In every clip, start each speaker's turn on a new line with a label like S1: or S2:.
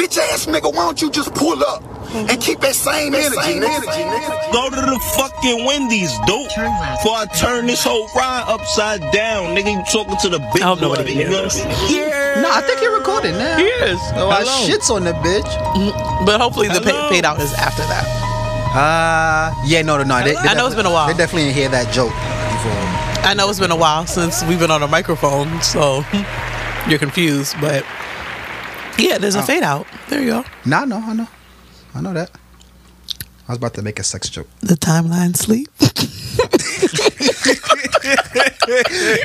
S1: ass nigga, why don't you just pull up and keep that same energy, nigga?
S2: Go to the fucking Wendy's, dude. Before I turn this whole ride upside down, nigga. You talking to the big
S3: don't know what
S2: boy,
S3: it
S2: you know
S3: is.
S2: what I'm saying?
S4: No, I think you're recording now.
S3: He is.
S4: Oh, I
S3: Hello.
S4: shits on the bitch.
S3: But hopefully the pay,
S2: Hello.
S3: paid out is after that.
S4: Ah, yeah, no, no, no. They, they
S3: I know it's
S4: definitely-
S3: been a while.
S4: They definitely didn't hear that joke before.
S3: I know it's been a while since we've been on a microphone, so you're confused, but yeah, there's a fade out. There you go.
S4: Nah, no, I know, I know that. I was about to make a sex joke.
S3: The timeline sleep.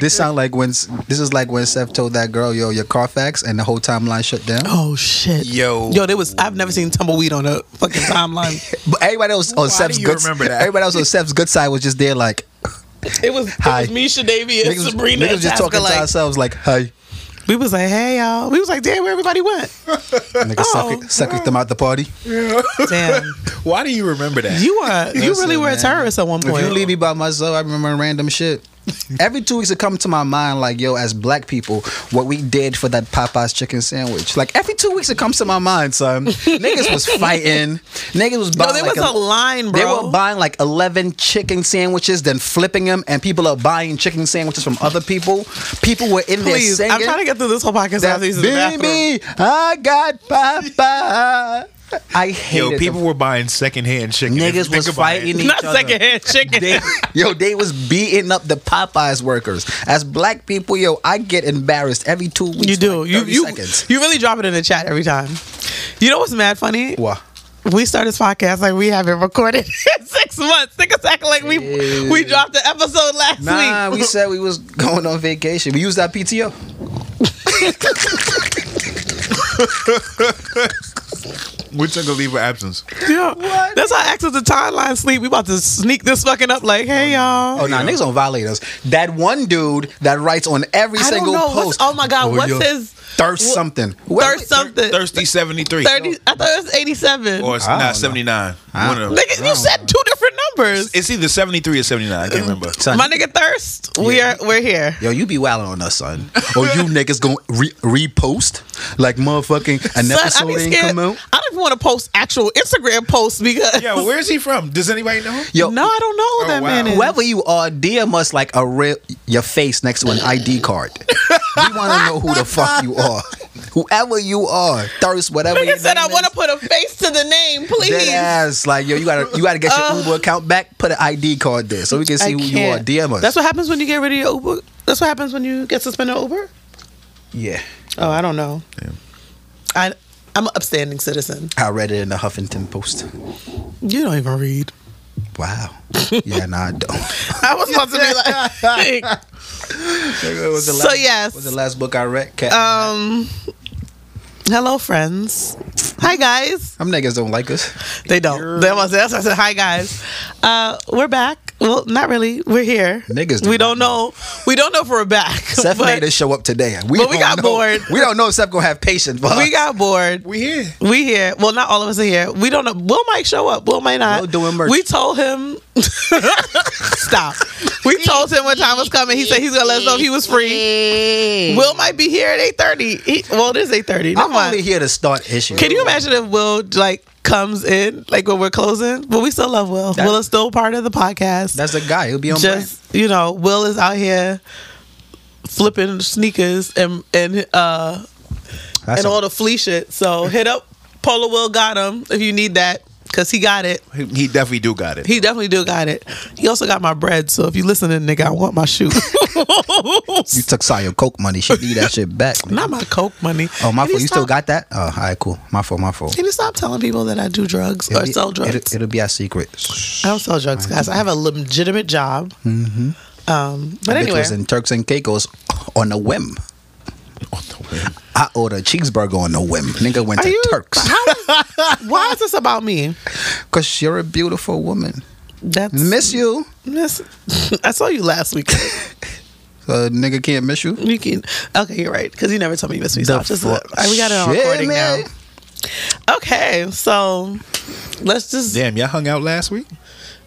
S4: this sound like when this is like when Seth told that girl, "Yo, your Carfax," and the whole timeline shut down.
S3: Oh shit.
S5: Yo.
S3: Yo, there was I've never seen tumbleweed on a fucking timeline.
S4: But everybody else on
S5: Why do
S4: Seth's
S5: you
S4: good,
S5: remember that?
S4: everybody else on Seth's good side was just there, like
S3: it was it
S4: Hi.
S3: was Misha Davy and
S4: niggas, was-
S3: Sabrina.
S4: niggas
S3: and
S4: was just talking to
S3: Tasca, like,
S4: ourselves, like, "Hey,
S3: We was like, hey y'all. We was like, damn, where everybody went.
S4: nigga,
S3: Oh.
S4: suck, suck them out the party."
S3: Damn.
S5: Why do you remember that?
S3: You are you
S4: Listen,
S3: really were a
S4: man.
S3: terrorist at one
S4: If
S3: point.
S4: you leave me by myself, I remember random shit. Every two weeks, it come to my mind like, yo, as black people, what we did for that Popeyes chicken sandwich. Like every two weeks, it comes to my mind, son. niggas was fighting. Niggas was buying.
S3: no, there
S4: like,
S3: was a, line, bro.
S4: They were buying like eleven chicken sandwiches, then flipping them, and people are buying chicken sandwiches from other people. People were in there
S3: Please,
S4: singing.
S3: I'm trying to get through this whole podcast. without
S4: that,
S3: these in the bathroom.
S4: baby, I got Popeye. I hated
S5: Yo, people
S4: them.
S5: were buying secondhand chicken. If you
S4: Niggas
S5: think
S4: was
S5: about
S4: fighting
S5: It.
S4: each
S3: Not
S4: other.
S3: secondhand chicken.
S4: They, yo, they was beating up the Popeyes workers. As black people, yo, I get embarrassed every two weeks.
S3: you do.
S4: for like
S3: you
S4: 30
S3: you
S4: seconds.
S3: you really drop it in the chat every time. You know what's mad funny?
S4: What?
S3: We start this podcast like we haven't recorded in six months. Niggas act like we we dropped the episode last
S4: Nah,
S3: week.
S4: we said we was going on vacation. We used our PTO.
S5: We took a leave of absence.
S3: Yeah. That's how access the timeline sleep. We about to sneak this fucking up like, hey y'all.
S4: Oh no, niggas don't violate us. That one dude that writes on every
S3: I
S4: single
S3: don't know. What's,
S4: post.
S3: oh my god, what's
S4: yo,
S3: his
S4: Thirst something.
S3: thirst something?
S5: Thirsty seventy three.
S3: Thirty I thought it was eighty seven.
S5: Or it's
S4: I don't know.
S5: not seventy nine. One of them.
S3: Nigga, you said two different numbers.
S5: It's either seventy three or seventy nine. I can't remember.
S4: Son,
S3: My nigga thirst. We are we're here.
S4: Yo, you be wilding on us, son. Or you niggas gonna re- repost like motherfucking an
S3: Son, I,
S4: episode
S3: be
S4: ain't
S3: scared.
S4: come out.
S3: I don't want to post actual Instagram posts because
S5: Yeah, where is he from? Does anybody know? him?
S4: Yo,
S3: no, I don't know who
S5: Oh,
S3: that
S5: wow.
S3: man is.
S4: Whoever you are, DM us like a real your face next to an ID card. we want to know who the fuck you are. Whoever you are, thirst whatever.
S3: Nigga
S4: your
S3: said
S4: name
S3: I
S4: is.
S3: want to put a face to the name, please.
S4: Dead ass, like yo, you gotta you gotta get your
S3: Ugh.
S4: Uber account back. Put an ID card there so we can see
S3: I
S4: who
S3: can't.
S4: you are. DM us.
S3: That's what happens when you get rid of your Uber. That's what happens when you get suspended Uber.
S4: yeah,
S3: Oh, I don't know. I I'm an upstanding citizen.
S4: I read it in the Huffington Post.
S3: You don't even read.
S4: Wow. yeah, nah, I don't.
S3: I was supposed to be like,
S4: was the
S3: So,
S4: last,
S3: yes.
S4: was the last book I read. Cat.
S3: um, hello friends. Hi guys.
S4: Them niggas don't like us.
S3: They don't. That was that's why I said hi guys. Uh, we're back. Well, not really. We're here.
S4: Niggas do
S3: we
S4: not
S3: don't know. We don't know if we're back.
S4: Seth
S3: but
S4: made us show up today. We,
S3: but we
S4: don't
S3: got
S4: know-
S3: bored.
S4: We don't know if Seth gonna have patience. But
S3: We got bored.
S5: We here.
S3: We here. Well, not all of us are here. We don't know. Will might show up. Will might not.
S4: Will doing merch.
S3: We told him. Stop. We told him what time was coming. He said he's gonna let us know if he was free. Will might be here at eight thirty. Well, it is eight thirty.
S4: I'm only here to start issues.
S3: Can you imagine if Will like comes in like when we're closing? But we still love Will. Will is still part of the podcast.
S4: That's a guy. He'll be on brand.
S3: just you know, Will is out here flipping sneakers and and uh
S4: That's
S3: and
S4: a-
S3: all the flea shit. So hit up Polo Will got him if you need that because he got it.
S5: He, he definitely do got it.
S3: He definitely do got it. He also got my bread. So if you listening, nigga, I want my shoe.
S4: You took Saya Coke money. She need that shit back. man.
S3: Not my coke money.
S4: oh, my
S3: Can
S4: fault. You still
S3: stop-
S4: got that? Oh, all right, cool. My fault, my fault.
S3: Can you stop telling people that I do drugs or
S4: be,
S3: sell drugs?
S4: It'll, it'll be our secret. Shh.
S3: I don't sell drugs, guys. I have a legitimate job. Mm-hmm. Um, but
S4: Bitch
S3: anyway,
S4: was in Turks and Caicos on a whim. I ordered a cheeseburger on a whim. Nigga went
S3: are
S4: to
S3: you?
S4: Turks.
S3: how is- why is this about me?
S4: Because you're a beautiful woman.
S3: That's
S4: Miss you.
S3: miss. I saw you last week.
S4: So Uh, nigga can't miss you.
S3: You can. Okay, you're right because you never told me you missed me. So
S4: The
S3: I'm just,
S4: fuck?
S3: I- we got it on
S4: Shit,
S3: recording
S4: man.
S3: now. Okay, so let's just
S5: Damn, y'all hung out last week.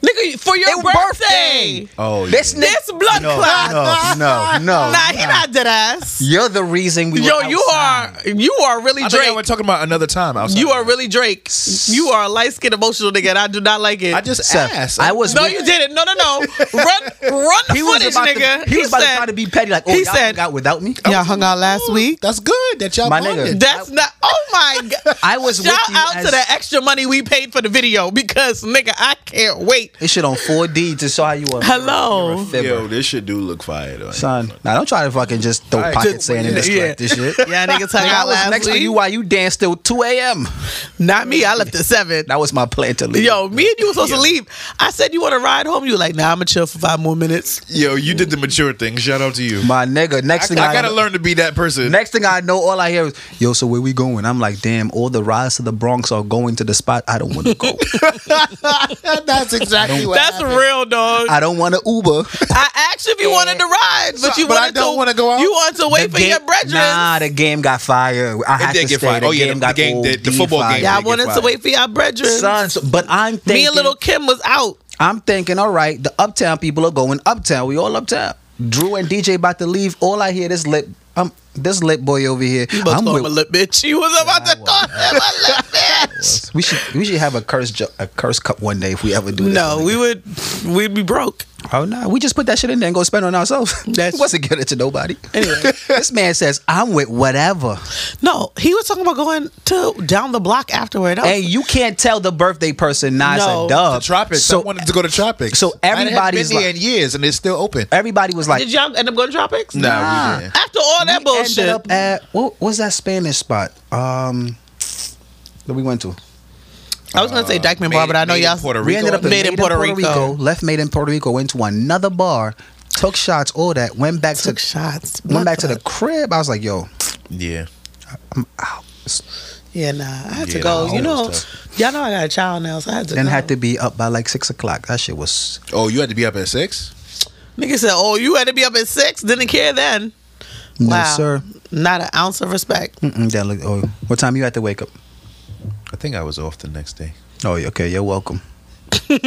S3: nigga. nigga for your
S4: It
S3: birthday.
S5: Oh, yeah.
S4: This nigga,
S3: This blood
S5: No,
S3: clot.
S5: no, no, no.
S3: Nah, he not dead ass.
S4: you're the reason we.
S3: Yo,
S4: were
S3: you
S4: outside.
S3: are you are really
S5: I think I
S3: Drake.
S5: was talking about another time. Outside.
S3: You are really Drake. You are a light skinned emotional nigga, and I do not like it.
S5: I just
S4: Seth,
S5: asked.
S4: I was.
S3: no,
S4: with-
S3: you didn't. No, no, no. Run, run the
S4: He was
S3: footage,
S4: about
S3: nigga.
S4: to. He was about to try to be petty. Like, oh,
S3: he
S4: y'all
S3: said-
S4: got without me.
S3: Y'all hung out last week.
S5: That's good that y'all
S4: My
S5: bonded.
S4: nigga.
S3: That's not. Oh my god.
S4: I was with
S3: Shout
S4: you
S3: out
S4: as-
S3: to the extra money we paid for the video because nigga, I can't wait.
S4: This shit on 4D to show how you are.
S3: Hello.
S4: You're a fibber.
S5: Yo, this shit do look fire though.
S4: Son, now don't try to fucking just throw
S5: Right.
S4: pocket sand in this
S3: Yeah.
S4: like this shit.
S3: Yeah, niggas hung
S4: Nigga, I
S3: out
S4: was
S3: last
S4: next
S3: week.
S4: to you while you danced till 2 a.m.
S3: Not me. I left at seven.
S4: That was my plan to leave.
S3: Yo, me and you were supposed to leave. I said you want to ride home. You were like, nah, I'm gonna chill for five more minutes.
S5: Yo, you did the mature thing. Shout out to you.
S4: my nigga. Next
S5: I,
S4: thing I,
S5: I gotta
S4: know,
S5: learn to be that person.
S4: Next thing I know, all I hear is, "Yo, so where we going?" I'm like, "Damn, all the rides to the Bronx are going to the spot I don't want to go.
S5: That's exactly what.
S3: That's real, dog. I,
S4: I don't want to Uber.
S3: asked you if you wanted to ride, but
S5: So-
S3: you
S5: but I
S3: wanted
S5: don't
S3: to,
S5: wanna go out?
S3: You want to wait
S4: The
S3: for
S4: game-
S3: your brethren.
S4: Nah, the game got fired. I had
S5: did
S4: to
S5: get
S4: stay.
S5: fired.
S4: The
S5: Oh, yeah,
S4: game
S5: the- the
S4: got
S5: game-
S4: old
S5: the- the football
S4: fired.
S5: game.
S3: Y'all
S5: get
S3: wanted to
S5: fired.
S3: wait for your brethren.
S4: Son, so- but I'm thinking,
S3: Me and little Kim was out.
S4: I'm thinking, all right, the uptown people are going uptown. We all uptown. Drew and DJ about to leave. All I hear this lip, um, this lip boy over here.
S3: But
S4: I'm
S3: call
S4: with-
S3: him a little bitch. He was about to call him a little bitch.
S4: we should we should have a curse ju- a curse cup one day if we ever do this.
S3: No, we would we'd be broke.
S4: Oh no, we just put that shit in there and go spend on ourselves.
S3: That's-
S4: That's wasn't giving it to nobody.
S3: Anyway.
S4: this man says I'm with whatever,
S3: No, he was talking about going to down the block afterward. I was-
S4: and you can't tell the birthday person nah,
S3: No.
S4: it's a dub.
S5: The tropics.
S4: So
S5: I wanted to go to tropics.
S4: so everybody's
S5: I haven't been there
S4: like-
S5: in years, and it's still open.
S4: everybody was like,
S3: Did y'all end up going to tropics?
S5: Nah,
S4: Nah.
S5: we didn't.
S3: After all that
S4: we
S3: bullshit.
S4: Ended up at what was that Spanish spot? Um, that we went to.
S3: I was gonna say Dykeman
S5: made-
S3: Bar, but I know
S5: made in
S3: y'all
S5: Puerto
S4: We ended up
S3: made in Puerto, Rico.
S4: Left made in Puerto Rico. Went to another bar, took shots, all that. Went back
S3: Took
S4: to
S3: shots.
S4: went back to the crib. I was like, yo,
S5: Yeah.
S3: Yeah, nah. I had to
S5: Yeah,
S3: go.
S5: nah,
S3: you
S5: that
S3: know,
S5: was
S3: y'all know I got a child now, so I had to.
S4: then
S3: go.
S4: had to be up by like six o'clock. That shit was.
S5: Oh, you had to be up at six.
S3: Nigga said, "Oh, you had to be up at six. Didn't care then.
S4: No,
S3: wow,
S4: sir.
S3: Not an ounce of respect.
S4: Mm-mm, that look, oh, what time you had to wake up?
S5: I think I was off the next day.
S4: Oh, okay. You're welcome.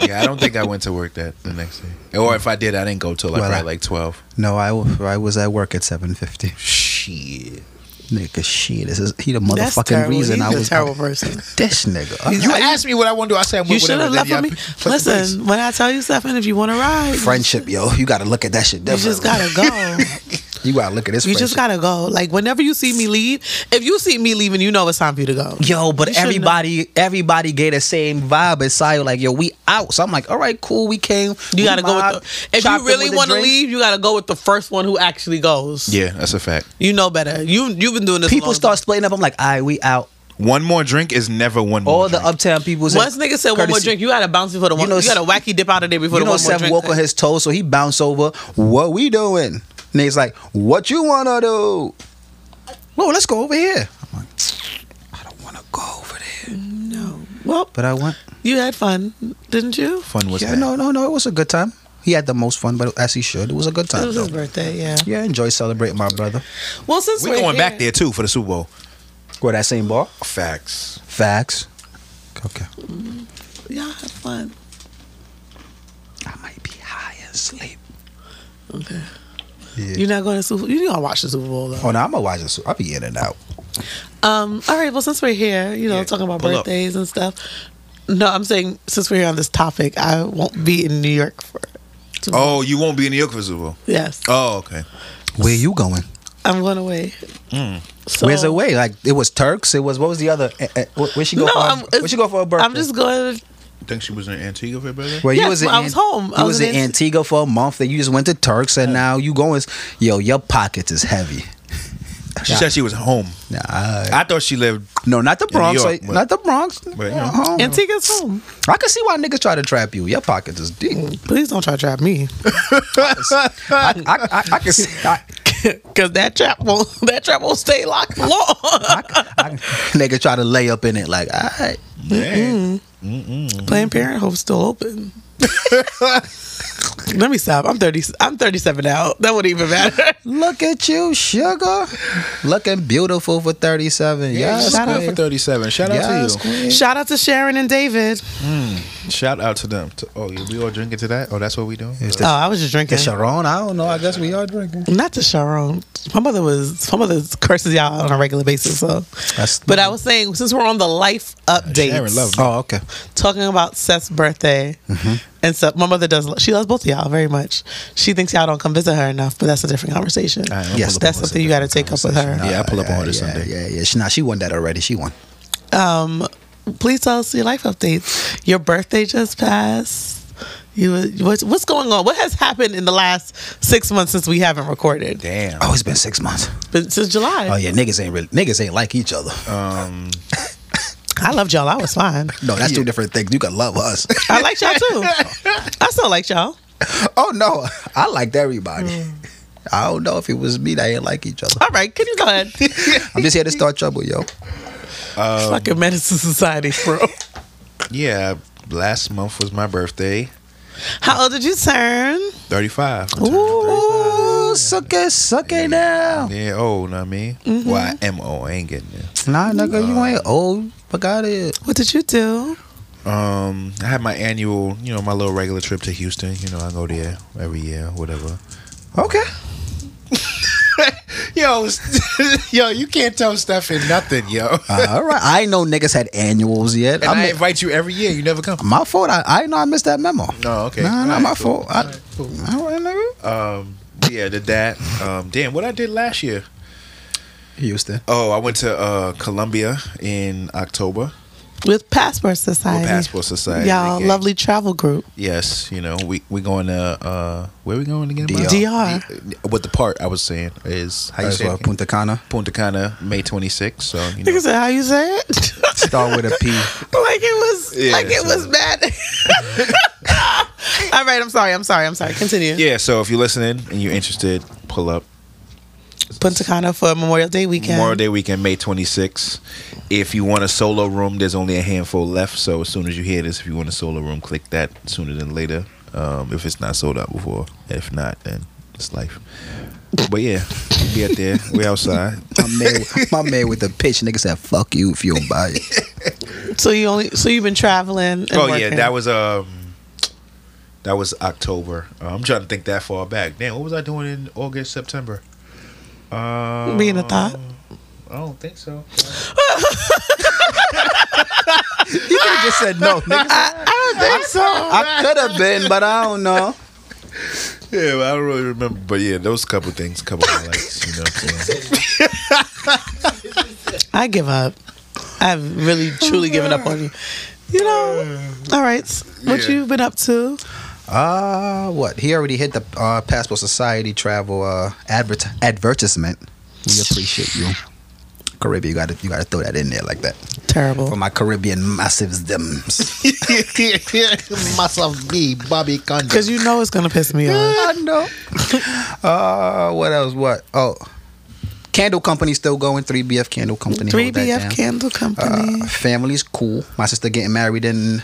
S5: Yeah, I don't think I went to work that the next day. Or if I did, I didn't go till like
S4: Well,
S5: probably
S4: I-
S5: like twelve.
S4: No, I, wa- I was at work at seven fifty.
S5: Shit.
S4: Nigga, shit, this is he the
S3: That's
S4: motherfucking
S3: terrible.
S4: reason
S3: He's
S4: I
S3: a
S4: was
S3: terrible person.
S4: This nigga,
S5: You asked me what I want to do. I said I
S3: You
S5: want
S3: should
S5: whatever.
S3: have left with
S5: Then
S3: me.
S5: y'all picked the place.
S3: Listen, when I tell you, Stefan, if you want to ride,
S4: friendship, yo, you gotta look at that shit
S3: you
S4: differently.
S3: just gotta go.
S4: You gotta look at this.
S3: You just gotta
S4: friendship.
S3: go. Like whenever you see me leave, if you see me leaving, you know it's time for you to go.
S4: Yo, but
S3: You shouldn't
S4: everybody, everybody gave the same vibe as Sayo. Like, yo, we out. So I'm like, all right, cool. We came.
S3: You
S4: we
S3: gotta go
S4: mobbed,
S3: with the. If
S4: chopped
S3: you
S4: it
S3: really
S4: with a
S3: want to
S4: drink.
S3: leave, you gotta go with the first one who actually goes.
S5: Yeah, that's a fact.
S3: You know better. You you've been doing this. a
S4: people
S3: long
S4: start splitting up. I'm like, all right, we out.
S5: One more drink is never one more.
S4: All the
S5: drink.
S4: uptown people.
S3: time. Once nigga said one more drink, you gotta bounce before the one. You,
S4: know,
S3: gotta wacky dip out of there before the
S4: You know,
S3: one more
S4: Seth
S3: drink.
S4: woke on his toes, so he bounced over. What we doing? Nate's like, what you wanna do? No, let's go over here. I'm like, I don't wanna go over there,
S3: well,
S4: but I went.
S3: you had fun, didn't you?
S5: fun was
S4: yeah,
S5: that.
S4: no, no, no. It was a good time. He had the most fun, but as he should, it was a good
S3: It
S4: time.
S3: was his
S4: though.
S3: birthday. Yeah.
S4: Yeah, enjoy celebrating my brother.
S3: Well, since
S5: We're going back there too for the Super Bowl.
S4: Go that same bar.
S5: Facts.
S4: Facts. Okay.
S3: there, y'all had fun.
S4: I might be high and sleep.
S3: Okay.
S4: Yeah.
S3: You're not going to Super. You're gonna watch the Super Bowl though.
S4: oh no, I'm gonna watch this. I'll be in and out.
S3: Um, all right, well, since we're here, you know,
S5: Yeah,
S3: talking about
S5: pull up.
S3: birthdays and stuff. No, I'm saying since we're here on this topic, I won't be in New York for to-
S5: Oh, you won't be in New York for the Super Bowl.
S3: Yes.
S5: Oh, okay.
S4: Where you going?
S3: I'm going away. So,
S4: Hmm. Where's the way? Like it was Turks. It was what was the other? eh, eh, wh- where she go?
S3: No,
S4: for,
S3: I'm,
S4: her- where she go for a birthday?
S3: I'm just going.
S5: Think she was in Antigua for her birthday?
S4: Well,
S3: Yes,
S4: you was in,
S3: I was home.
S4: You
S3: I
S4: was,
S3: was
S4: in,
S3: in-
S4: Antigua for a month. Then you just went to Turks, and now you going. Yo, your pockets is heavy.
S5: She said she was home.
S4: Nah, I-
S5: I thought she lived.
S4: no, not the Bronx.
S5: Ah, York,
S4: like,
S5: but-
S4: not the Bronx.
S5: you know.
S4: Uh-huh.
S3: Antigua's home.
S4: I can see why niggas try to trap you. Your pockets is
S5: Mm.
S4: deep.
S3: Please don't try to trap me,
S4: I, I, I, I can see. I,
S3: because that trap won't. That trap won't stay locked for long.
S4: I, niggas try to lay up in it. Like, all right.
S5: Man.
S4: Mm-hmm.
S3: Planned Parenthood's still open. Let me stop. I'm thirty. I'm thirty-seven now. That wouldn't even matter.
S4: Look at you, sugar. Looking beautiful for 37.
S5: Yeah,
S4: yes,
S5: shout out
S4: queen.
S5: for 37. Shout out
S4: Oh, Yes,
S5: to you.
S4: queen.
S3: Shout out to Sharon and David.
S5: Shout out to them. To, oh, yeah, we all drinking to that? Oh, that's what we doing?
S4: It's
S3: Oh,
S4: the,
S3: I was just
S4: the
S3: drinking.
S4: Sharon. I don't know. I guess we are drinking.
S3: Not to Sharon. My mother was my mother curses y'all on a regular basis. So,
S4: That's-
S3: but I was saying since we're on the life
S5: Sharon
S3: updates,
S5: love
S4: Oh, okay.
S3: talking about Seth's birthday,
S5: Mm-hmm.
S3: and so my mother does. lo- She loves both of y'all very much. She thinks y'all don't come visit her enough, but that's a different conversation.
S5: All right, I'll
S4: Yes,
S5: pull up
S3: that's
S5: on this
S3: something you got to take up with her.
S5: conversation. Yeah, I pull up on her
S4: yeah,
S5: this Sunday.
S4: Yeah, yeah. She, nah, she won that already. She won.
S3: um, please tell us your life updates. Your birthday just passed. You what's, what's going on? What has happened in the last six months since we haven't recorded?
S5: Damn.
S4: Oh, it's been six months.
S3: But since July,
S4: Oh yeah, niggas ain't really niggas ain't like each other.
S5: Um,
S3: I loved y'all. I was fine.
S4: No, that's two different things. You can love us.
S3: I liked y'all too. I still liked y'all.
S4: oh no, I liked everybody.
S5: Mm.
S4: I don't know if it was me that ain't like each other.
S3: All right, can you go ahead?
S4: I'm just here to start trouble, yo.
S3: Fucking medicine society, bro.
S5: yeah, last month was my birthday.
S3: How old did you turn?
S5: 35.
S4: Ooh, suck it, suck it now.
S5: Yeah, old, know what I mean? Well, I am old. I ain't getting there.
S4: Nah, nigga,
S5: Uh.
S4: you ain't old. Forgot it.
S3: What did you do?
S5: Um, I had my annual, you know, my little regular trip to Houston. You know, I go there every year, whatever.
S4: Okay.
S5: Yo, yo, you can't tell Stefan nothing, yo.
S4: Uh, all right. I ain't know niggas had annuals yet.
S5: and
S4: I'm-
S5: I invite you every year. You never come.
S4: my fault. I, I know I missed that memo.
S5: No, okay.
S4: Nah, not
S5: Alright,
S4: my
S5: cool.
S4: fault. I, all right, nigga. Uh,
S5: Um, yeah, did that. Um, damn, what I did last year.
S4: Houston.
S5: Oh, I went to uh, Columbia in October.
S3: With Passport Society.
S5: With Passport Society,
S3: Y'all
S5: yeah.
S3: lovely travel group.
S5: Yes, you know we we going to uh, where we going again? Mike?
S3: DR.
S5: What the part I was saying is how you
S4: That's
S5: say
S4: why
S5: it? Punta,
S4: Punta Cana.
S5: Cana, May 26th. So you know.
S3: Nigga said, how you say it?
S4: Start with a P.
S3: like it was
S5: Yeah,
S3: like it
S5: so-
S3: was bad. All right, I'm sorry, I'm sorry, I'm sorry. Continue.
S5: Yeah, so if you're listening and you're interested, pull up
S3: Punta Cana for Memorial Day weekend.
S5: Memorial Day weekend, May 26th. If you want a solo room, there's only a handful left. So as soon as you hear this, if you want a solo room, click that sooner than later. Um, if it's not sold out before, if not, then it's life. But yeah, we be out there. We outside.
S4: My man, my man with the pitch, nigga said, "Fuck you if you don't buy it."
S3: So you only so you've been traveling. And
S5: oh yeah,
S3: working.
S5: that was um, that was October. Uh, I'm trying to think that far back. Damn, what was I doing in August, September? Uh,
S3: being a thought.
S5: I don't think so.
S4: You could have just said no, nigga. I, am so. I could have been, but I don't know.
S5: Yeah, well, I don't really remember, but yeah, those couple things, couple highlights, you know. so.
S3: I give up. I've really truly given up on you. You know. All right. s- What
S5: Yeah.
S3: you've been up to?
S4: Uh, what? He already hit the uh, Passport Society travel uh, advert advertisement. We appreciate you, Caribbean. You gotta you gotta throw that in there like that for
S3: Terrible.
S4: my Caribbean massives. Thems.
S6: Myself be Bobby Condon.
S3: Because you know it's gonna piss me off.
S4: I know. Uh, what else? What? Oh, candle company still going. Three BF candle company.
S3: Three
S4: Hold that
S3: BF
S4: down.
S3: Candle Company.
S4: Uh, family's cool. My sister getting married in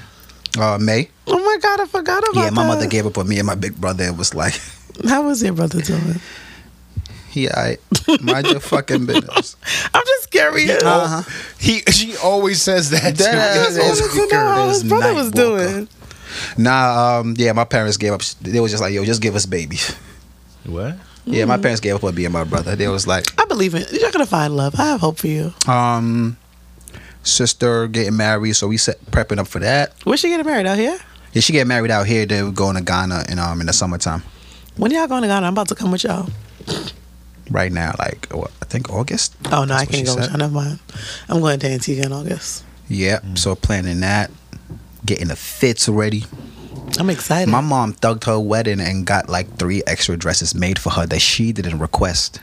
S4: uh, May.
S3: oh my God, I forgot about.
S4: Yeah, my
S3: that.
S4: mother gave up on me and my big brother. It was like,
S3: How was your brother doing?
S4: yeah, I mind your fucking business.
S3: I'm just curious.
S4: Uh-huh.
S5: he she always says that.
S4: That
S5: to me.
S4: ass
S3: I just wanted to know how his
S4: There's
S3: brother
S4: night
S3: was
S4: walker.
S3: doing.
S4: Nah, um, yeah, my parents gave up. They was just like, yo, just give us babies.
S5: What?
S4: Yeah,
S3: Hmm.
S4: my parents gave up on me and my brother. They was like,
S3: I believe in you're gonna find love. I have hope for you.
S4: um, sister getting married, so we set prepping up for that.
S3: Where's she getting married out here?
S4: Yeah, she get married out here. They were going to Ghana in um in the summertime.
S3: When y'all going to Ghana? I'm about to come with y'all.
S4: Right now, like what, I think August.
S3: Oh no,
S4: That's
S3: I
S4: what she
S3: can't go with
S4: said.
S3: y'all. Never mind. I'm going to Antigua in August.
S4: Yeah,
S3: Mm.
S4: so planning that, getting the fits ready.
S3: I'm excited.
S4: My mom thugged her wedding and got like three extra dresses made for her that she didn't request.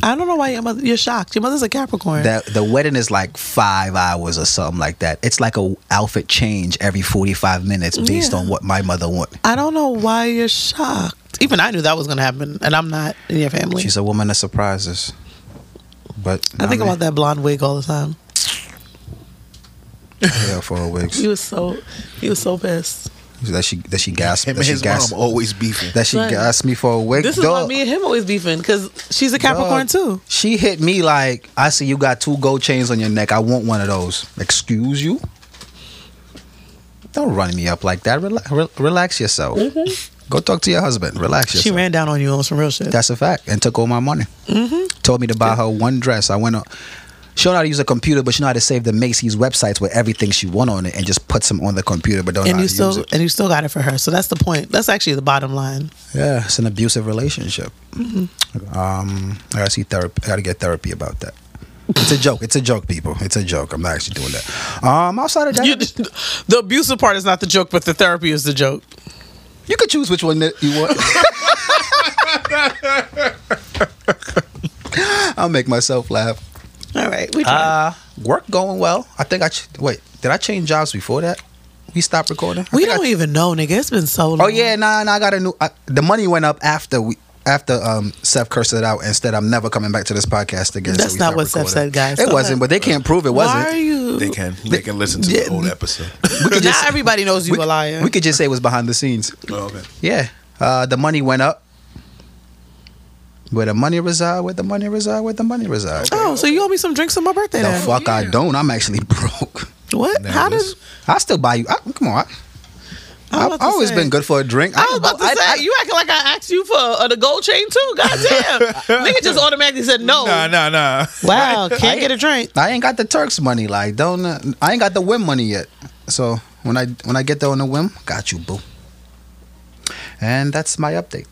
S3: I don't know why your mother. You're shocked. Your mother's a Capricorn.
S4: That the wedding is like five hours or something like that. It's like a outfit change every forty five minutes based
S3: Yeah.
S4: on what my mother want.
S3: I don't know why you're shocked. Even I knew that was gonna happen, and I'm not in your family.
S4: She's a woman of surprises. But
S3: I think about that blonde wig all the time.
S4: Yeah, for her wigs.
S3: He was so, he was so pissed.
S4: That she that she gasped.
S5: Him
S4: That
S5: and
S4: she
S5: his
S4: gasped.
S5: mom always beefing.
S4: That she
S3: Son.
S4: gasped me for a wig.
S3: This is why
S4: Dog,
S3: me and him always beefing because she's a Capricorn
S4: dog,
S3: too.
S4: She hit me like, I see you got two gold chains on your neck. I want one of those. Excuse you. Don't run me up like that. Rela- re- relax yourself. Go talk to your husband. Relax yourself.
S3: Mm-hmm. She ran down on you on some real shit.
S4: That's a fact. And took all my money. Mm-hmm. Told me to buy her one dress. I went on. She don't know how to use a computer, but she know how to save the Macy's websites with everything she want on it and just puts them on the computer, but don't know
S3: and
S4: how
S3: you
S4: to
S3: still
S4: use it.
S3: and you still got it for her. So that's the point. That's actually the bottom line.
S4: Yeah, it's an abusive relationship. Um, I gotta see therapy. I gotta get therapy about that. It's a joke. It's a joke, people. It's a joke. I'm not actually doing that. Um, outside of that,
S3: You,
S4: you,
S3: the abusive part is not the joke, but the therapy is the joke.
S4: could choose which one that you want. I'll make myself laugh.
S3: All right, we tried.
S4: Uh, work going well. I think I ch- wait. Did I change jobs before that? We stopped recording. I
S3: we
S4: think I-
S3: don't even know, nigga. It's been so long.
S4: Oh yeah, nah, nah. I got a new. I, the money went up after we. After um, Seth cursed it out, instead I'm never coming back to this podcast again.
S3: That's
S4: we
S3: not
S4: stopped
S3: what Seth said,
S4: recording.
S3: guys.
S4: It
S3: Go
S4: wasn't,
S3: ahead.
S4: but they can't prove it
S3: Why
S4: wasn't.
S3: are you?
S5: They can. They can listen to
S4: Yeah.
S5: the old episode.
S3: Not everybody knows you
S4: we,
S3: a liar.
S4: we could just say it was behind the scenes.
S5: oh, okay.
S4: Yeah, uh, the money went up. Where the money reside? Where the money reside? Where the money reside?
S3: oh, so you owe me some drinks on my birthday?
S4: The
S3: then.
S4: fuck I don't. I'm actually broke.
S3: What?
S5: Now
S3: How did?
S5: this-
S4: I still buy you. I, come on. I,
S3: I was
S4: I've
S3: about to
S4: always
S3: say.
S4: been good for a drink.
S3: I was about to say you acting like I asked you for uh, the gold chain too. Goddamn, nigga just automatically said no.
S5: Nah, nah, nah.
S3: Wow, can't get a drink.
S4: I ain't got the Turks money. Like don't uh, I ain't got the whim money yet. So when I when I get there on the whim, got you, boo. And that's my update.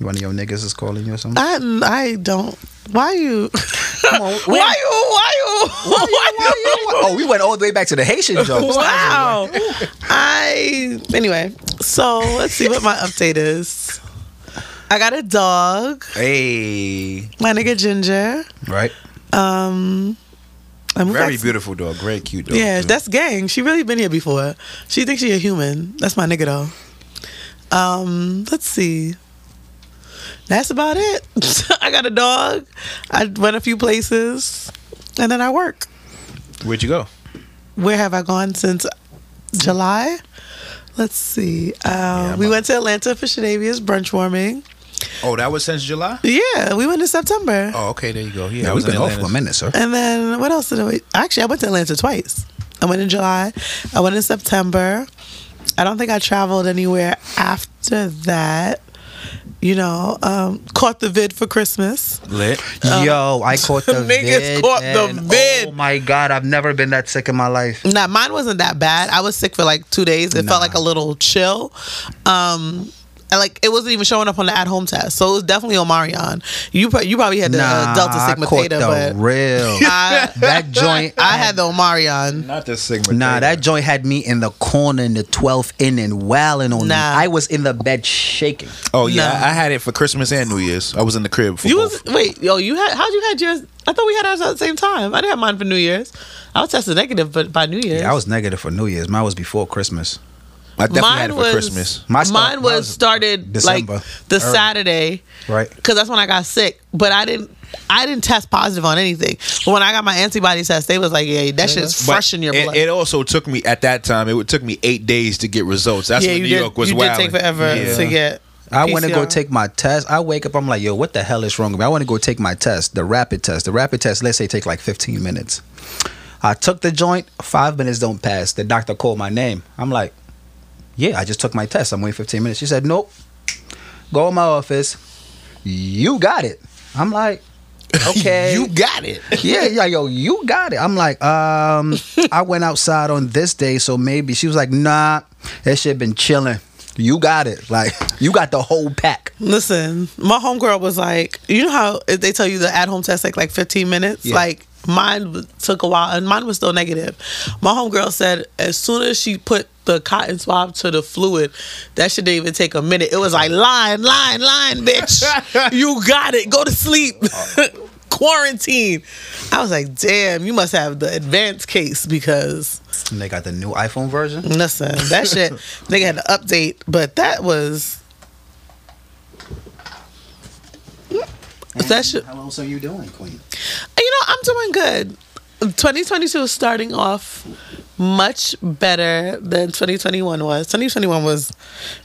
S4: One of your niggas is calling you or something.
S3: I I don't. Why you?
S4: Come on, we-
S3: Why you? Why you? Why you?
S4: Oh, we went all the way back to the Haitian jokes.
S3: Wow. I anyway. So let's see what my update is. I got a dog,
S5: Hey,
S3: my nigga Ginger.
S4: Right.
S3: Um, and we
S5: very
S3: got-
S5: beautiful dog. Very cute dog.
S3: Yeah,
S5: too.
S3: that's gang. She really been here before. She thinks she a human. That's my nigga though. Um, let's see. That's about it. I got a dog. I run a few places, and then I work.
S5: Where'd you go?
S3: Where have I gone since July? Let's see. Uh, we
S5: I'm-
S3: went to Atlanta for Shadavia's brunch warming.
S5: Oh, that was since July.
S3: Yeah, we went in September.
S5: Oh, okay. There you go. Yeah, I
S4: Yeah,
S5: was
S4: we've
S5: in
S4: been off for a
S5: Atlanta.
S4: minute, sir.
S3: And then what else did I? Actually, I went to Atlanta twice. I went in July. I went in September. I don't think I traveled anywhere after that. You know, um, caught the vid for Christmas.
S5: Lit.
S4: Yo, I caught the
S3: Uh, Niggas
S4: vid
S3: caught the
S4: and-
S3: vid.
S4: Oh my god, I've never been that sick in my life.
S3: Nah, mine wasn't that bad. I was sick for like two days. It felt like a little chill. Um, and like it wasn't even showing up on the at-home test, so it was definitely Omarion. You pro- you probably had the
S4: nah,
S3: uh, Delta Sigma
S4: I caught
S3: Theta,
S4: the
S3: but
S4: real.
S3: I,
S4: that joint.
S3: I had the Omarion.
S5: Not the Sigma.
S4: Nah,
S5: Theta.
S4: that joint had me in the corner in the 12th inning, wailing on me.
S3: Nah.
S4: I was in the bed shaking.
S5: Oh yeah,
S3: Nah.
S5: I I had it for Christmas and New Year's. I was in the crib. For
S3: You
S5: both.
S3: was wait, yo, you had how'd you had yours? I thought we had ours at the same time. I didn't have mine for New Year's. I was tested negative, but by New Year's,
S4: Yeah, I was negative for New Year's. Mine was before Christmas.
S5: I definitely
S3: mine
S5: had it for
S3: was
S5: Christmas.
S4: My start-
S3: mine
S4: mine
S3: was
S4: was
S3: started
S4: December.
S3: like the
S4: Early.
S3: Saturday,
S4: Right.
S3: Because that's when I got sick, but I didn't. I didn't test positive on anything. But when I got my antibody test, they was like, "Yeah, that shit's
S5: But
S3: fresh in your
S5: it,
S3: blood."
S5: It also took me at that time. It took me eight days to get results. That's
S3: yeah, you
S5: when New
S3: did.
S5: York was
S3: you
S5: wild.
S3: did take forever to get.
S4: I want to go
S3: PCR.
S4: take my test. I wake up, I'm like, yo, what the hell is wrong with me? I want to go take my test, the rapid test. The rapid test, let's say, take like 15 minutes. I took the joint, five minutes don't pass. The doctor called my name. I'm like, yeah, I just took my test. I'm waiting 15 minutes. She said, nope. Go in my office. You got it. I'm like, okay.
S6: You got it.
S4: yeah, yeah, yo, you got it. I'm like, um, I went outside on this day, so maybe she was like, nah, that shit been chilling. You got it. Like, you got the whole pack.
S3: Listen, my homegirl was like, you know how if they tell you the at home test take like 15 minutes?
S4: Yeah.
S3: Like mine w- took a while and mine was still negative. My homegirl said as soon as she put the cotton swab to the fluid, that shit didn't even take a minute. It was like line, line, line, bitch. you got it. Go to sleep. Quarantine. I was like, damn, you must have the advanced case because
S4: And they got the new iPhone version.
S3: listen, that shit they had to update, but that was that shit
S4: How else are you doing, Queen?
S3: you know, I'm doing good. 2022 is starting off much better than 2021 was. 2021 was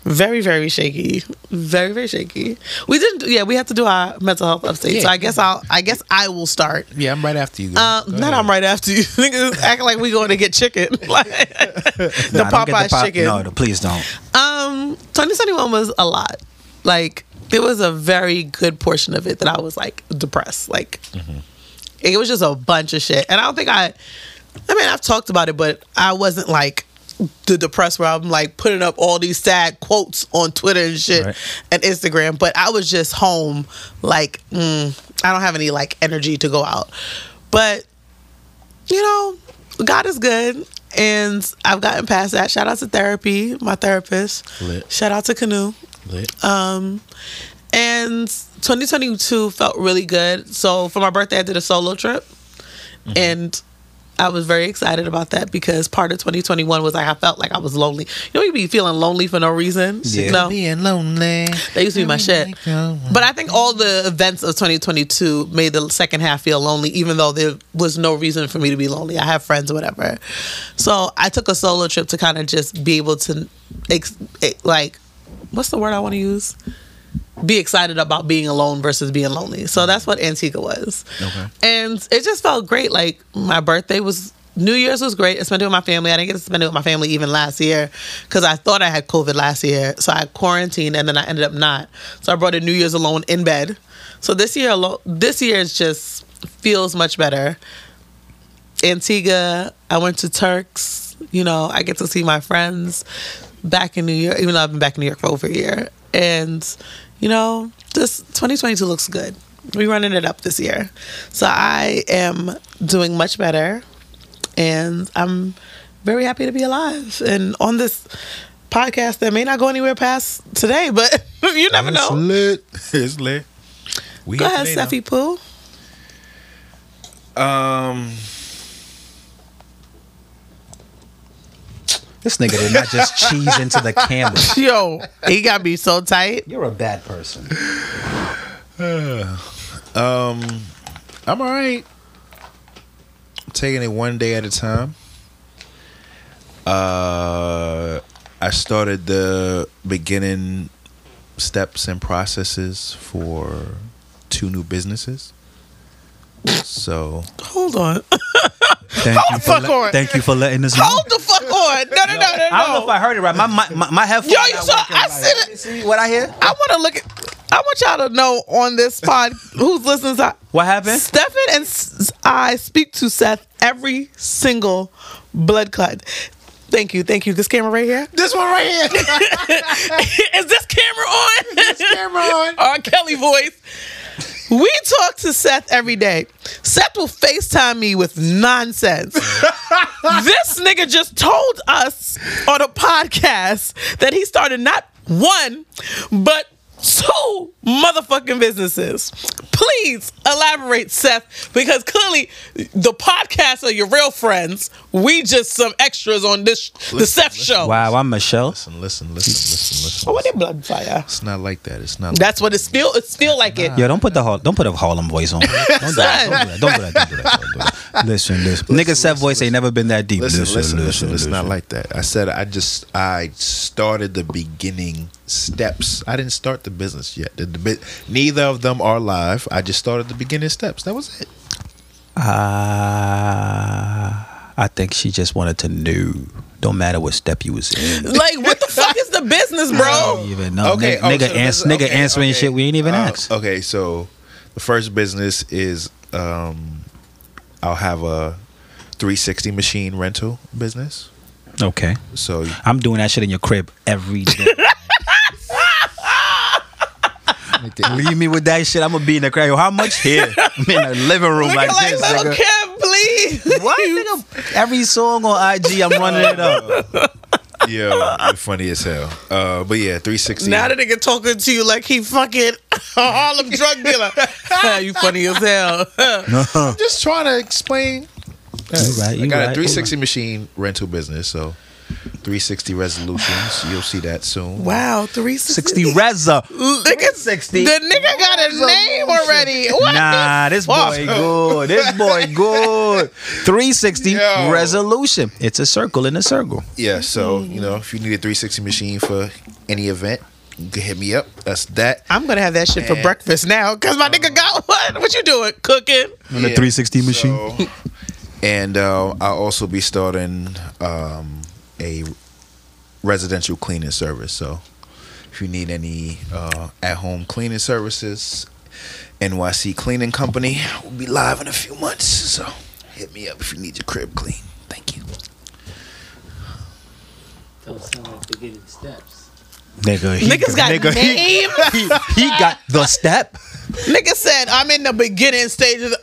S3: very, very shaky. Very, very shaky. We didn't. do- Yeah, we have to do our mental health update. So
S6: Yeah.
S3: I guess I'll. I guess I will start.
S6: Yeah, I'm right after you. girl.
S3: Uh,
S6: Go
S3: not
S6: ahead.
S3: I'm right after you. Niggas acting like we going to get chicken, like the
S4: Nah, don't get
S3: Popeyes
S4: pop-
S3: chicken.
S4: No, please don't.
S3: Um, 2021 was a lot. Like there was a very good portion of it that I was like depressed. Like it was just a bunch of shit, and I don't think I. I mean, I've talked about it, but I wasn't like the depressed where I'm like putting up all these sad quotes on Twitter and shit
S4: Right.
S3: and Instagram. But I was just home, like mm, I don't have any like energy to go out. But you know, God is good. And I've gotten past that. Shout out to therapy, my therapist.
S6: Lit.
S3: Shout out to Canoe.
S6: Lit.
S3: Um, and 2022 felt really good. So for my birthday, I did a solo trip, and I was very excited about that because part of 2021 was like I felt like I was lonely. You know, you be feeling lonely for no reason.
S4: Yeah.
S3: No,
S6: Being lonely.
S3: that used to be my shit. But I think all the events of 2022 made the second half feel lonely, even though there was no reason for me to be lonely. I have friends or whatever. So I took a solo trip to kind of just be able to, ex- ex- like, what's the word I want to use? Be excited about being alone versus being lonely. So that's what Antigua was.
S5: Okay.
S3: And it just felt great. Like, my birthday was. New Year's was great. I spent it with my family. I didn't get to spend it with my family even last year because I thought I had COVID last year. So I quarantined and then I ended up not. So I brought in New Year's alone in bed. So this year, alo- this year is just feels much better. Antigua, I went to Turks. You know, I get to see my friends back in New York, even though I've been back in New York for over a year. And, you know, this 2022 looks good. We're running it up this year. So I am doing much better. And I'm very happy to be alive. And on this podcast that may not go anywhere past today, but you never
S5: It's
S3: know.
S5: lit. It's lit. We
S3: Go
S5: here
S3: ahead,
S5: today now.
S3: Steffi Pooh.
S5: Um,
S4: This nigga did not just cheese into the camera.
S3: Yo, he got me so tight.
S4: You're a bad person.
S5: I'm all right. I'm taking it one day at a time. Uh, I started the beginning steps and processes for two new businesses. So
S3: Hold on.
S4: Thank you for
S3: fuck on.
S4: thank you for letting us
S3: Hold the fuck on. No, no, no, no, no.
S4: I don't know if I heard it right. My my, my, my headphones.
S3: Yo, you
S4: not
S3: saw-
S4: working
S3: I
S4: right.
S3: said it.
S4: You See what I hear?
S3: I want to look at. I want y'all to know on this pod who's listening. To,
S4: What happened?
S3: Stefan and S- I speak to Seth every single blood clot. Thank you, thank you. This camera right here.
S6: This one right here.
S3: Is this camera on?
S6: camera on.
S3: R. Kelly voice. We talk to Seth every day. Seth will FaceTime me with nonsense. this nigga just told us on a podcast that he started not one, but two motherfucking businesses. Please elaborate, Seth, because clearly the podcasts are your real friends. We just some extras on this the Seth show.
S4: Wow, I'm Michelle.
S5: listen, listen, listen, listen, listen.
S3: Oh, what that blood fire?
S5: It's not like that. It's not.
S3: That's what it's feel. It's feel like it.
S4: Yo, don't put the Har- don't put a Harlem voice on. Don't do that. Don't do that. Don't do that. Don't do that. Don't do that. Listen, listen. Nigga, Seth voice ain't never been that deep.
S5: listen, listen, listen, It's not like that. I said I just I started the beginning steps. I didn't start the business yet. The, the, bit- neither of them are live. I just started the beginning steps. That was it.
S4: Ah, I think she just wanted to know. Don't matter what step you was in.
S3: Like, what the fuck is the business,
S4: I
S3: bro?
S4: don't even know.
S5: Okay,
S4: nigga,
S5: oh,
S4: nigga,
S5: so
S4: ans-
S5: this-
S4: nigga
S5: okay,
S4: answering
S5: okay.
S4: shit we ain't even
S5: Uh,
S4: asked.
S5: Okay, so the first business is um, I'll have a 360 machine rental business.
S4: Okay,
S5: So
S4: I'm doing that shit in your crib every day. Leave me with that shit. I'm gonna be in the crib. Yo, how much here? I'm in the living room
S3: Looking
S4: like
S3: like,
S4: this,
S3: little
S4: nigga.
S3: Kim, please.
S4: What, nigga? Every song on IG, I'm running it up.
S5: yeah, you're funny as hell. Uh, but yeah, 360.
S3: Now the nigga talking to you like he fucking a Harlem drug dealer. Yeah, you funny as hell.
S5: I'm just trying to explain.
S4: You right, you
S5: I got
S4: right,
S5: a
S4: you
S5: 360 machine rental business, so 360 resolutions. You'll see that soon.
S3: Wow, 360.
S4: 60 Reza.
S3: Nigga,
S4: 60.
S3: The nigga got a name already. What
S4: Nah,
S3: the
S4: this
S3: fuck?
S4: boy good. This boy good. 360
S5: Yo.
S4: resolution. It's a circle in a circle.
S5: Yeah, so you know, if you need a 360 machine for any event, you can hit me up. That's that.
S3: I'm gonna have that shit for
S5: Man.
S3: breakfast now because my nigga got what? What you doing? Cooking?
S5: On
S4: the 360 machine.
S5: and uh, I'll also be starting um, a residential cleaning service. So if you need any uh, at-home cleaning services, NYC Cleaning Company will be live in a few months. So hit me up if you need your crib clean. Thank you.
S7: Don't sound like they're getting steps.
S4: Nigga, he,
S3: Niggas got
S4: nigga, he-
S3: name.
S4: he, he got the step.
S3: nigga said I'm in the beginning stages.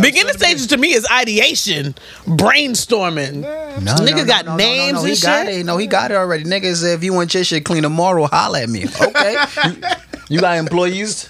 S3: beginning stages to me is ideation, brainstorming.
S4: No,
S3: Nigga got names
S4: no, no, he
S3: and
S4: got
S3: shit?
S4: It. No, he got it already. Nigga said, if you want your shit clean tomorrow, holla at me. Okay. you, you got employees?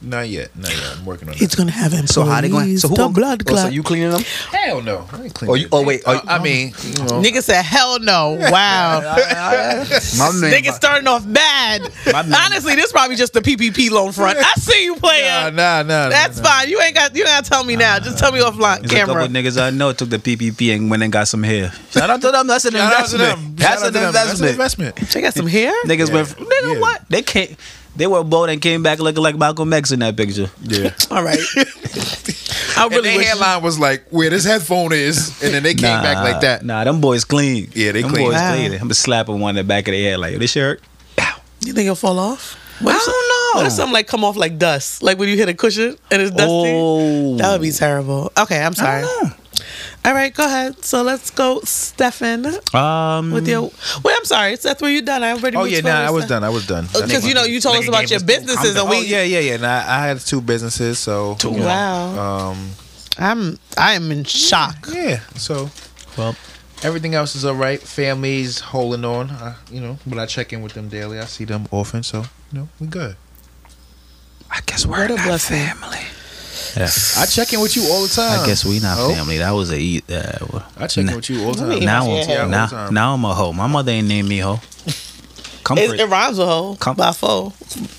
S5: Not yet. Not yet. I'm working on it.
S3: He's gonna have employees.
S4: So how they going? So who
S3: the
S4: gonna-
S3: blood
S4: oh,
S3: clot.
S4: so you cleaning them?
S5: Hell no. I ain't cleaning
S4: Oh, you- oh, wait, oh,
S5: Uh, I mean, you know,
S3: Nigga said, "Hell no!" Wow,
S4: My man.
S3: nigga starting off bad. Honestly, this probably just the PPP loan front. I see you player.
S4: Oh,
S5: nah, nah, nah.
S3: That's fine. You ain't got. You ain't got to tell me now. Just tell me offline,
S4: There's
S3: camera.
S4: a couple niggas I know took the PPP and went and got some hair. Shout out to them. That's an
S5: Shout out to
S4: investment.
S5: them.
S4: That's,
S5: Shout out
S4: an
S5: to them. That's an
S4: investment.
S5: investment.
S3: They got some hair.
S4: Niggas went. From, nigga,
S5: Yeah.
S4: what? They came. They were bold and came back looking like Malcolm X in that picture.
S5: Yeah.
S3: All right. I
S5: And
S3: really
S5: their
S3: wish.
S5: headline was like, where this headphone is. And then they came back like that.
S4: Nah, them boys clean.
S5: Yeah, they
S4: them
S5: clean. Ah.
S4: Boys
S3: Wow.
S4: clean. I'm gonna slap him one in the back of the head like this shirt.
S3: You think it'll fall off? What if
S4: I
S3: some-
S4: don't know.
S3: What if something like come off like dust? Like when you hit a cushion and it's dusty.
S4: Oh.
S3: That would be terrible. Okay, I'm sorry. All right, go ahead. So let's go, Stefan,
S4: Um,
S3: with your. Wait, I'm sorry, Seth. Were you done? I already.
S5: Mm. Oh yeah,
S3: no,
S5: nah, I was done. I was done.
S3: Oh, Because you know you told us about your businesses and we.
S5: oh, yeah, yeah, yeah. Nah, I had two businesses, so two. You know,
S3: Wow.
S5: Um,
S3: I'm I am in shock.
S5: yeah. So
S4: well,
S5: everything else is all right. Family's holding on. I, you know, but I check in with them daily. I see them often, so you know we good.
S4: I guess we're
S3: a
S4: not
S3: blessing.
S4: family. Yeah,
S5: I check in with you all the time.
S4: I guess we not
S5: Oh,
S4: family. That was a e- uh, well,
S5: I check in with you all the
S3: Let
S5: time.
S3: me-
S4: now,
S3: Yeah.
S4: I'm-
S5: all the
S4: now,
S5: time.
S4: now I'm a hoe. My mother ain't named me hoe.
S3: It,
S4: Comfort.
S3: it rhymes with hoe.
S4: Come-
S3: By foe.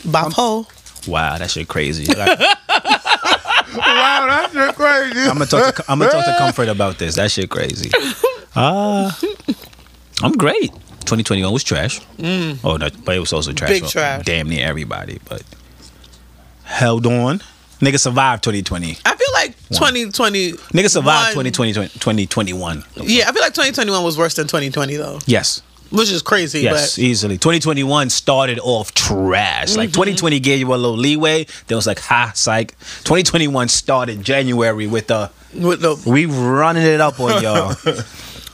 S3: By foe.
S4: wow, that shit crazy. I'm
S5: wow, that's just crazy.
S4: gonna talk. To, I'm gonna talk to Comfort about this. That shit crazy. Ah, I'm great. 2021 was trash. Oh no, but it was also trash.
S3: Mm. Big
S4: for
S3: trash.
S4: Damn near everybody, but held on. Nigga survived 2020.
S3: I feel like 2020.
S4: Nigga survived
S3: One.
S4: 2020, 2021.
S3: Yeah, I feel like 2021 was worse than 2020 though,
S4: Yes.
S3: which is crazy.
S4: Yes,
S3: but
S4: easily. 2021 started off trash.
S3: Mm-hmm.
S4: Like 2020 gave you a little leeway. Then it was like, ha, psych. 2021 started January with a
S3: with the
S4: we running it up on y'all.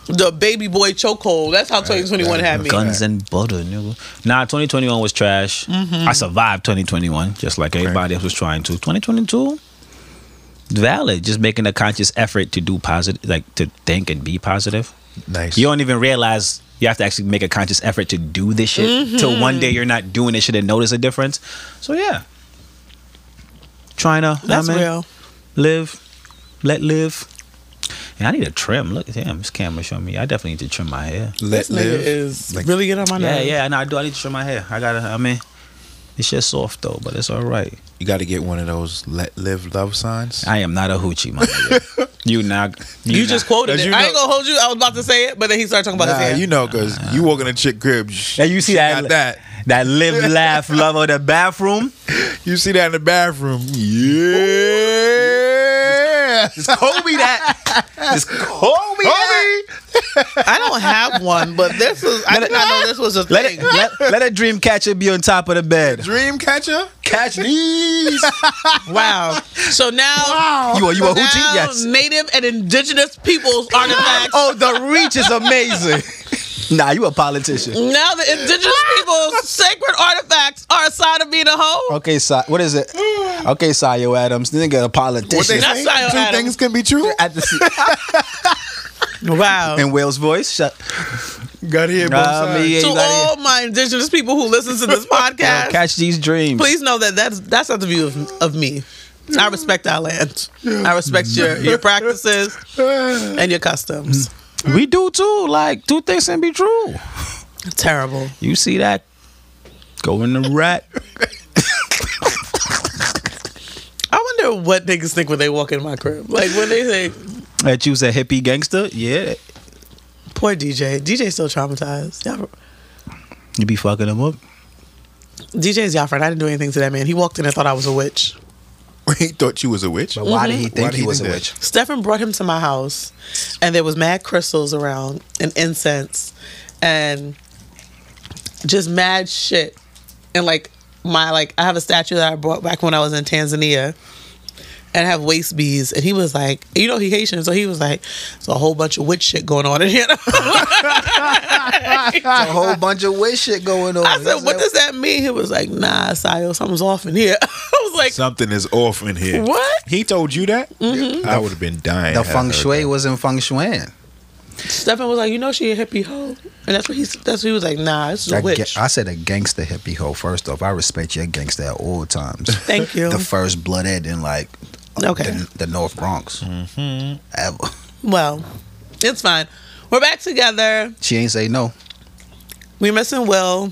S3: the baby boy chokehold, that's how 2021 had me.
S4: Guns and butter, nigga. Nah, 2021 was trash.
S3: Mm-hmm.
S4: I survived 2021, just like everybody else was trying to. 2022, valid. Just making a conscious effort to do positive, like to think and be positive.
S5: Nice.
S4: You don't even realize you have to actually make a conscious effort to do this shit
S3: Mm-hmm.
S4: till one day you're not doing this shit and notice a difference. So yeah, trying to
S3: That's
S4: I mean,
S3: real.
S4: live, let live. And I need a trim. Look, damn, this camera showing me. I definitely need to trim my hair.
S5: Let
S3: Nigga
S5: live.
S3: is
S5: Like-
S3: really good on my
S4: Yeah,
S3: nerves.
S4: yeah, I know. I do. I need to trim my hair. I gotta. I mean, it's just soft though, but it's all right.
S5: You got to get one of those let live love signs.
S4: I am not a hoochie, my nigga. you not.
S3: You just quoted
S5: As
S3: it.
S5: you
S3: I
S5: know-
S3: ain't gonna hold you. I was about to say it, but then he started talking about
S5: Nah,
S3: his hair.
S5: you know, because you walk in a chick crib. sh-
S4: And you see
S5: she
S4: that,
S5: got that.
S4: that live, laugh, love of the bathroom.
S5: You see that in the bathroom. Yeah.
S4: Just Kobe that. Just Kobe that.
S3: I don't have one, but this was I did not know this was a
S4: Let
S3: thing.
S4: it let, let a dream catcher be on top of the bed.
S5: Dream catcher?
S4: Catch these.
S3: Wow. So now
S5: Oh,
S4: You are you
S3: now
S4: a hoochie? Yes.
S3: native and indigenous peoples artifacts.
S4: Oh, the reach is amazing. nah, you a politician.
S3: Now the indigenous
S5: Ah.
S3: people's sacred artifacts are a sign of being a hoe.
S4: Okay, si- what is it? Okay, Sayo Adams, nigga, a
S5: What they
S4: politician.
S3: That's
S5: say?
S3: Lyle
S5: Two
S3: Adams.
S5: things can be true.
S4: At the se-
S3: Wow.
S4: in Wales voice. Shut.
S5: Got to hear both
S4: Nah,
S5: sides.
S4: me, yeah,
S3: to
S4: you gotta-
S3: all my indigenous people who listen to this
S4: Yo,
S3: podcast,
S4: catch these dreams.
S3: please know that that's that's not the view of, of me. I respect our land. I respect your your practices and your customs.
S4: We do too. Like two things can be true.
S3: Terrible.
S4: You see that? Go in the rat.
S3: I wonder what niggas think when they walk in my crib. Like when they say,
S4: That you was a hippie gangster? Yeah.
S3: "Poor DJ." DJ's still traumatized. Y'all,
S4: You be fucking him up.
S3: DJ's y'all friend. I didn't do anything to that man. He walked in and thought I was a witch. Mm-hmm.
S5: he thought you was a witch.
S4: But why did he think
S5: Why did
S4: he,
S5: he
S4: was
S5: think
S4: a
S5: that?
S4: witch?
S3: Stefan brought him to my house, and there was mad crystals around and incense, and just mad shit. And like my like, I have a statue that I brought back when I was in Tanzania, and I have waist beads. And he was like, you know, he Haitian, so he was like, "It's a whole bunch of witch shit going on in here."
S4: A whole bunch of witch shit going on.
S3: I said, "What does that mean?" He was like, "Nah, Sayo, something's off in here." I was like,
S5: Something is off in here.
S3: "What?"
S5: He told you that?
S4: Mm-hmm.
S5: I would have been dying.
S4: The
S5: had I
S4: feng
S5: heard
S4: shui
S5: that.
S4: wasn't feng shui.
S3: Stefan was like, "You know, she a hippie hoe," and that's what he that's what he was like. Nah, this is a
S4: I,
S3: witch.
S4: ga- I said a gangster hippie hoe. First off, I respect your gangster at all times.
S3: Thank you.
S4: The first blooded in like
S3: Okay.
S4: the, the North Bronx. Ever.
S3: Well, it's fine. We're back together.
S4: She ain't say no.
S3: We're missing Will.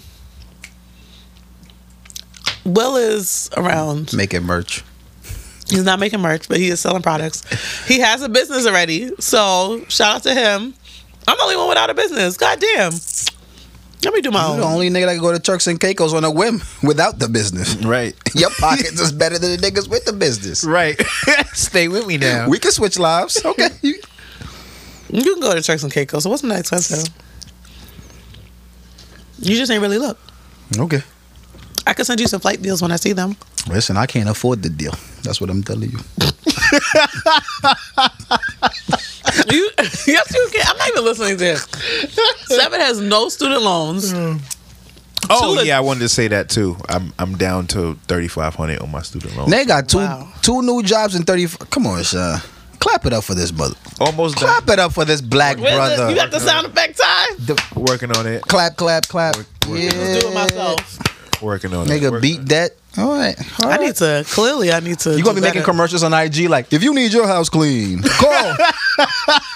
S3: Will is around.
S4: Making merch.
S3: He's not making merch, but he is selling products. He has a business already. So shout out to him. I'm the only one without a business. God damn. Let me do my
S4: You the
S3: own.
S4: only nigga that can go to Turks and Caicos on a whim without the business.
S5: Right.
S4: Your pockets is better than the niggas with the business.
S6: Right. Stay with me now.
S4: We can switch lives. Okay. You-
S3: You can go to Turks and Caicos. It wasn't that expensive. You just ain't really look.
S4: okay.
S3: I could send you some flight deals when I see them.
S4: Listen, I can't afford the deal. That's what I'm telling you.
S3: You, yes, you can. I'm not even listening to him. Seven has no student loans.
S5: Oh
S3: Two-
S5: yeah, I wanted to say that too. I'm I'm down to thirty five hundred on my student loan.
S4: They got two
S3: Wow.
S4: two new jobs in 30. Come on, Sean. Clap it up for this mother.
S5: Almost done.
S4: Clap it up for this black
S3: Where's
S4: brother.
S3: the, you got the sound effect time?
S5: Working on it.
S4: clap, clap, clap. yeah.
S3: Do it myself.
S5: Working on it.
S4: Nigga,
S5: Working
S4: beat
S5: on
S4: that. All right. All
S3: I
S4: right.
S3: need to clearly I need to
S4: You gonna
S3: do
S4: be making
S3: better.
S4: commercials on IG like if you need your house clean, call. you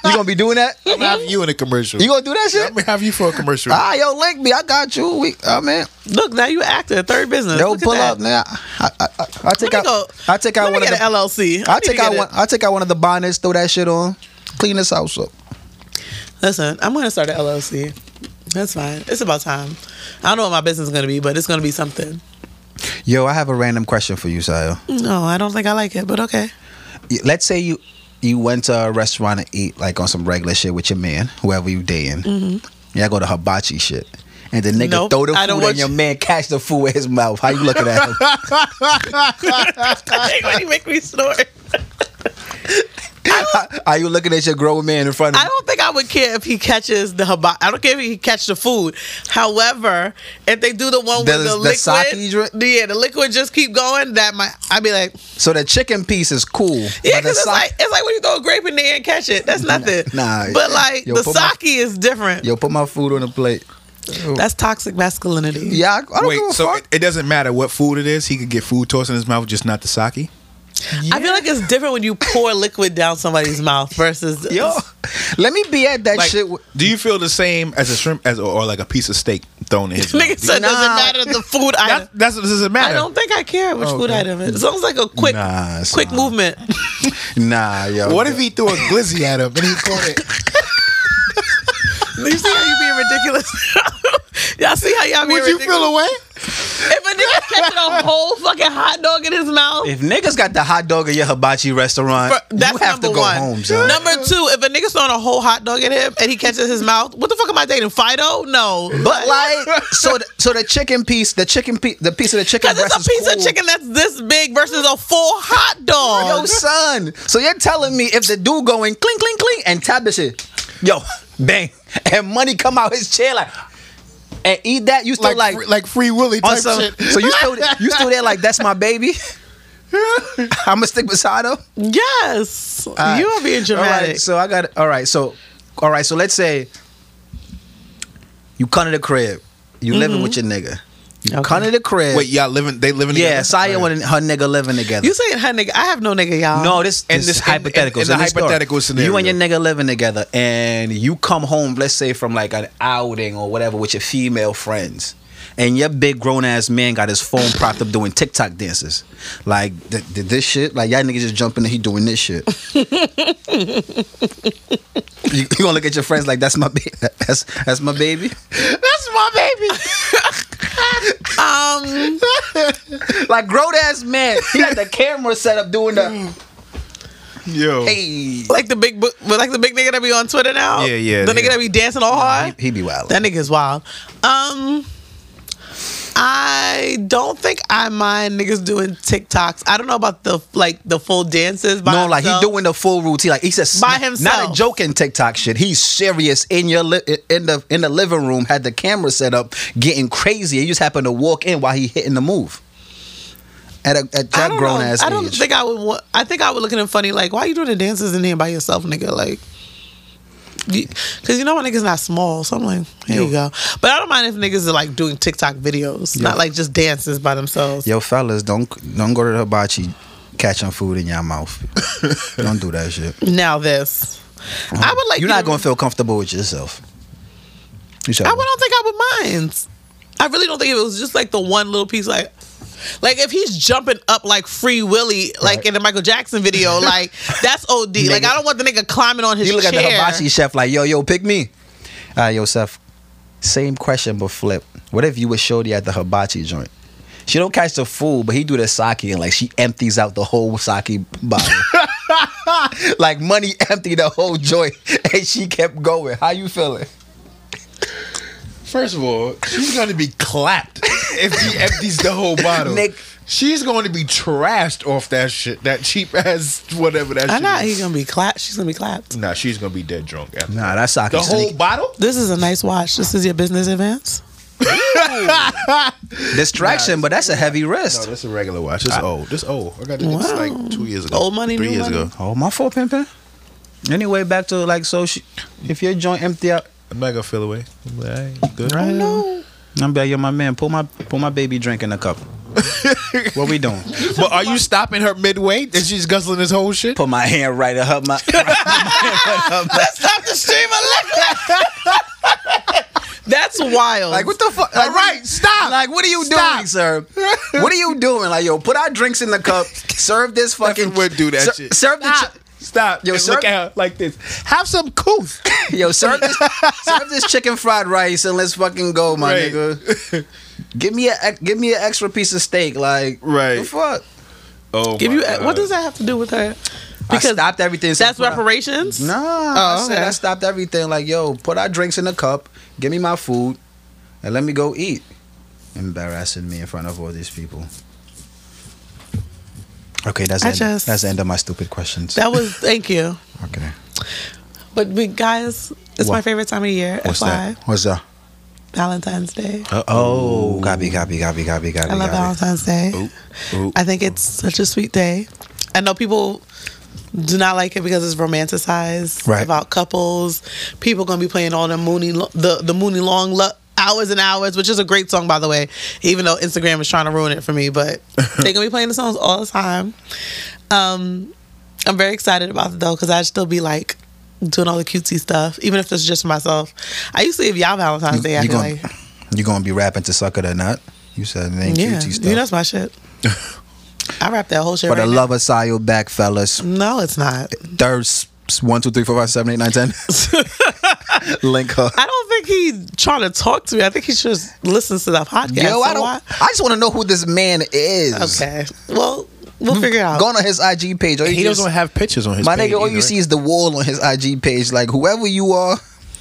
S4: gonna be doing that?
S5: it. I'm gonna have you in a commercial.
S4: You gonna do that shit?
S5: I'm gonna have you for a commercial.
S4: Ah, yo, link me. I got you. We, oh man,
S3: Look, now you acting third business.
S4: yo,
S3: Look at
S4: pull
S3: that.
S4: up, man. I, I, I, I take
S3: Let me
S4: out.
S3: go.
S4: I take
S3: Let
S4: out
S3: me
S4: one of
S3: get
S4: the.
S3: an LLC.
S4: I
S3: need to
S4: take
S3: get
S4: out
S3: it.
S4: one. I take out one of the bonnets. Throw that shit on. Clean this house up.
S3: Listen, I'm gonna start an LLC. That's fine. It's about time. I don't know what my business is gonna be, but it's gonna be something.
S4: Yo, I have a random question for you, Sayo.
S3: No, I don't think I like it, but okay.
S4: Let's say you you went to a restaurant and eat like on some regular shit with your man, whoever you dating. Mm-hmm. Y'all go to hibachi shit. And the nigga
S3: Nope,
S4: throw the
S3: I don't
S4: food
S3: want
S4: and your
S3: you-
S4: man catch the food with his mouth. How you looking at him?
S3: Why you make me snort?
S4: Are you looking at your grown man in front of
S3: I
S4: you?
S3: don't think I would care if he catches the hibachi. I don't care if he catch the food. However, if they do the one
S4: The-
S3: with the,
S4: the
S3: liquid,
S4: sake drink?
S3: yeah, the liquid just keep going. That might I'd be like,
S4: So the chicken piece is cool.
S3: yeah,
S4: but the
S3: because it's
S4: sa-
S3: like it's like when you throw a grape in there and catch it. That's nothing.
S4: nah.
S3: but like
S4: Yo,
S3: the
S4: put my-
S3: sake is different.
S4: yo, put my food on the plate.
S3: That's toxic masculinity.
S4: Yeah, I, I don't
S5: Wait,
S4: give a
S5: so
S4: fuck.
S5: it, it doesn't matter what food it is. He could get food tossed in his mouth, just not the sake.
S3: I feel like it's different when you pour liquid down somebody's mouth versus
S4: Yo, let me be at that
S5: Like,
S4: shit. With,
S5: do you feel the same as a shrimp as or, or like a piece of steak thrown in his mouth?
S3: Nigga said, doesn't
S4: Nah.
S3: matter the food item.
S5: That, that's what doesn't matter.
S3: I don't think I care which food item it is. As long as like a quick,
S4: Nah,
S3: quick
S4: son.
S3: movement.
S4: nah, yo.
S5: what if he threw a glizzy at him and he called it?
S3: You see how you being ridiculous? y'all see how y'all being
S5: Would you
S3: ridiculous?
S5: feel away?
S3: if a nigga catching a whole fucking hot dog in his mouth,
S4: If niggas got the hot dog at your hibachi restaurant,
S3: fr- that's
S4: you have
S3: number
S4: to go
S3: one.
S4: home, son.
S3: Number two, if a nigga's throwing a whole hot dog at him and he catches his mouth, what the fuck am I dating? Fido? No.
S4: But like, so the, so the chicken piece, the chicken piece, the piece of the chicken
S3: Because
S4: breast
S3: it's a piece
S4: is
S3: of
S4: cool.
S3: chicken that's this big versus a full hot
S4: Yo,
S3: dog.
S4: son. So you're telling me if the dude going clink, clink, clink, and tap the shit, yo, bang, and money come out his chair like, and eat that, you still
S5: Like
S4: like,
S5: like, like free Willy type
S4: Also,
S5: shit.
S4: so you still you still there like that's my baby. I'ma stick beside her.
S3: yes. you are being
S4: All
S3: dramatic.
S4: right, so I got all right, so all right, so let's say you come to the crib, you living with your nigga.
S3: Okay.
S4: Cunning the crib.
S5: Wait, y'all living? They living?
S4: yeah,
S5: together?
S4: Saya and her nigga living together.
S3: You saying her nigga? I have no nigga, y'all.
S4: No, this
S5: And
S4: and this,
S5: Uh, this- and-
S4: hypothetical.
S5: and-
S4: It's a
S5: and the
S4: new story.
S5: hypothetical scenario.
S4: You and your nigga living together, and you come home, let's say from like an outing or whatever with your female friends, and your big grown ass man got his phone propped up doing TikTok dances, like th- th- this shit. Like y'all niggas just jumping and he doing this shit. you, you gonna look at your friends like that's my baby. That's that's my baby.
S3: that's my baby. um,
S4: Like grown ass man, he got the camera set up doing the
S5: Yo,
S4: hey.
S3: like the big, bu- but like the big nigga that be on Twitter now.
S5: Yeah, yeah,
S3: The
S5: yeah.
S3: nigga that be dancing all hard.
S4: He be wild.
S3: That nigga's wild. Um, I don't think I mind niggas doing TikToks. I don't know about the like the full dances. By
S4: no, like
S3: himself.
S4: he doing the full routine. Like he says,
S3: By
S4: not- not
S3: himself.
S4: a joking TikTok shit. He's serious in your li- in the in the living room. Had the camera set up, getting crazy. You just happened to walk in while he hitting the move. At a at
S3: I
S4: that
S3: don't
S4: grown
S3: know.
S4: ass
S3: I don't
S4: age.
S3: think I would. Want, I think I would look at him funny. Like, why you doing the dances in here by yourself, nigga? Like, because you, know my nigga's not small, so I'm like, here you go. But I don't mind if niggas are like doing TikTok videos, not like just dances by themselves.
S4: Yo, fellas, don't don't go to the hibachi catching food in your mouth. don't do that shit.
S3: Now this, I would like.
S4: You're
S3: you
S4: not
S3: to-
S4: gonna feel comfortable with yourself. You said
S3: I
S4: what?
S3: don't think I would mind. I really don't think if it was just like the one little piece, like. Like if he's jumping up like Free Willy, like in the Michael Jackson video, like that's OD. Like I don't want the nigga climbing on his
S4: You look
S3: chair.
S4: at the hibachi chef like, yo, yo, pick me. Ah, yo, Seth. Same question, but flip. What if you were Shorty at the hibachi joint? She don't catch the food, but he do the sake and like she empties out the whole sake bottle. like money empty the whole joint, and she kept going. How you feeling?
S5: First of all, she's going to be clapped if he empties the whole bottle.
S4: Nick.
S5: She's going to be trashed off that shit, that cheap ass whatever that
S3: I
S5: shit.
S3: know
S5: is.
S3: he's gonna be clapped. She's gonna be clapped.
S5: Nah, she's going to be dead drunk. After
S4: Nah, that sake.
S5: the whole bottle?
S3: This is a nice watch. This is your business advance.
S4: distraction, but that's a heavy
S5: No,
S4: wrist.
S5: that's Oh, a regular watch. It's old. This old. I got this
S3: Wow.
S5: like two years ago.
S3: Old money,
S5: three
S3: new
S5: years
S3: money.
S5: ago.
S4: oh, my fault, pimping. Anyway, back to like so. She, if your joint empty out,
S5: I'm not going to feel away. I'm like, all right, good.
S4: Right. I'm like, yo, my man, pull my pull my baby drink in a cup. what we doing?
S5: But are you stopping her midway? And she's guzzling this whole shit?
S4: Put my hand right up my.
S3: Stop the stream of liquor. That's wild.
S4: like what the fuck? Like,
S5: All right, stop.
S4: Like what are you
S5: Stop.
S4: doing, sir? what are you doing? Like yo, put our drinks in the cup. Serve this fucking.
S5: Fucking would do that
S4: ser-
S5: shit.
S4: Serve the.
S5: Stop.
S4: chi-
S5: Stop.
S4: Yo,
S5: and
S4: sir-
S5: look at her like this. Have some cooth.
S4: Yo, serve this, serve this chicken fried rice and let's fucking go, my
S5: Right.
S4: nigga. Give me a ex- give me an extra piece of steak, like
S5: Right.
S4: The fuck.
S5: Oh,
S3: Give
S5: my
S3: you
S5: God.
S3: what does that have to do with her?
S4: I stopped everything. except
S3: that's
S4: for-
S3: reparations.
S4: Nah, I, said
S3: Oh, okay.
S4: I stopped everything. Like, yo, put our drinks in a cup, give me my food, and let me go eat. Embarrassing me in front of all these people. Okay, that's
S3: I
S4: the end,
S3: just-
S4: that's the end of my stupid questions.
S3: That was thank you.
S4: okay,
S3: But we, guys, it's my
S4: What?
S3: favorite time of year.
S5: What's
S3: FY
S5: that?
S4: what's up?
S3: Valentine's Day.
S4: Oh, copy, copy, copy, copy, copy.
S3: I love
S4: copy.
S3: Valentine's Day.
S5: Ooh.
S3: I think it's such a sweet day. I know people do not like it because it's romanticized
S4: Right.
S3: about couples. People gonna be playing all the Mooney Lo- the the Mooney Long lo- hours and hours, which is a great song by the way. Even though Instagram is trying to ruin it for me, but they gonna be playing the songs all the time. Um, I'm very excited about it though because I'd still be like. Doing all the cutesy stuff, even if this is just for myself. I used to give y'all Valentine's Day. I
S4: You
S3: feel
S4: gonna,
S3: like,
S4: you gonna be rapping to sucker or not? You said name
S3: yeah,
S4: cutie stuff.
S3: you know that's my shit. I wrap that whole shit.
S4: For the
S3: right now. Mm-hmm.
S4: love of Sayo back, fellas.
S3: No, it's not.
S4: Third, s- s- one, two, three, four, five, seven, eight, nine, ten. Link her.
S3: I don't think he's trying to talk to me. I think he just listens to that podcast.
S4: Yo, I
S3: So
S4: don't.
S3: why-
S4: I just want to know who this man is.
S3: Okay. Well, we'll figure it out.
S4: Mm, Go on his IG page. Or
S5: He
S4: you just-
S5: doesn't have pictures on his
S4: my
S5: page
S4: nigga, all
S5: either,
S4: you see is the wall on his IG page. Like whoever you are,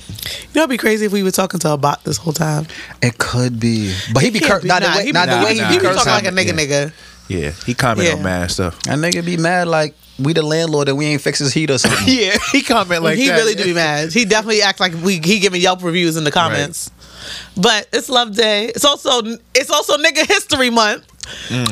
S3: You know, it'd be crazy if we were talking to a bot this whole time.
S4: it could be. But he be
S3: Can't
S4: cur-
S3: be-
S4: not the
S3: nah,
S4: way,
S3: he,
S4: not
S3: nah,
S4: the way he
S5: nah.
S4: be
S3: he
S4: cursing.
S3: talking like a nigga,
S5: Yeah.
S3: nigga.
S5: Yeah, he commented
S3: Yeah.
S5: on mad stuff.
S4: That nigga be mad like we the landlord and we ain't fix his heat or something.
S5: Yeah, he comment like
S3: he
S5: that.
S3: really do be mad. He definitely acts like we he giving Yelp reviews in the comments. But it's Love Day.
S4: Mm.
S3: It's also it's also Nigga History Month.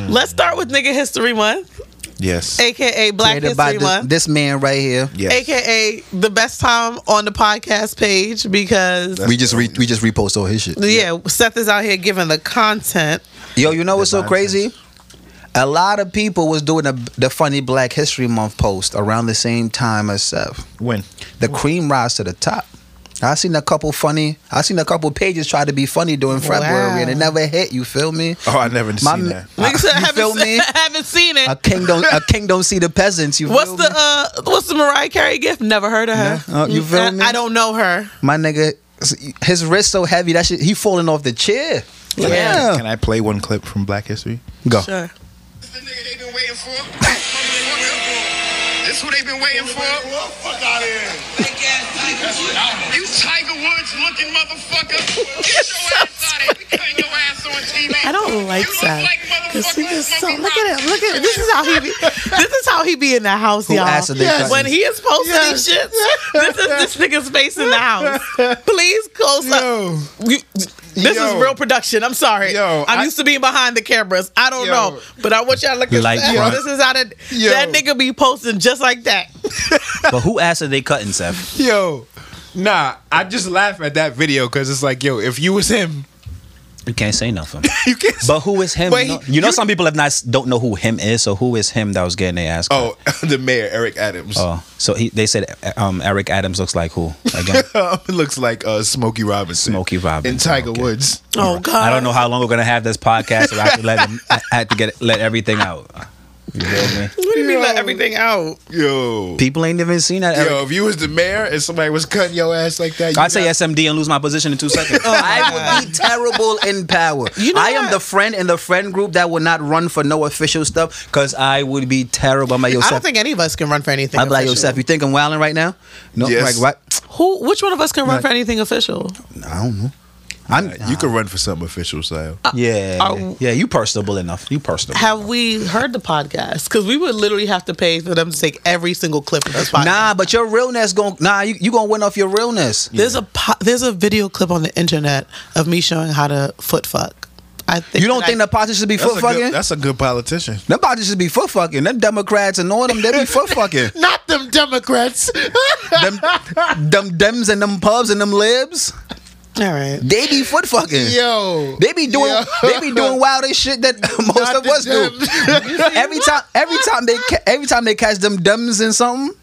S3: Let's start with Nigga History Month.
S5: Yes.
S3: aka Black
S4: Created by
S3: History
S4: thi-
S3: Month,
S4: this man right here.
S5: yes.
S3: aka the best time on the podcast page because
S5: That's
S4: We just re- we just repost all his shit.
S3: yeah, Seth is out here giving the content.
S4: Yo, you know what's so
S5: nonsense.
S4: crazy? A lot of people was doing the, the funny Black History Month post around the same time as Seth.
S5: when?
S4: The cream rise to the top. I seen a couple funny. I seen a couple pages try to be funny during February and it never hit. You feel me?
S5: Oh, I never
S4: My
S5: seen
S4: ma-
S5: that.
S3: Nigga said,
S4: you
S3: haven't,
S4: feel me?
S3: haven't seen it.
S4: A king don't a king don't see the peasants. You
S3: What's
S4: feel
S3: the
S4: me?
S3: uh what's the Mariah Carey gift? Never heard of her. Mm,
S4: Nah, uh, you feel
S3: I,
S4: me?
S3: I don't know her.
S4: my nigga? His wrist so heavy that shit, he falling off the chair.
S5: Can I-
S4: Yeah.
S5: Can I play one clip from Black History?
S4: Go.
S3: Sure.
S8: This the nigga they been waiting for. This who they been waiting for. Fuck out of here. You Tiger Woods looking motherfucker. Get your ass out of here. We cutting your ass on TV.
S3: I don't like
S8: you look
S3: that.
S8: like
S3: Cause he
S8: motherfucking
S3: is so
S8: Smokey
S3: look at him,
S8: Robinson.
S3: look at him. This is how he be this is how he be in the house,
S4: Who
S3: y'all.
S4: asked if they Yes. cut
S3: When
S4: you?
S3: he is posting these shits, this is this nigga's face in the house. Please close
S5: Yo.
S3: up. You- this
S5: Yo.
S3: is real production. I'm sorry.
S5: Yo,
S3: I'm
S5: I-
S3: used to being behind the cameras. I don't
S5: Yo.
S3: know. But I want y'all to look at
S9: Like
S3: that.
S9: front.
S3: This is how that,
S5: Yo.
S3: that nigga be posting just like that.
S9: But who asked if they cutting Seth?
S6: Yo, nah, I just laugh at that video because it's like, yo, if you was him,
S9: You can't say nothing.
S6: you can't. s-
S9: But who is him?
S6: Wait,
S9: you know, you know some people have not don't know who him is. So who is him that was getting their ass? cut?
S5: Oh, the mayor Eric Adams.
S9: Oh, so he, they said uh, um, Eric Adams looks like who again?
S5: it looks like uh, Smokey Robinson.
S9: Smokey Robinson,
S5: And Tiger
S9: okay.
S5: Woods.
S3: Oh god.
S4: Uh,
S9: I don't know how long we're gonna have this podcast. So I have to let them, I had to get let everything out. You feel me?
S3: What do you mean let everything out?
S5: Yo.
S9: People ain't even seen that. Eric.
S5: Yo, if you was the mayor and somebody was cutting your ass like that, you
S9: I'd say
S5: got-
S9: SMD and lose my position in two seconds.
S4: I would be terrible in power.
S3: You know
S4: I am
S3: what?
S4: the friend in the friend group that will not run for no official stuff because I would be terrible. I'm like, yo,
S3: I don't
S4: Seth,
S3: think any of us can run for anything.
S4: I'm like, yo,
S3: official.
S4: Seth, you think I'm wilding right now? No,
S5: Yes.
S4: like, what?
S3: Who? Which one of us can run for anything official?
S4: I don't know. I'm,
S5: you could run for something official, style.
S4: Uh,
S9: yeah,
S5: Oh.
S3: Are-
S9: yeah. You personable enough. You personable.
S3: Have we heard the podcast? Because we would literally have to pay for them to take every single clip of this podcast.
S4: nah, but your realness going nah, you you gonna win off your realness.
S3: there's a po- there's a video clip on the internet of me showing how to foot fuck. I think
S4: You don't think
S3: I-
S4: the politicians should be
S5: That's,
S4: foot
S5: a good,
S4: fucking?
S5: that's a good politician.
S4: Them politicians should be foot fucking. Them Democrats and all them, they be foot fucking.
S3: not them Democrats?
S4: them, them dems and them pubs and them libs,
S3: All right.
S4: they be foot fucking.
S5: Yo.
S4: They be doing
S5: Yeah.
S4: they be doing wildest shit that most
S5: Not
S4: of us
S5: the
S4: do. every time every time they ca- every time they catch them dumbs in something.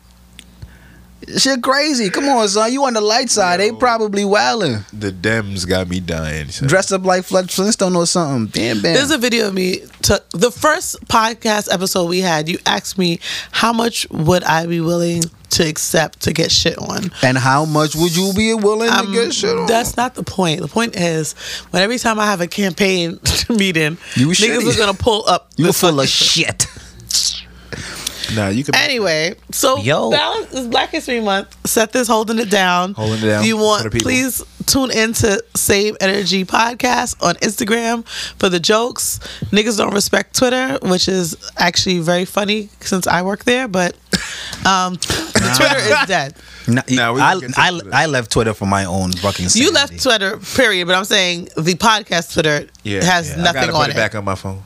S4: Shit crazy. Come on, son. You on the light side. They probably wildin'.
S5: The Dems got me dying. son.
S4: Dressed up like Fletch Flintstone or something. Bam bam.
S3: There's a video of me. To, the first podcast episode we had, you asked me how much would I be willing to accept to get shit on.
S4: and how much would you be willing
S3: Um,
S4: to get shit on?
S3: That's not the point. The point is, when every time I have a campaign meeting,
S4: You
S3: niggas
S4: shitty.
S3: is gonna pull up.
S4: you
S3: this
S4: full of
S3: fucking-
S4: shit.
S5: Nah, you could.
S3: Anyway, so
S9: Yo.
S3: balance is Black History Month. Seth is holding it down.
S5: Holding it down
S3: You
S5: for the
S3: want
S5: people.
S3: please tune into Save Energy Podcast on Instagram for the jokes. Niggas don't respect Twitter, which is actually very funny since I work there, but um, Twitter is dead.
S4: Nah,
S5: Nah, we
S4: I,
S5: can get
S4: I,
S5: into that.
S4: I left Twitter for my own fucking sanity.
S3: You left Twitter, period. But I'm saying the podcast Twitter
S5: Yeah,
S3: has
S5: yeah. I
S3: nothing
S5: gotta put
S3: on
S5: it back on my phone.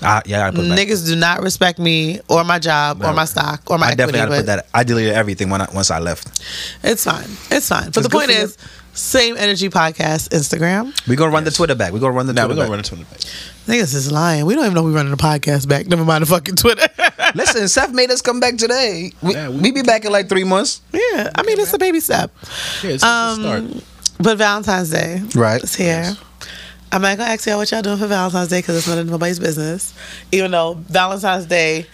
S4: I, yeah, I put that.
S3: Niggas do not respect me or my job or my stock or my
S4: I definitely gotta
S3: equity.
S4: put
S3: but
S4: that. I deleted everything when I, once I left.
S3: It's fine. It's fine. But the
S4: good
S3: point
S4: for you.
S3: is, same energy podcast Instagram.
S4: We gonna run the Twitter back. We gonna run the
S5: Nah,
S4: Twitter
S5: we're gonna
S4: back.
S5: run it to the back.
S3: Niggas is lying. We don't even know we running a podcast back. Never mind the fucking Twitter.
S4: Listen, Seth made us come back today. We,
S5: Yeah,
S4: we,
S5: we-
S4: be back in like three months.
S3: yeah, I mean it's a baby step.
S9: Uh,
S5: Yeah, it's
S3: Um, But Valentine's Day,
S4: Right.
S3: is here. I'm not gonna ask y'all what y'all doing for Valentine's Day because it's none of nobody's business. Even though Valentine's Day,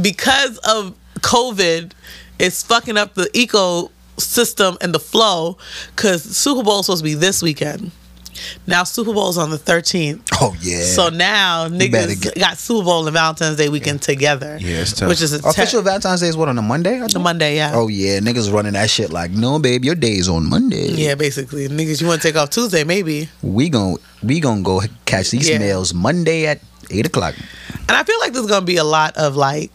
S3: because of COVID, is fucking up the eco system and the flow. Because Super Bowl supposed to be this weekend. Now Super Bowl's on the 13th.
S4: Oh yeah.
S3: So now
S4: better
S3: niggas
S4: get-
S3: got Super Bowl and Valentine's Day weekend together.
S5: Yeah, it's tough.
S3: Which is a te-
S4: official Valentine's Day is what on a Monday? I
S3: the
S4: think?
S3: Monday, yeah.
S4: Oh yeah, niggas running that shit like no, babe, your day is on Monday.
S3: Yeah, basically. Niggas, you want to take off Tuesday, maybe.
S4: we gon' we gonna go catch these
S3: Yeah.
S4: mails Monday at eight o'clock.
S3: And I feel like there's going to be a lot of like,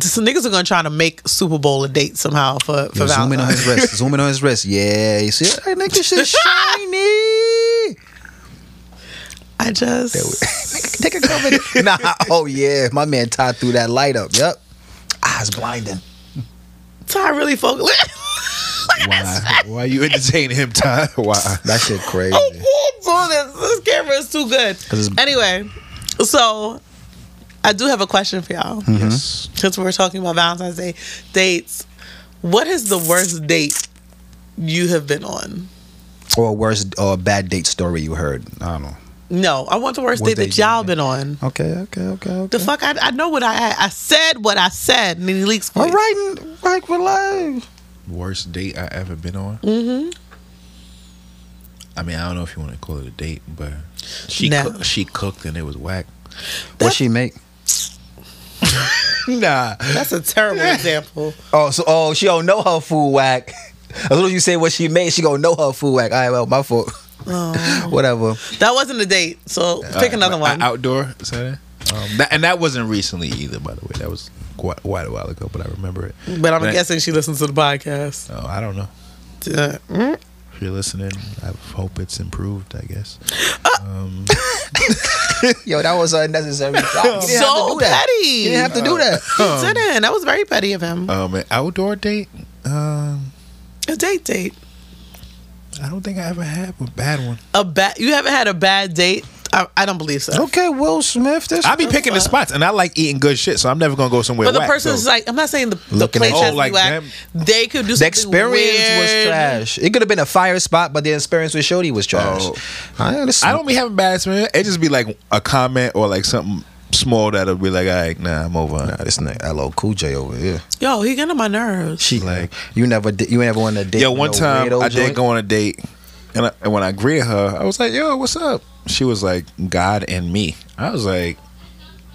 S3: some niggas are going to try to make Super Bowl a date somehow for, for
S4: Yo, zoom in on
S3: Valentine's
S4: his wrist. zoom in on his wrist. Yeah, you see that nigga shit shiny.
S3: I just
S4: Take a COVID. nah. Oh yeah, my man Todd threw that light up. Yep. Eyes blinding.
S3: Ty really focused.
S5: Why? Why you entertaining him, Ty? Why? Oh.
S4: That shit crazy.
S3: I can't do this. This camera is too good.
S4: 'Cause it's-
S3: Anyway, so I do have a question for y'all.
S4: Hmm.
S5: Yes.
S3: Since we're talking about Valentine's Day dates, what is the worst date you have been on?
S4: Or worst or bad date story you heard. I don't know.
S3: No, I want the worst
S4: What
S3: date
S4: date
S3: that
S4: you
S3: y'all
S4: been-
S3: been on.
S4: Okay. Okay. Okay. okay.
S3: The fuck, I, I know what I I said. What I said, Nene Leaks.
S4: All right. and- Like we're live.
S5: Worst date I ever been on. Mm-hmm. I mean, I don't know if you want to call it a date, but she
S3: No.
S5: cook- she cooked and it was whack.
S4: What she make?
S6: Nah.
S3: That's a terrible example.
S4: Oh, so oh she don't know her food whack. As soon as you say what she made, she gonna know her food whack. All right. Well, my fault.
S3: Oh.
S4: Whatever.
S3: That wasn't a date. So pick another
S5: Uh,
S3: one.
S5: outdoor. Is that it? Um, that, and that wasn't recently either, by the way. That was quite, quite a while ago, but I remember it.
S9: Mm-hmm.
S3: but I'm
S5: Right.
S3: guessing she listens to the podcast.
S5: Oh, I don't know.
S3: Uh, mm.
S5: If you're listening, I hope it's improved. I guess.
S4: Yo, that was unnecessary. You didn't have to
S3: So
S4: do that.
S3: petty.
S4: You didn't have to do that. Uh,
S3: He didn't. That was very petty of him.
S5: Um, an outdoor date. Um,
S3: A date date.
S5: I don't think I ever had a bad one.
S3: A bad. You haven't had a bad date. I, I don't believe so.
S4: Okay, Will Smith. This
S5: I be picking the spots, and I like eating good shit, so I'm never gonna go somewhere.
S3: But the
S5: whack,
S3: person's
S5: so-
S3: like, I'm not saying the, the
S4: Looking
S3: place
S4: at-
S3: has
S5: Oh,
S3: to
S5: like
S3: be whack.
S5: them-
S3: They could do
S4: the
S3: something
S4: experience was
S3: weird.
S4: trash. It could have been a fire spot, but the experience with Shorty was trash.
S5: Oh.
S4: I, understand.
S5: I don't be having bad experience. It just be like a comment or like something small that'll be like, all right, nah, I'm over. on
S4: Nah,
S5: it."
S4: this nigga LL Cool J over here.
S3: Yo, he getting on my nerves.
S4: She like you never did, you never went on a date.
S5: Yo,
S4: with
S5: one
S4: no
S5: time
S4: weirdo
S5: I did
S4: joint?
S5: go on a date, and, I, and when I greeted her, I was like, yo, what's up? She was like, God and me. I was like,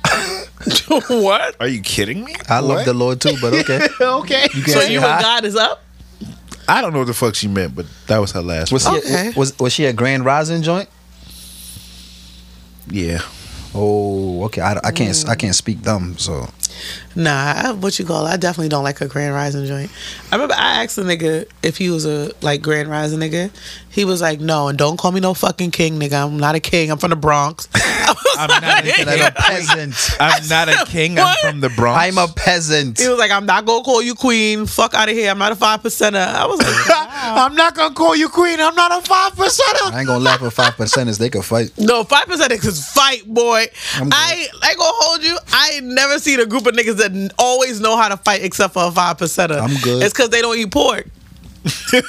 S5: what? Are you kidding me?
S4: I love
S5: What?
S4: the Lord too, but okay.
S5: okay.
S3: so
S4: Yeah,
S3: you
S4: hi.
S3: and God is up.
S5: I don't know what the fuck she meant, but that was her last.
S4: Was,
S5: one.
S4: she
S3: Okay.
S4: was was she a Grand Rising joint?
S5: Yeah.
S4: Oh, okay. I, I can't I can't speak them. So
S3: Nah, I, what you call? it, I definitely don't like a Grand Rising joint. I remember I asked a nigga if he was a like Grand Rising nigga. He was like, no, and don't call me no fucking king, nigga. I'm not a king. I'm from the Bronx. I was
S5: I'm not a
S3: like-
S5: king.
S4: I'm a peasant.
S5: I'm not a king.
S3: What?
S5: I'm from the Bronx.
S4: I'm a peasant.
S3: He was like, I'm not gonna call you queen. Fuck out of here. I'm not a five percenter. I was like,
S5: I'm not gonna call you queen. I'm not a five percenter.
S4: I ain't gonna laugh at five percenters. They could fight.
S3: No, five percent is fight, boy.
S4: I'm good.
S3: I I ain't gonna hold you. I ain't never seen a group of niggas that n- always know how to fight except for a five percenter.
S4: I'm good.
S3: It's because they don't eat pork.
S4: Yeah,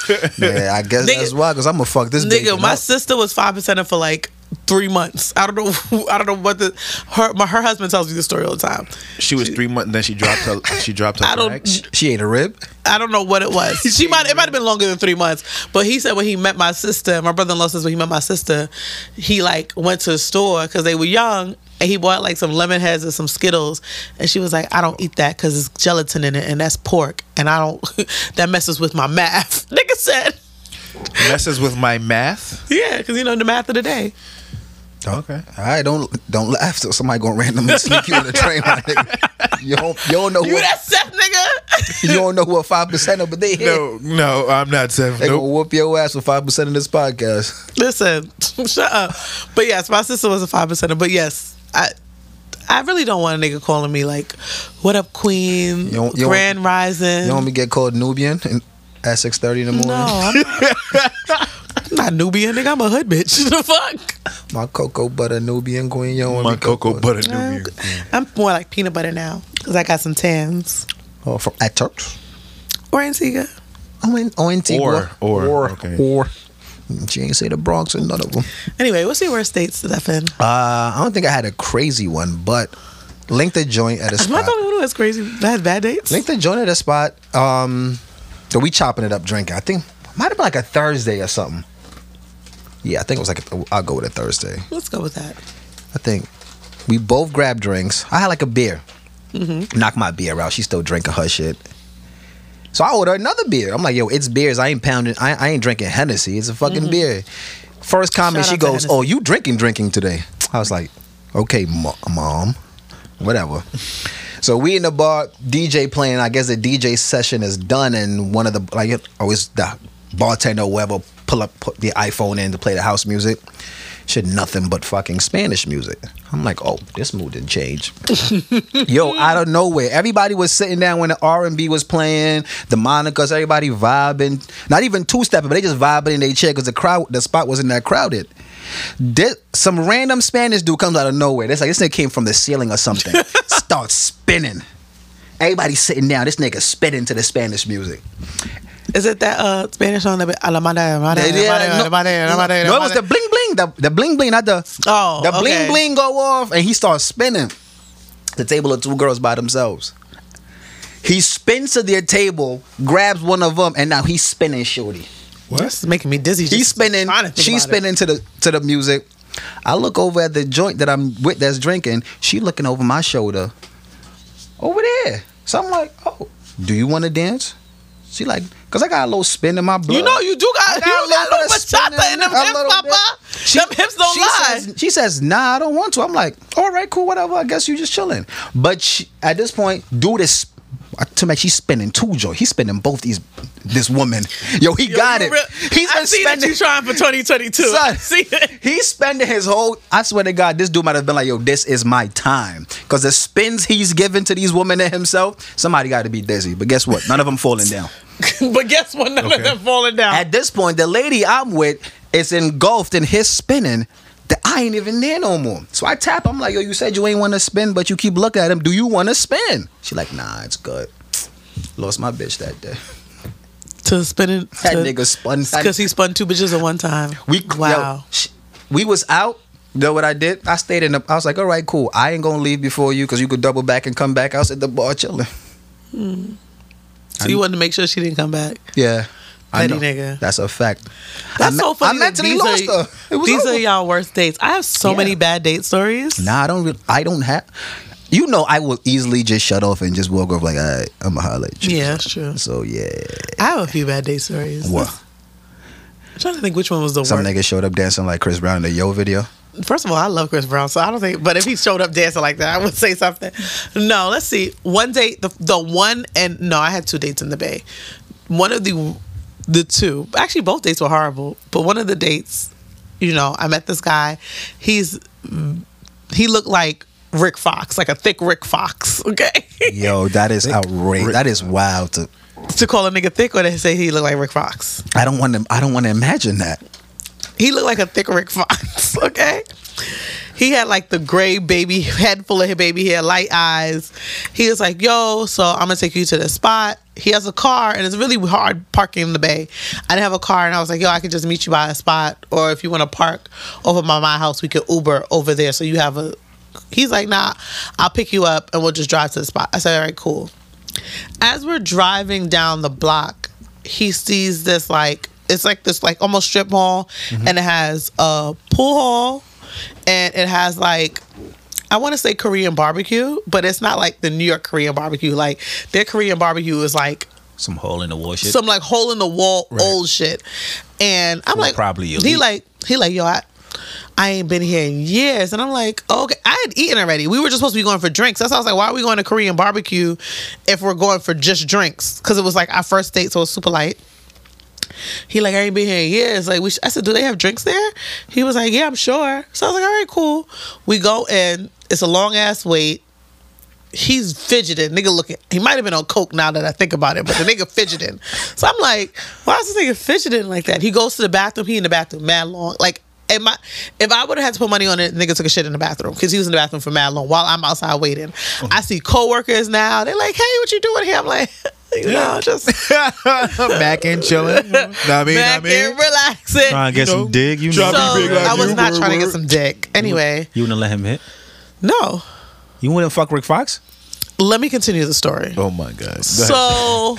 S4: I guess
S3: Nigga-
S4: that's why. Cause I'm gonna fuck this
S3: Nigga,
S4: bacon
S3: my
S4: up.
S3: sister was five percenter for like three months. I don't know. who- I don't know what the her my her husband tells me the story all the time.
S5: She was three months. Then she dropped her. She dropped her.
S3: I don't-
S5: flag.
S4: She ate a rib.
S3: I don't know what it was. She might it might have been longer than three months. But he said when he met my sister, my brother in law says when he met my sister, he like went to the store because they were young and he bought like some lemon heads and some Skittles, and she was like, I don't eat that because it's gelatin in it and that's pork and I don't that messes with my math. Nigga said,
S5: messes with my math.
S3: yeah, because you know the math of the day.
S5: Okay.
S4: All right, don't don't laugh. So somebody gonna randomly sneak you on the train, my nigga. You don't you don't know
S3: You
S4: who
S3: that Seth nigga?
S4: you don't know who a five percenter, but they here.
S5: No, no, I'm not seven.
S4: They
S5: Nope.
S4: gonna whoop your ass with five percent of this podcast.
S3: Listen, shut up. But yes, my sister was a five percenter. But yes, I I really don't want a nigga calling me like, "What up, Queen?
S4: don't- you don't-
S3: Grand Rising."
S5: Mm.
S4: You don't be get called Nubian in- at six thirty in the morning.
S3: no, I'm not, I'm not Nubian, nigga. I'm a hood bitch. the fuck?
S4: My cocoa butter Nubian queen. You don't wanna
S5: My
S4: be called-
S5: cocoa butter
S3: I'm,
S5: Nubian.
S3: I'm more like peanut butter now because I got some tans.
S4: Oh, from at Turks.
S3: Or Antigua.
S4: Oh, in, oh, Antigua.
S5: Or- or,
S4: or,
S5: okay.
S4: or. She ain't say the Bronx or none of them.
S3: Anyway, what's your worst dates that I've been?
S4: Uh, I don't think I had a crazy one, but linked the joint at a
S3: Am I
S4: spot.
S3: the only one who has crazy bad bad dates?
S4: Link the joint at a spot. Um, so we chopping it up, drinking. I think might have been like a Thursday or something. Yeah, I think it was like a, I'll go with a Thursday.
S3: Let's go with that.
S4: I think we both grabbed drinks. I had like a beer. Mm-hmm. Knock my beer out. She's still drinking her shit. So I order another beer. I'm like, yo, it's beers. I ain't pounding. I, I ain't drinking Hennessy. It's a fucking beer. First comment,
S3: Mm-hmm. Shout out
S4: she
S3: to
S4: goes,
S3: Hennessy.
S4: "Oh, you drinking drinking today?" I was like, "Okay, mo- mom, whatever." So we in the bar, DJ playing. I guess the DJ session is done, and one of the like, oh, it's the bartender, or whoever, pull up put the iPhone in to play the house music. should nothing but fucking Spanish music. I'm like, oh, this mood didn't change. Yo, out of nowhere, everybody was sitting down when the R and B was playing, the Monica's, everybody vibing. Not even two stepping, but they just vibing in their chair because the crowd, the spot wasn't that crowded. This, some random Spanish dude comes out of nowhere. That's like this nigga came from the ceiling or something. Starts spinning. Everybody's sitting down. This nigga spinning to the Spanish music.
S3: Is it that uh, Spanish song that be, "A la madre, madre,
S4: Yeah,
S3: madre,
S4: no,
S3: madre,
S4: no,
S3: madre,
S4: no, it was the
S3: madre"?
S4: bling bling, the, the bling bling, not the
S3: Oh,
S4: the
S3: okay.
S4: bling bling go off, and he starts spinning. The table of two girls by themselves. He spins to their table, grabs one of them, and now he's spinning, shorty.
S3: This is making me dizzy.
S4: He's
S3: just
S4: spinning.
S3: trying to think
S4: She's
S3: about it.
S4: spinning to the to the music. I look over at the joint that I'm with that's drinking. She looking over my shoulder. Over there. So I'm like, oh, do you want to dance? She like, cause I got a little spin in my blood.
S3: You know you do got,
S4: I got a
S3: you
S4: little
S3: got a little
S4: bit of spinning,
S3: bachata in them
S4: a
S3: hips,
S4: little bit.
S3: Papa. them hips don't
S4: she
S3: lie.
S4: Says, she says, "Nah, I don't want to." I'm like, "All right, cool, whatever. I guess you just chilling." But she, at this point, dude is to me. She's spending two joy. He's spending both these. This woman, yo, he
S3: Yo,
S4: got
S3: you
S4: it.
S3: real-
S4: He's
S3: I
S4: been
S3: see that
S4: spending.
S3: you trying for 2022.
S4: Son,
S3: see it.
S4: he's spending his whole. I swear to God, this dude might have been like, "Yo, this is my time," because the spins he's giving to these women and himself, somebody got to be dizzy. But guess what? None of them falling down.
S3: but guess what? None of them falling down.
S4: At this point, the lady I'm with is engulfed in his spinning. That I ain't even there no more. So I tap. I'm like, yo, you said you ain't want to spin, but you keep looking at him. Do you want to spin? She like, nah, it's good. Lost my bitch that day.
S3: to spinning.
S4: That nigga spun.
S3: because he spun two bitches at one time.
S4: We
S3: wow.
S4: yo, sh- we was out. You know what I did? I stayed in the. I was like, all right, cool. I ain't gonna leave before you because you could double back and come back. I was at the bar chilling.
S3: so you wanted to make sure she didn't come back.
S4: Yeah. I
S3: Petty
S4: know.
S3: nigga.
S4: That's a fact. I
S3: That's
S4: me-
S3: so funny.
S4: I
S3: that
S4: mentally
S3: these
S4: lost
S3: are,
S4: her. It was
S3: these
S4: over.
S3: are y'all worst dates. I have so
S4: Yeah.
S3: many bad date stories.
S4: Nah, I don't. Re- I don't have. You know, I will easily just shut off and just walk off like I, I'm a holler at you.
S3: Yeah, that's true.
S4: So yeah,
S3: I have a few bad date stories.
S4: what?
S3: I'm trying to think which one was the
S4: Some
S3: worst.
S4: nigga showed up dancing like Chris Brown in the Yo video.
S3: First of all, I love Chris Brown, so I don't think. But if he showed up dancing like that, I would say something. No, let's see. One date, the the one and no, I had two dates in the Bay. One of the the two, actually, both dates were horrible. But one of the dates, you know, I met this guy. He's he looked like Rick Fox, like a thick Rick Fox. Okay.
S4: Yo, that is outrageous. That is wild. To,
S3: to call a nigga thick or to say he looked like Rick Fox.
S4: I don't want to. I don't want to imagine that.
S3: He looked like a thick Rick Fox, okay? He had like the gray baby head full of baby hair, light eyes. He was like, yo, so I'm gonna take you to the spot. He has a car and it's really hard parking in the bay. I didn't have a car and I was like, yo, I can just meet you by a spot or if you wanna park over by my house, we could Uber over there so you have a he's like, nah, I'll pick you up and we'll just drive to the spot. I said, all right, cool. as we're driving down the block, he sees this like it's like this like almost strip mall, and it has a pool hall, and it has like I want to say Korean barbecue, but it's not like the New York Korean barbecue. Like their Korean barbecue is like
S9: Some hole in the wall shit.
S3: some like hole in the wall old shit. And I'm
S9: Who
S3: like,
S9: probably
S3: he
S9: elite.
S3: like he like yo, I, I ain't been here in years, and I'm like, okay, I had eaten already. We were just supposed to be going for drinks. That's why I was like, why are we going to Korean barbecue if we're going for just drinks? Because it was like our first date, so it was super light. He like I ain't been here in years. Like we, sh-. I said, do they have drinks there? He was like, yeah, I'm sure. So I was like, all right, cool. We go in. It's a long ass wait he's fidgeting, nigga looking. He might have been on coke now that I think about it, but the nigga fidgeting. So I'm like, why is this nigga fidgeting like that? He goes to the bathroom. He in the bathroom mad long. Like, am I, if I would have had to put money on it, nigga took a shit in the bathroom because he was in the bathroom for mad long while I'm outside waiting. I see coworkers now. They're like, hey, what you doing here? I'm like, you know, just
S6: back in chilling. Know what I mean, Know
S3: back
S6: what I mean,
S3: and relaxing.
S9: Trying to get some dig. You
S3: So
S6: Drop
S9: know.
S6: it. big like
S3: I was
S6: you,
S3: not
S6: word,
S3: trying to get
S6: word.
S3: some dick. Anyway,
S9: You wouldn't let him hit.
S3: no.
S9: You wouldn't fuck Rick Fox.
S3: Let me continue the story.
S5: Oh my God.
S3: So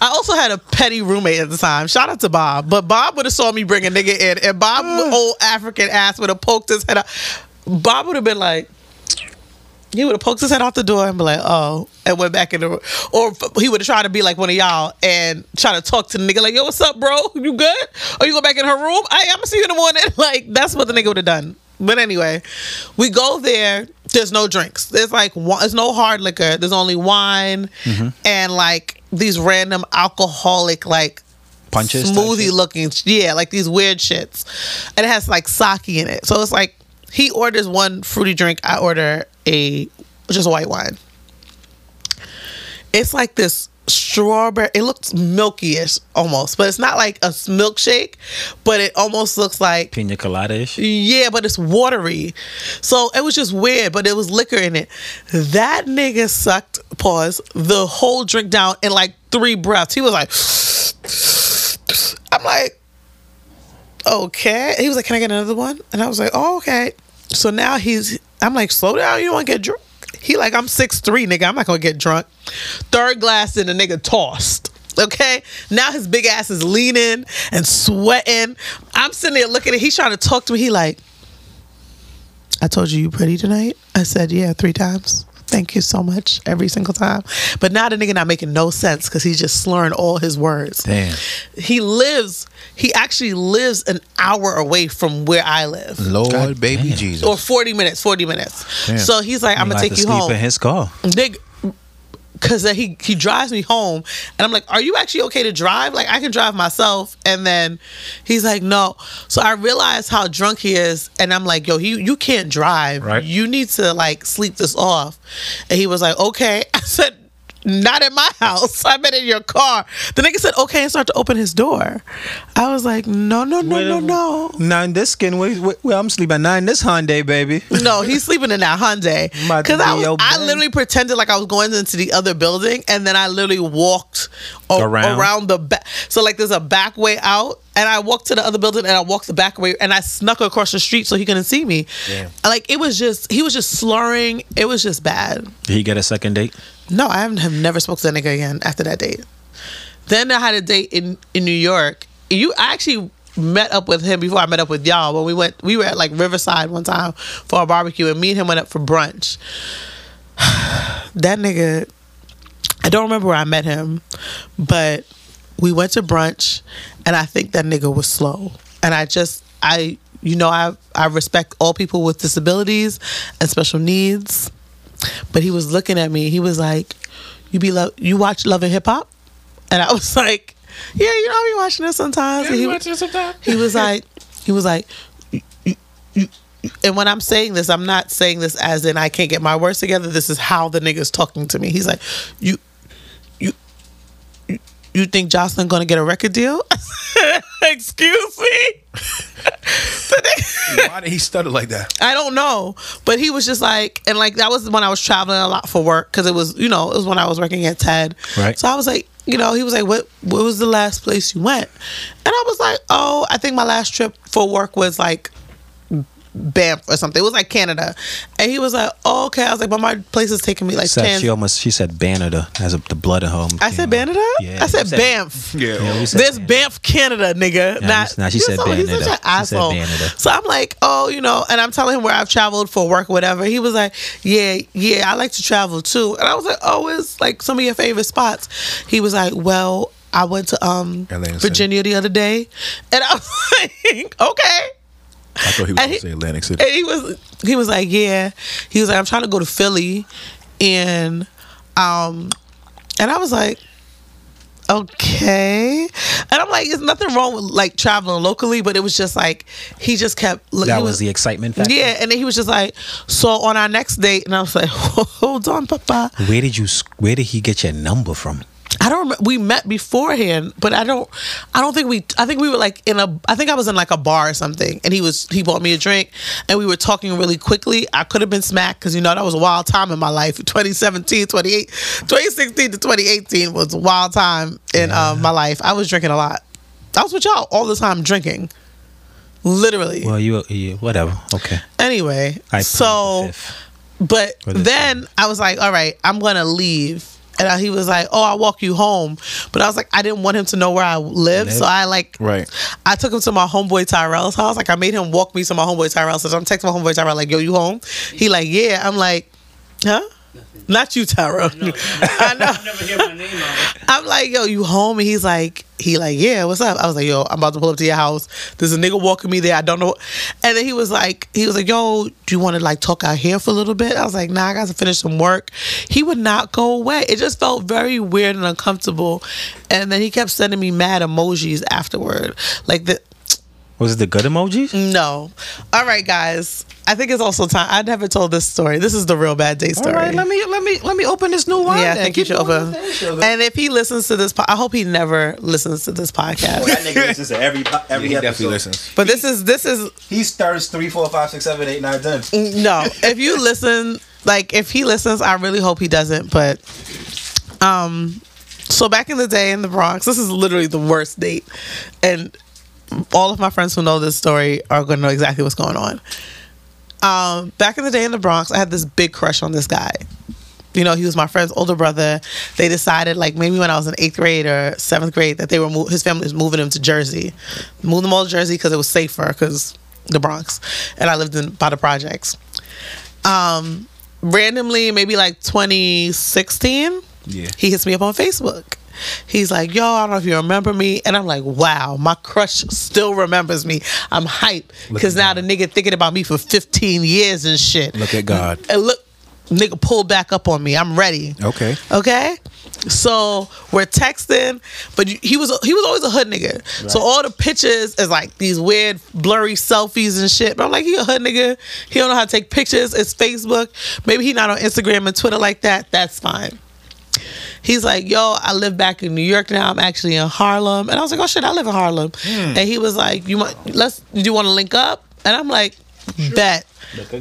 S3: I also had a petty roommate at the time. Shout out to Bob. But Bob would have saw me bring a nigga in and Bob old African ass would have poked his head out. Bob would have been like he would have poked his head out the door and be like, "Oh," and went back in the room. Or f- he would have tried to be like one of y'all and try to talk to the nigga like, "Yo, what's up, bro? You good? Or you go back in her room? I, I'm gonna see you in the morning." Like that's what the nigga would have done. But anyway, we go there. There's no drinks. There's like one, there's no hard liquor. There's only wine and like these random alcoholic like
S4: Punches type
S3: smoothie
S4: shit?
S3: looking, yeah, like these weird shits, and it has like sake in it. So it's like he orders one fruity drink, I order a just white wine. It's like this strawberry. It looks milky-ish almost, but it's not like a s- milkshake, but it almost looks like
S9: Pina colada ish.
S3: yeah, but it's watery. So it was just weird, but it was liquor in it. That nigga sucked, pause, the whole drink down in like three breaths. He was like, I'm like, okay. He was like, can I get another one? And I was like, oh, okay. So now he's, I'm like, slow down. You don't want to get drunk. He like, I'm 6'3", nigga. I'm not going to get drunk. Third glass in, the nigga tossed. Okay, now his big ass is leaning and sweating. I'm sitting there looking at. He's trying to talk to me. He like, I told you you pretty tonight. I said, yeah, three times. Thank you so much every single time. But now the nigga not making no sense because he's just slurring all his words.
S9: Damn.
S3: He lives, he actually lives an hour away from where I live.
S5: Lord, baby Jesus.
S3: Or 40 minutes, 40 minutes. So he's like, I'm going
S9: might
S3: to take
S9: have to
S3: you
S9: sleep
S3: home.
S9: in his car.
S3: Nigga, because he, he drives me home. And I'm like, Are you actually okay to drive? Like, I can drive myself. And then he's like, No. So I realize how drunk he is. And I'm like, Yo, you, you can't drive.
S9: Right.
S3: You need to, like, sleep this off. And he was like, Okay. I said, not at my house. I've been in your car. The nigga said, okay, and started to open his door. I was like, no, no, no, no, no.
S4: Now in this skin, where, where, where I'm sleeping at night in this Hyundai, baby.
S3: No, he's sleeping in that Hyundai.
S4: About to
S3: Because I,
S4: be
S3: was-
S4: your
S3: I
S4: bed.
S3: literally pretended like I was going into the other building, and then I literally walked a-
S9: Around?
S3: around, the back. So like, there's a back way out, and I walked to the other building, and I walked the back way, and I snuck across the street so he couldn't see me. Like it was just, he was just slurring. It was just bad.
S9: Did he get a second date?
S3: No, I haven't, have never spoke to that nigga again after that date. Then I had a date in in New York. You I actually met up with him before I met up with y'all when we went we were at like Riverside one time for a barbecue and me and him went up for brunch. that nigga I don't remember where I met him, but we went to brunch and I think that nigga was slow. And I just I you know I I respect all people with disabilities and special needs but he was looking at me. He was like, "You be love, you watch Love and Hip Hop," and I was like, "Yeah, you know I be watching it sometimes." And he, he was like, he was like, "You- you- you- you-" and when I'm saying this, I'm not saying this as in I can't get my words together. This is how the nigga's talking to me. He's like, "You, you." you- You think Jocelyn gonna get a record deal? Excuse me. The nigga-
S5: Why did he stutter like that?
S3: I don't know, but he was just like, and like that was when I was traveling a lot for work because it was, you know, it was when I was working at TED.
S9: Right.
S3: So I was like, you know, he was like, what, what was the last place you went? And I was like, oh, I think my last trip for work was like Banff or something. It was like Canada, and he was like, oh, okay. I was like, but my place is taking me like
S9: Said
S3: ten.
S9: she almost she said Canada has a, the blood at home.
S3: I said Canada.
S9: Yeah,
S3: I said
S9: you
S3: Banff.
S5: Yeah.
S9: Yeah, we said
S3: There's
S9: Canada.
S3: Banff, Canada, nigga.
S9: Nah,
S3: not,
S9: he's not. She
S3: you're
S9: said
S3: so- He's such
S9: Canada.
S3: an
S9: She said
S3: asshole.
S9: Canada.
S3: So I'm like, oh, you know, and I'm telling him where I've traveled for work, whatever. He was like, yeah, yeah, I like to travel too. And I was like, oh, it's like some of your favorite spots. He was like, well, I went to um
S5: Atlantic City.
S3: Virginia the other day, and I was like, okay.
S5: I thought he
S3: And
S5: was going
S3: he-
S5: to say Atlantic City.
S3: And he was he was like, yeah. He was like, I'm trying to go to Philly, and um, and I was like, okay. And I'm like, there's nothing wrong with like traveling locally, but it was just like he just kept looking.
S9: That was the excitement factor.
S3: yeah, and then he was just like, so on our next date, and I was like, hold on, Papa.
S9: Where did you? s- Where did he get your number from?
S3: I don't. Remember, we met beforehand, but I don't. I don't think we. I think we were like in a. I think I was in like a bar or something, and he was. He bought me a drink, and we were talking really quickly. I could have been smacked because you know that was a wild time in my life. 2017, 28, 2016 to 2018 was a wild time in uh, my life. I was drinking a lot. I was with y'all all the time drinking, literally.
S9: Well, you, you whatever. Okay.
S3: anyway,
S9: I plead the
S3: so.
S9: fifth.
S3: But
S9: Or this
S3: then I was like, all right, I'm gonna leave. And I, he was like, oh, I'll walk you home. But I was like, I didn't want him to know where I live. So I like,
S5: Right.
S3: I took him to my homeboy Tyrell's house. Like, I made him walk me to my homeboy Tyrell's house. I'm texting my homeboy Tyrell, like, yo, you home? He like, yeah. I'm like, huh? Not you, Tyrell.
S7: No,
S3: I know.
S7: I never hear my name on it.
S3: I'm like, yo, you home? And he's like, he like, yeah, what's up? I was like, yo, I'm about to pull up to your house. There's a nigga walking me there. I don't know. And then he was like, he was like, yo, do you want to like talk out here for a little bit? I was like, nah, I got to finish some work. He would not go away. It just felt very weird and uncomfortable. And then he kept sending me mad emojis afterward. Like the
S9: Was it the good emojis?
S3: no. All right, guys. I think it's also time. I never told this story. This is the real bad day story.
S4: All right, let me let me let me open this new wine.
S3: yeah, I
S4: then.
S3: think you
S4: Keep
S3: should
S4: going
S3: open.
S4: with that shit, though.
S3: And if he listens to this, po- I hope he never listens to this podcast.
S9: That nigga listens to every po- every
S5: He
S9: episode.
S5: definitely listens.
S3: But this is this is
S9: He starts three, four, five, six, seven, eight, nine, ten.
S3: no. If you listen, like if he listens, I really hope he doesn't. But um, so back in the day in the Bronx, this is literally the worst date, and all of my friends who know this story are going to know exactly what's going on. Um, back in the day in the Bronx, I had this big crush on this guy. You know, he was my friend's older brother. They decided, like maybe when I was in eighth grade or seventh grade, that they were mo- his family was moving him to Jersey, moved them all to Jersey because it was safer because the Bronx, and I lived in by the projects. Um, randomly, maybe like 2016,
S5: Yeah.
S3: he hits me up on Facebook. He's like, yo, I don't know if you remember me. And I'm like, wow, my crush still remembers me. I'm hype. Because now the nigga thinking about me for 15 years and shit.
S5: Look at God.
S3: And look, nigga pulled back up on me. I'm ready.
S5: Okay.
S3: Okay. So we're texting, but you- he was he was always a hood nigga. So all the pictures is like these weird blurry selfies and shit. But I'm like, he a hood nigga. He don't know how to take pictures. It's Facebook. Maybe he not on Instagram and Twitter like that. That's fine. He's like, yo, I live back in New York now. I'm actually in Harlem, and I was like, oh shit, I live in Harlem. And he was like, you want let's do you want to link up? And I'm like, bet.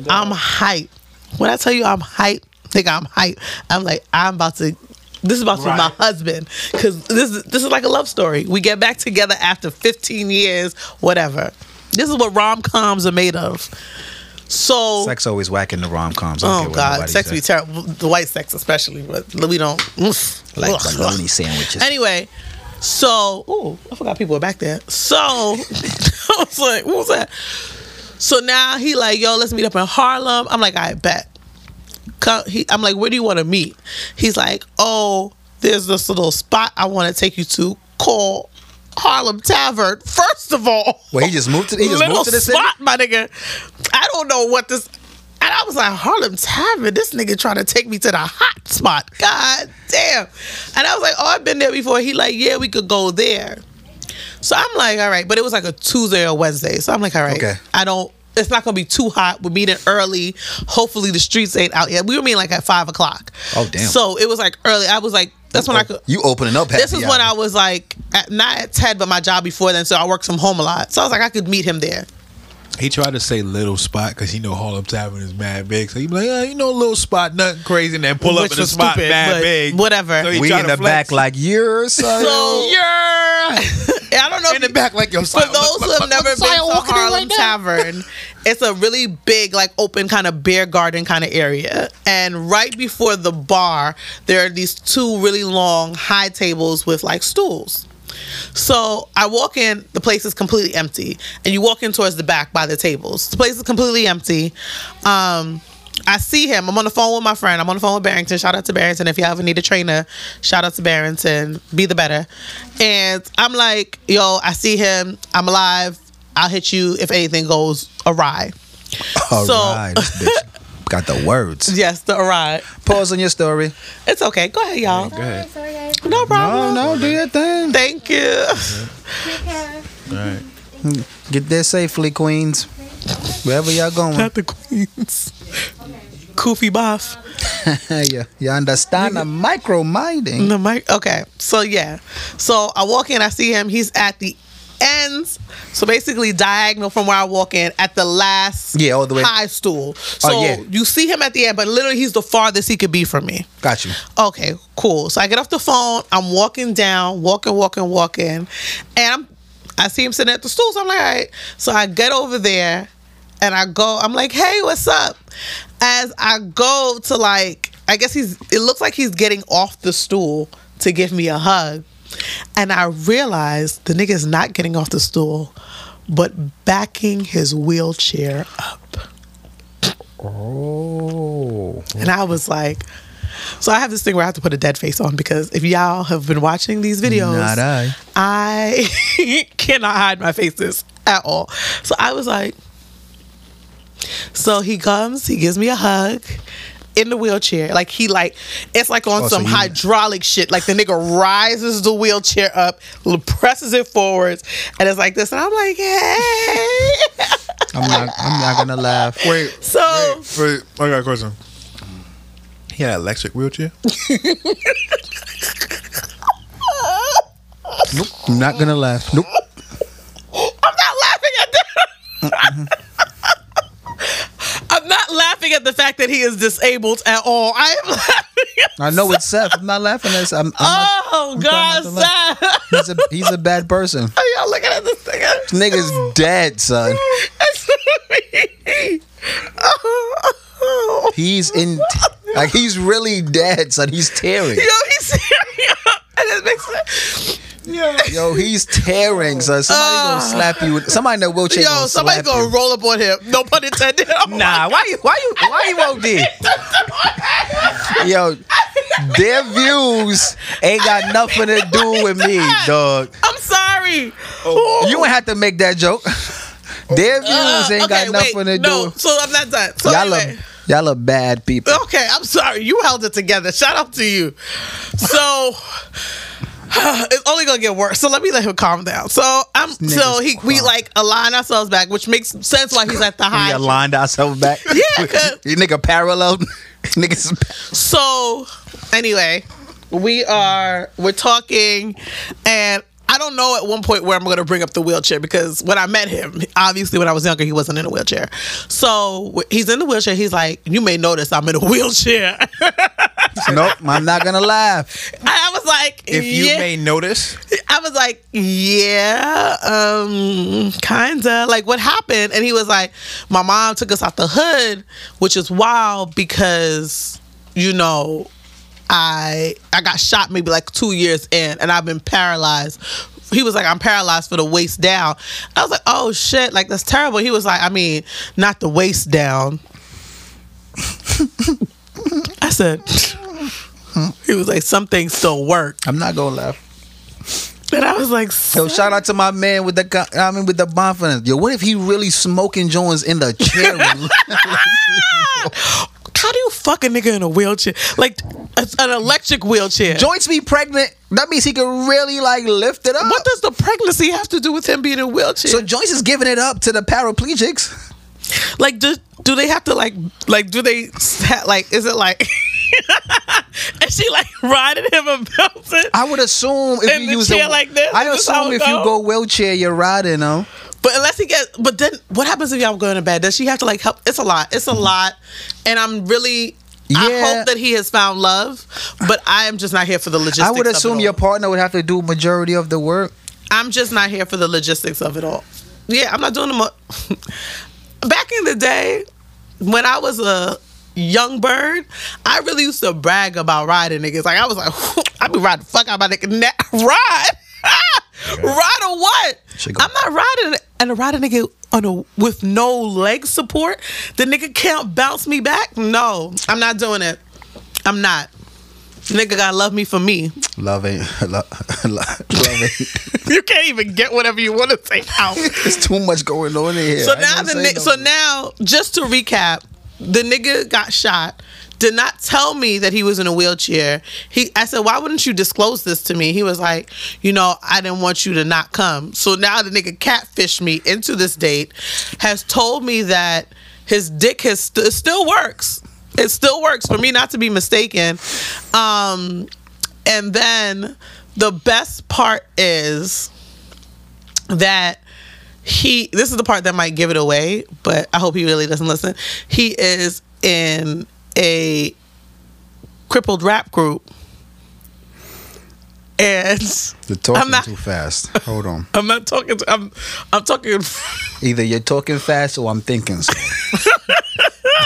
S3: I'm hype. When I tell you I'm hype, think I'm hype. I'm like, I'm about to. This is about to be my husband because this is this is like a love story. We get back together after 15 years, whatever. This is what rom coms are made of. So
S4: Sex always whack in the rom coms.
S3: Oh God, sex
S4: uh,
S3: be terrible. The white sex especially, but we don't oof,
S4: like
S3: ugh,
S4: bologna
S3: ugh.
S4: sandwiches.
S3: Anyway, so ooh, I forgot people were back there. So I was like, what was that? So now he like, yo, let's meet up in Harlem. I'm like, I bet. Come, he, I'm like, where do you want to meet? He's like, oh, there's this little spot I want to take you to called Harlem Tavern. First of all,
S4: Well, he just moved to he just
S3: little
S4: moved to the city.
S3: spot, my nigga. I don't know what this. And I was like, Harlem Tavern. This nigga trying to take me to the hot spot. God damn. And I was like, oh, I've been there before. He like, yeah, we could go there. So I'm like, all right, but it was like a Tuesday or Wednesday. So I'm like, all right,
S4: Okay.
S3: I don't. It's not gonna be too hot. We're meeting early. Hopefully the streets ain't out yet. We were meeting like at five o'clock.
S4: Oh, damn. Oh,
S3: So it was like early. I was like, that's when I could
S4: You opening up.
S3: this is when I was like at, not at Ted, but my job before then. So I worked from home a lot. So I was like, I could meet him there.
S6: He tried to say little spot because he know Harlem Tavern is mad big. So he be like, yeah, you know, little spot, nothing crazy, and then pull
S3: Which
S6: up in a
S3: was
S6: spot
S3: stupid, but
S6: mad big.
S3: whatever.
S6: So he
S4: we
S6: tried
S4: in
S6: to
S4: the
S6: flex.
S4: back like you're son.
S3: So yeah, I don't know. if
S6: in the
S3: you-
S6: back like yo.
S3: For those who have never been to Harlem Tavern, it's a really big, like open kind of beer garden kind of area. And right before the bar, there are these two really long high tables with like stools. So I walk in, the place is completely empty. And you walk in towards the back by the tables. The place is completely empty. Um I see him. I'm on the phone with my friend. I'm on the phone with Barrington. Shout out to Barrington. If you all ever need a trainer, shout out to Barrington. Be the better. And I'm like, yo, I see him. I'm alive. I'll hit you if anything goes awry.
S4: All
S3: so-
S4: right, this bitch got the words.
S3: Yes, the awry.
S4: Pause on your story.
S3: It's okay. Go ahead, y'all.
S5: Go ahead.
S3: No
S4: No,
S3: problem.
S4: no, do your thing.
S3: Thank you.
S4: Get there safely, Queens. Wherever y'all going.
S3: Not the Queens. Koofy Boff.
S4: yeah, you understand? I'm micro minding.
S3: The mic. Okay. So yeah. So I walk in. I see him. He's at the ends. So basically diagonal from where I walk in at the last.
S4: Yeah, all the way-
S3: high stool. So
S4: Oh, yeah.
S3: you see him at the end, but literally he's the farthest he could be from me.
S4: Got you.
S3: Okay. Cool. So I get off the phone. I'm walking down, walking, walking, walking, and I'm. I see him sitting at the stool. So I'm like, all right. So I get over there, and I go. I'm like, hey, what's up? As I go to like, I guess he's. It looks like he's getting off the stool to give me a hug, and I realize the nigga's not getting off the stool, but backing his wheelchair up. Oh. And I was like, So I have this thing where I have to put a dead face on because if y'all have been watching these videos,
S4: Not I.
S3: I cannot hide my faces at all. So I was like, so he comes, he gives me a hug in the wheelchair. Like he like it's like on
S4: Oh, so
S3: some
S4: you-
S3: hydraulic shit. Like the nigga rises the wheelchair up, l- presses it forwards, and it's like this. And I'm like, hey.
S4: I'm not. I'm not gonna laugh.
S6: Wait,
S3: So
S6: wait, I got a question.
S5: He had an electric wheelchair.
S4: Nope. I'm not gonna laugh. Nope.
S3: I'm not laughing at that. I'm not laughing at the fact that he is disabled at all. I am laughing. At
S4: I know it's Seth. I'm not laughing at. I'm, I'm not,
S3: oh
S4: I'm
S3: God,
S4: trying not to laugh.
S3: Seth.
S4: he's a he's a bad person.
S3: Are y'all looking at this thing?
S4: Nigga's dead, son.
S3: That's me. Oh.
S4: He's in. Like he's really dead, son. He's tearing.
S3: Yo, he's tearing up. And it makes sense.
S4: Yo, he's tearing, son. Somebody gonna slap you. with- Somebody in that wheelchair.
S3: Yo,
S4: gonna
S3: somebody's
S4: slap
S3: gonna
S4: you.
S3: roll up on him. No pun intended. Oh I'm
S9: Nah, why you why you why you OD?
S4: Yo, their views ain't got nothing to do with me, dog.
S3: I'm sorry.
S9: Oh.
S4: You ain't have to make that joke. Their views
S3: Uh,
S4: ain't
S3: okay,
S4: got nothing
S3: wait,
S4: to do.
S3: No, so I'm not done. So
S4: y'all
S3: anyway. Oh,
S4: are y'all are bad people.
S3: Okay, I'm sorry. You held it together. Shout out to you. So it's only gonna get worse. So let me let him calm down. So I'm so
S4: nigga's
S3: he we
S4: clown.
S3: like align ourselves back, which makes sense why he's at the
S4: We
S3: high.
S4: aligned ourselves back.
S3: Yeah, 'cause-
S4: you nigga parallel. Niggas,
S3: So anyway, we are we're talking and I don't know at one point where I'm going to bring up the wheelchair because when I met him, obviously when I was younger, he wasn't in a wheelchair. So wh- he's in the wheelchair. He's like, You may notice I'm in a wheelchair.
S4: nope. I'm not gonna laugh.
S3: I was like,
S6: If you
S3: yeah.
S6: may notice,
S3: I was like, yeah, um, kinda. Like, what happened? And he was like, my mom took us out the hood, which is wild because, you know, I I got shot maybe like two years in, and I've been paralyzed. He was like, I'm paralyzed for the waist down. I was like, oh shit, like that's terrible. He was like, I mean, not the waist down. I said. He was like, some things still work.
S4: I'm not gonna laugh.
S3: And I was like,
S4: Yo, shout out to my man with the co- I mean with the bonfire. Yo, what if he really smoking joints in the chair?
S3: how do you fuck a nigga in a wheelchair? Like a, an electric wheelchair.
S4: joints be pregnant. That means he can really like lift it up.
S3: what does the pregnancy have to do with him being in a wheelchair?
S4: so joints is giving it up to the paraplegics.
S3: like, do do they have to like like do they ha- like is it like is she like riding him a belting?
S4: I would assume if
S3: In
S4: you
S3: the
S4: use
S3: chair
S4: a,
S3: like this,
S4: I
S3: is this how
S4: assume
S3: it
S4: if you
S3: go?
S4: go wheelchair, you're riding them.
S3: But unless he gets, but then what happens if y'all go to bed? Does she have to like help? It's a lot. It's a lot, and I'm really. I
S4: Yeah.
S3: hope that he has found love, but I am just not here for the logistics.
S4: I would
S3: of it
S4: assume
S3: all.
S4: your partner would have to do majority of the work.
S3: I'm just not here for the logistics of it all. Yeah, I'm not doing the. Mo- Back in the day, when I was a young bird, I really used to brag about riding niggas. Like I was like, I be riding the fuck out my nigga. Na- ride, ride or what?
S4: She go-
S3: I'm not riding and a riding nigga on a with no leg support. The nigga can't bounce me back. No, I'm not doing it. I'm not. Nigga gotta love me for me.
S4: Love ain't love, love ain't.
S3: You can't even get whatever you want to take out.
S4: It's too much going on in here.
S3: So
S4: I ain't
S3: now
S4: gonna
S3: the
S4: say
S3: ni-
S4: no
S3: so
S4: more.
S3: now just to recap, the nigga got shot. Did not tell me that he was in a wheelchair. He, I said, why wouldn't you disclose this to me? He was like, you know, I didn't want you to not come. So now the nigga catfished me into this date, has told me that his dick has st- it still works. It still works for me not to be mistaken. Um, and then the best part is that he this is the part that might give it away but i hope he really doesn't listen he is in a crippled rap group and
S4: You're talking
S3: I'm not-
S4: too fast. Hold on.
S3: i'm not talking to, i'm i'm talking
S4: Either you're talking fast or I'm thinking.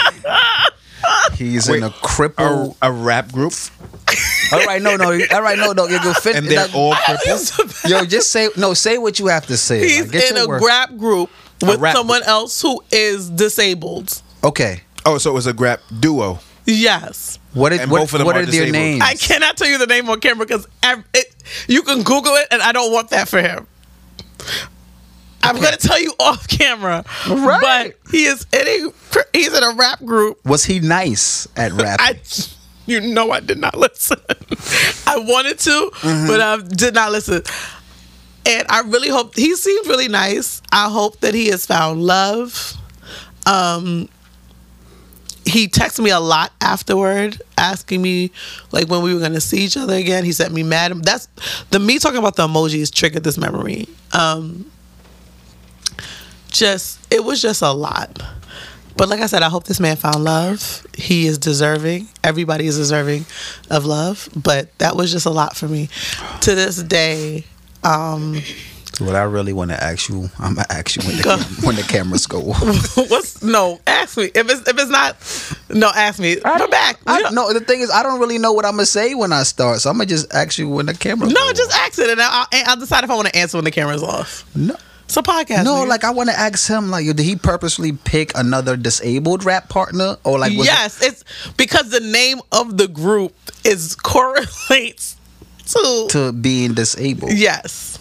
S4: So. He's in a
S6: a,
S4: cripple.
S6: a rap group,
S4: all right, no, no. All right, no, no. You go fin-
S6: and they're
S4: that-
S6: all crippled.
S4: Yo, just say no. Say what you have to say. like,
S3: he's
S4: get
S3: in
S4: your
S3: a
S4: word.
S3: rap group with
S6: rap
S3: someone else who is disabled
S4: Okay.
S5: Oh, so it was a grap duo.
S3: Yes.
S4: What are,
S5: And
S4: what,
S5: both of them
S4: what
S5: are
S4: are their
S5: disabled.
S4: names?
S3: I cannot tell you the name on camera because you can Google it, and I don't want that for him. I'm gonna tell you off camera,
S4: Right.
S3: but he is in a he's in a rap group.
S4: Was he nice at rap?
S3: I, you know, I did not listen. I wanted to, but I did not listen. And I really hope he seems really nice. I hope that he has found love. Um, he texted me a lot afterward, asking me like when we were gonna see each other again. He sent me mad. That's the me talking about the emojis triggered this memory. Um, just it was just a lot. But like I said, I hope this man found love. He is deserving. Everybody is deserving of love. But that was just a lot for me. To this day, um,
S4: what I really want to ask you, I'm gonna ask you when the,
S3: Go.
S4: cam- when the cameras go off.
S3: what's no? Ask me if it's if it's not. No, ask me. Come back.
S4: I,
S3: You know-
S4: no, the thing is, I don't really know what I'm gonna say when I start, so I'm gonna just ask you when the camera.
S3: no,
S4: go
S3: just ask it, and I'll, and I'll decide if I want to answer when the camera's off.
S4: No.
S3: So podcast.
S4: No,
S3: nigga.
S4: like I want to ask him, like, did he purposely pick another disabled rap partner, or like, was it-
S3: yes, it's because the name of the group is correlates to,
S4: to being disabled?
S3: yes.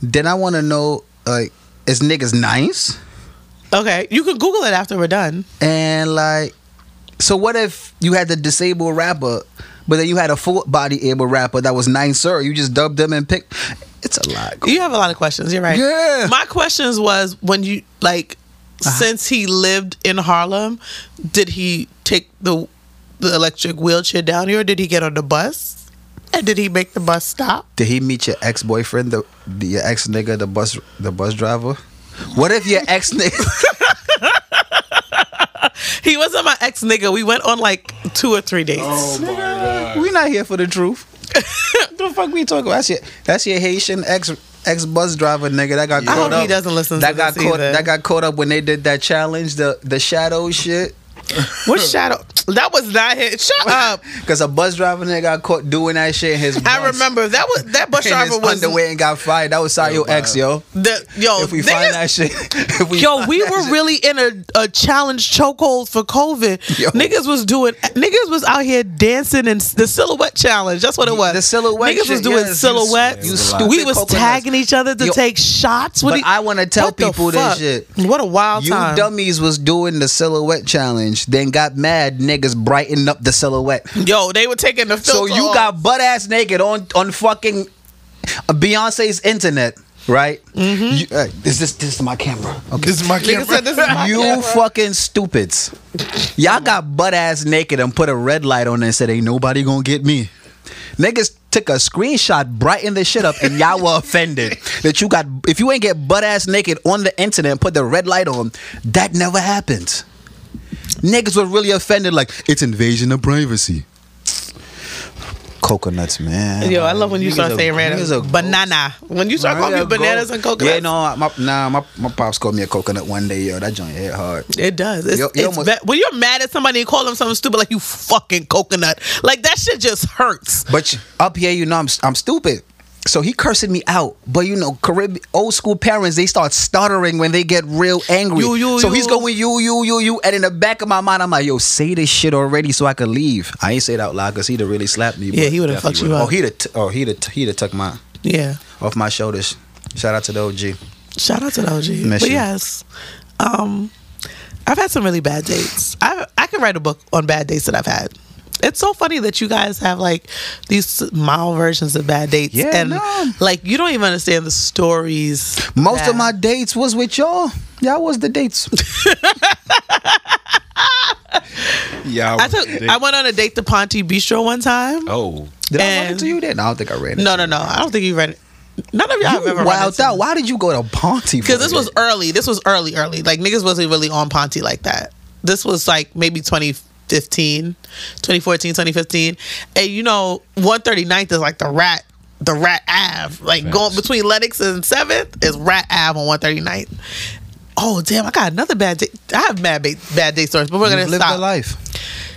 S4: Then I want to know, like, is niggas nice?
S3: Okay, you can Google it after we're done.
S4: And like, so what if you had the disabled rapper, but then you had a full body able rapper that was nicer? You just dubbed them and picked. It's a lot.
S3: You have a lot of questions. You're right.
S4: Yeah. Uh-huh.
S3: My questions was when you like, since he lived in Harlem, did he take the the electric wheelchair down here? Or did he get on the bus? And did he make the bus stop?
S4: Did he meet your ex boyfriend, the, the your ex nigga, the bus the bus driver? What if your ex nigga?
S3: He wasn't my ex nigga. We went on like two or three dates.
S4: Oh we not here for the truth. the fuck we talking about? That's your that's your Haitian ex ex bus driver nigga that got
S3: I
S4: caught
S3: hope
S4: up.
S3: he doesn't listen
S4: that
S3: to
S4: got
S3: this
S4: caught
S3: either.
S4: that got caught up when they did that challenge, the the shadow shit.
S3: What shadow? That was not his. Shut up.
S4: Cause a bus driver nigga got caught doing that shit in his
S3: I
S4: bus.
S3: remember that was that bus
S4: in his
S3: driver was
S4: underwear and got fired. That was Sayo yo, ex, yo.
S3: the yo.
S4: If we
S3: niggas-
S4: find that shit, if we
S3: Yo,
S4: find
S3: we
S4: that
S3: were
S4: shit-
S3: really in a, a challenge chokehold for COVID.
S4: Yo.
S3: Niggas was doing, niggas was out here dancing in the silhouette challenge. That's what it was.
S4: The silhouette
S3: Niggas was
S4: shit,
S3: doing
S4: yes, you-
S3: silhouettes.
S4: you stupid
S3: we was
S4: coconuts.
S3: tagging each other to
S4: Yo,
S3: take shots. What
S4: but
S3: do you-
S4: I wanna tell
S3: what the
S4: people this
S3: fuck?
S4: shit.
S3: What a wild
S4: You
S3: time.
S4: dummies was doing the silhouette challenge, then got mad niggas brightened up the silhouette.
S3: Yo, they were taking the
S4: So
S3: filter
S4: you
S3: off.
S4: got butt ass naked on on fucking Beyonce's internet, right? Mm-hmm. You, uh, is this this is my camera? Okay.
S6: This is my
S3: Nigga said this
S6: camera.
S3: is my
S4: You
S3: camera.
S4: fucking stupids. Y'all got butt ass naked and put a red light on it and said, Ain't nobody gonna get me. Niggas took a screenshot, brightened the shit up, and y'all were offended that you got, if you ain't get butt ass naked on the internet and put the red light on, that never happened. Niggas were really offended, like, it's invasion of privacy. Coconuts, man.
S3: Yo, I love when you
S4: Niggas
S3: start
S4: a-
S3: saying
S4: niggas
S3: random
S4: a ghost.
S3: banana. When you start
S4: Right,
S3: calling
S4: a
S3: people bananas
S4: ghost.
S3: and coconuts,
S4: Yeah, no, my, nah, my, my pops called me a coconut one day, yo. That joint hit hard.
S3: It does. It's,
S4: Yo- yo
S3: it's
S4: almost-
S3: bad. when you're mad at somebody and call them something stupid like you fucking coconut, like that shit just hurts.
S4: But you- up here, you know, I'm I'm stupid. So he cursing me out, but you know, Caribbean old school parents they start stuttering when they get real angry.
S3: You, you,
S4: so he's
S3: you.
S4: going you you you you, and in the back of my mind, I'm like, yo, say this shit already so I could leave. I ain't say it out loud because he'd have really slapped me.
S3: Yeah,
S4: but
S3: he would've
S4: definitely
S3: fucked you
S4: would've-
S3: up.
S4: Oh, he'd have t- oh he'd have t- he'd have tucked my
S3: Yeah.
S4: off my shoulders. Shout out to the OG.
S3: Shout out to the OG.
S4: Miss
S3: but
S4: you.
S3: yes, um, I've had some really bad dates. I I could write a book on bad dates that I've had. It's so funny that you guys have like these mild versions of bad dates,
S4: Yeah,
S3: and
S4: no.
S3: like you don't even understand the stories.
S4: Most
S3: that-
S4: of my dates was with y'all. Y'all was the dates.
S6: Yeah,
S3: I took I went on a date to Ponte Bistro one time.
S6: Oh,
S4: Did I run
S3: And-
S4: it to you then? No, I don't think I ran it.
S3: no,
S4: to
S3: no,
S4: you.
S3: no! I don't think you read it. None of y'all have
S4: You
S3: ever read
S4: wowed out. Why did you go to Ponte?
S3: because this was early. This was early, early. Like niggas wasn't really on Ponte like that. This was like maybe 2015, 2014, 2015. And you know, 139th is like the rat, the rat Ave. Like going between Lennox and 7th is rat Ave on 139th. Oh damn! I got another bad day. I have mad ba- bad day stories, but we're gonna
S4: You've lived
S3: stop.
S4: a life.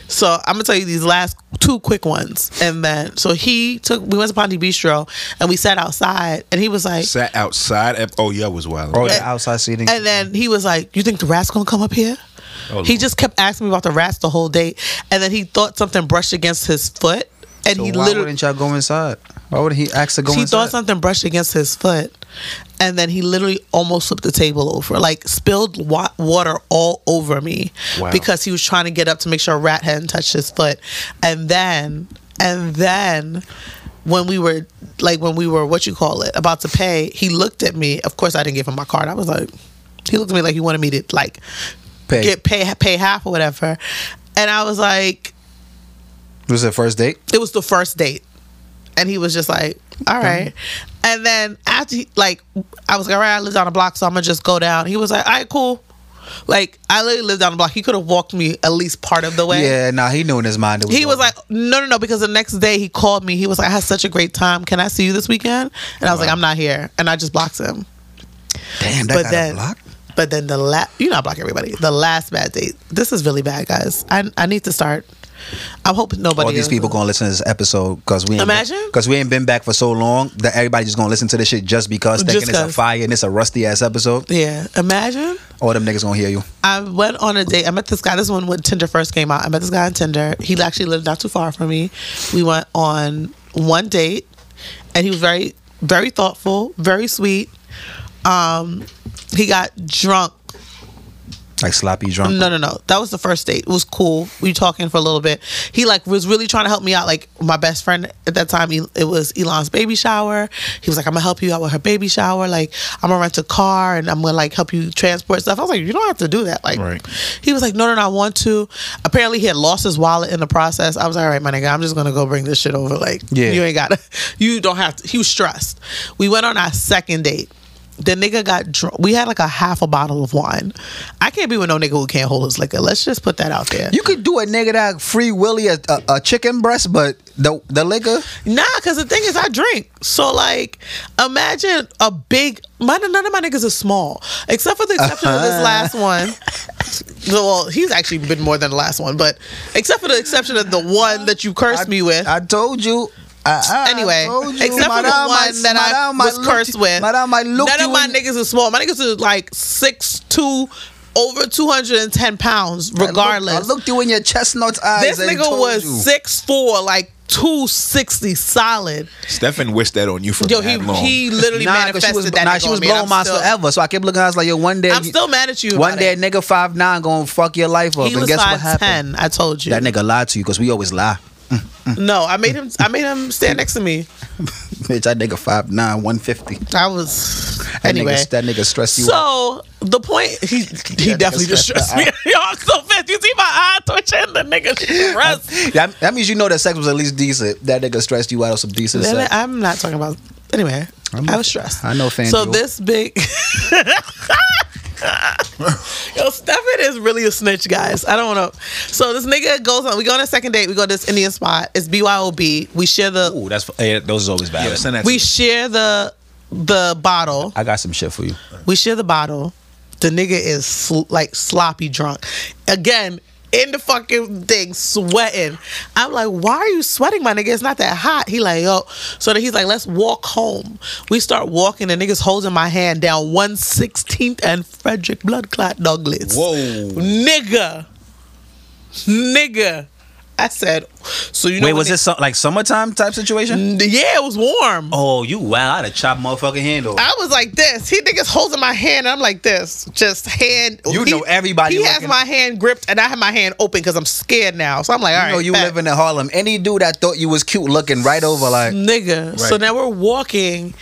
S3: So I'm gonna tell you these last two quick ones, and then so he took. We went to Ponte Bistro, and we sat outside, and he was like,
S6: sat outside. At, oh, yeah, I was wild.
S4: Oh, the outside seating.
S3: And then he was like, "You think the rat's gonna come up here?"
S4: Oh,
S3: he just kept asking me about the rats the whole day, and then he thought something brushed against his foot, and
S4: So
S3: he
S4: why
S3: literally
S4: wouldn't y'all go inside? Why would he ask to go
S3: he
S4: inside?
S3: thought something brushed against his foot, and then he literally almost flipped the table over, like spilled wa- water all over me because he was trying to get up to make sure a rat hadn't touched his foot, and then and then when we were like when we were what you call it about to pay, he looked at me. Of course, I didn't give him my card. I was like, he looked at me like he wanted me to like
S4: Pay.
S3: get pay pay half or whatever, and I was like,
S4: was it first date?
S3: it was the first date and he was just like all right and then after he, like i was like all right i live down the block so i'm gonna just go down he was like all right cool like i literally live down the block he could have walked me at least part of the way
S4: Yeah, nah, he knew in his mind it was
S3: he was
S4: over.
S3: like no no no because the next day he called me he was like i had such a great time can i see you this weekend and i was like i'm not here and i just blocked him
S4: damn, that
S3: but
S4: got a
S3: then-
S4: block?
S3: but then the last you know I block everybody the last bad date this is really bad guys i, I need to start i'm hoping nobody
S4: All these
S3: is-
S4: people gonna listen to this episode because we ain't
S3: Imagine?
S4: because we ain't been back for so long that everybody just gonna listen to this shit just because
S3: Just
S4: thinking it's a
S3: 'cause.
S4: fire and it's a rusty ass episode.
S3: yeah imagine
S4: All them niggas gonna hear you.
S3: I went on a date. I met this guy. This one when Tinder first came out. I met this guy on Tinder. He actually lived not too far from me. We went on one date, and he was very, very thoughtful, very sweet. Um, he got drunk.
S4: Like sloppy drunk.
S3: No, no, no. That was the first date. It was cool. We were talking for a little bit. He like was really trying to help me out. Like my best friend at that time, he- it was Elon's baby shower. He was like, "I'm gonna help you out with her baby shower. Like I'm gonna rent a car and I'm gonna like help you transport stuff." I was like, "You don't have to do that." Like
S5: Right.
S3: he was like, "No, no, no. I want to." Apparently, he had lost his wallet in the process. I was like, "All right, my nigga, I'm just gonna go bring this shit over. Like
S4: Yeah.
S3: you ain't got to. You don't have to." He was stressed. We went on our second date. The nigga got drunk. We had like a half a bottle of wine. I can't be with no nigga who can't hold his liquor. Let's just put that out there.
S4: You could do a nigga that free willy a, a, a chicken breast, but the the liquor.
S3: nah, because the thing is, I drink. So like, imagine a big. My, none of my niggas is small, except for the exception of this last
S4: Uh-huh.
S3: one. Well, he's actually been more than the last one, but except for the exception of the one that you cursed me with.
S4: I told you. I, I
S3: anyway,
S4: told you.
S3: except for the
S4: Madam,
S3: one that I
S4: madam,
S3: was
S4: looked-
S3: cursed with.
S4: Madam, I looked
S3: None of
S4: you
S3: my
S4: in-
S3: niggas is small. My niggas is like six two, over two hundred and ten pounds.
S4: I looked-
S3: Regardless,
S4: I looked, you in your chestnut eyes.
S3: this
S4: and
S3: nigga
S4: told
S3: was
S4: you.
S3: six four, like two sixty solid.
S5: Stefan wished that on you for
S3: Yo,
S5: mad
S3: he
S5: long.
S3: he literally
S4: Nah, 'cause
S3: manifested
S4: she was,
S3: that.
S4: nah,
S3: nigga
S4: she
S3: on
S4: was
S3: me, and
S4: blowing
S3: I'm
S4: my
S3: still-
S4: forever. So I kept looking. I was like, yo, one day,
S3: I'm still mad at you.
S4: One
S3: about
S4: day,
S3: it.
S4: a nigga five nine gonna fuck your life up.
S3: he
S4: and
S3: was
S4: guess what
S3: five ten.
S4: happened?
S3: I told you.
S4: That nigga lied to you because we always lie.
S3: No, I made him. I made him stand next to me.
S4: Bitch, that nigga five nine one fifty.
S3: I was
S4: That
S3: anyway.
S4: nigga, that nigga stressed you out.
S3: So the point he he
S4: Yeah,
S3: definitely
S4: nigga
S3: just
S4: stressed
S3: stressed me. Y'all so fast. You see my eye twitching. The nigga stressed.
S4: That, that means you know that sex was at least decent. That nigga stressed you out on some decent
S3: Then
S4: sex.
S3: I'm not talking about. Anyway,
S4: I'm-
S3: i was stressed.
S4: I know Fangio.
S3: So this big. Yo, Stefan is really a snitch, guys. I don't want to. So this nigga goes on. We go on a second date. We go to this Indian spot. It's BYOB. We share the
S9: Ooh, that's eh, those is always bad.
S6: Yeah, send that
S3: we
S6: to
S3: share the the bottle.
S9: I got some shit for you.
S3: We share the bottle. The nigga is sl- like sloppy drunk. Again, in the fucking thing, sweating. I'm like, why are you sweating, my nigga? It's not that hot. He like, yo. So then he's like, let's walk home. We start walking. The nigga's holding my hand down 116th and Frederick Blood Clot Douglas. Whoa. Nigga. Nigga. I said, so you know.
S9: Wait,
S3: when
S9: was
S3: they-
S9: this some, like summertime type situation?
S3: Yeah, it was warm.
S9: Oh, you wow! I'd have chopped motherfucking hand off.
S3: I was like this. He niggas holding my hand. And I'm like this, just hand.
S4: You
S3: he,
S4: know everybody
S3: He has
S4: looking-
S3: my hand gripped, and I have my hand open because I'm scared now. So I'm like, all right,
S4: You know you
S3: bet.
S4: living in Harlem. Any dude that thought you was cute looking right over like
S3: nigga. So now we're walking,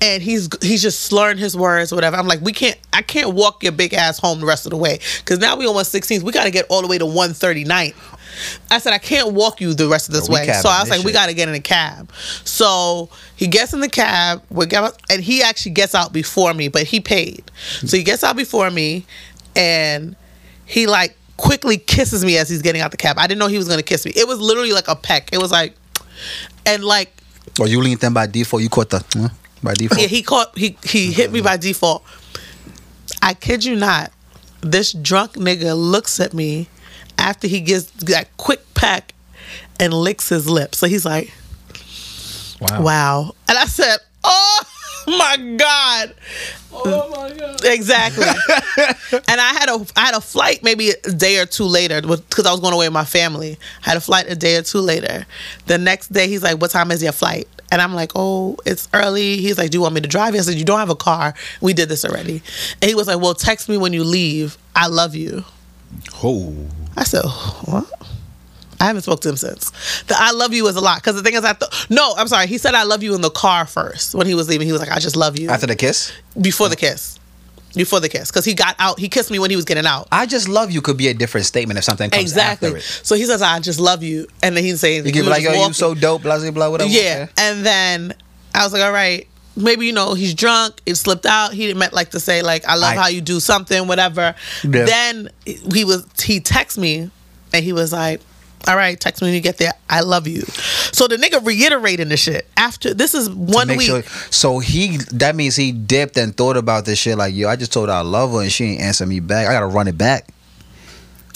S3: and he's he's just slurring his words, whatever. I'm like, we can't, I can't walk your big ass home the rest of the way because now we on 116th. We got to get all the way to 139th. I said I can't walk you the rest of this
S4: we
S3: way. So
S4: cabbing
S3: I was
S4: this
S3: like, we
S4: shit.
S3: got to get in a cab. So he gets in the cab, we got, and he actually gets out before me, but he paid. So he gets out before me, and he like quickly kisses me as he's getting out the cab. I didn't know he was gonna kiss me. It was literally like a peck. It was like, and like
S4: or oh, you leaned in by default, you caught the huh? by default.
S3: yeah, he caught he he hit me by default. I kid you not. This drunk nigga looks at me after he gets that quick pack and licks his lips. So he's like,
S6: Wow.
S3: Wow. And I said, Oh my god. Exactly. and I had a I had a flight maybe a day or two later because I was going away with my family. I had a flight a day or two later. The next day he's like, "What time is your flight?" And I'm like, "Oh, it's early." He's like, "Do you want me to drive?" you?" I said, "You don't have a car. We did this already." And he was like, "Well, text me when you leave. I love you."
S6: Oh,
S3: I said, "What?" I haven't spoke to him since. The I love you is a lot because the thing is, I th- no, I'm sorry. He said I love you in the car first when he was leaving. He was like, "I just love you."
S4: After the kiss,
S3: before the kiss. Before the kiss, because he got out, he kissed me when he was getting out.
S4: I just love you could be a different statement if something comes
S3: Exactly.
S4: after it.
S3: So he says, "I just love you," and then he's saying,
S4: You could be like, yo, you so dope, blah, blah, blah, whatever.
S3: yeah." And then I was like, "All right, maybe you know he's drunk. It slipped out. He didn't meant like to say like I love
S4: I-
S3: how you do something, whatever."
S4: Yeah.
S3: Then he was he texted me, and he was like. All right, text me when you get there. I love you. So the nigga reiterating the shit after this is one
S4: Make
S3: week.
S4: sure. So he, that means he dipped and thought about this shit. Like, yo, I just told her I love her and she ain't answer me back. I gotta run it back.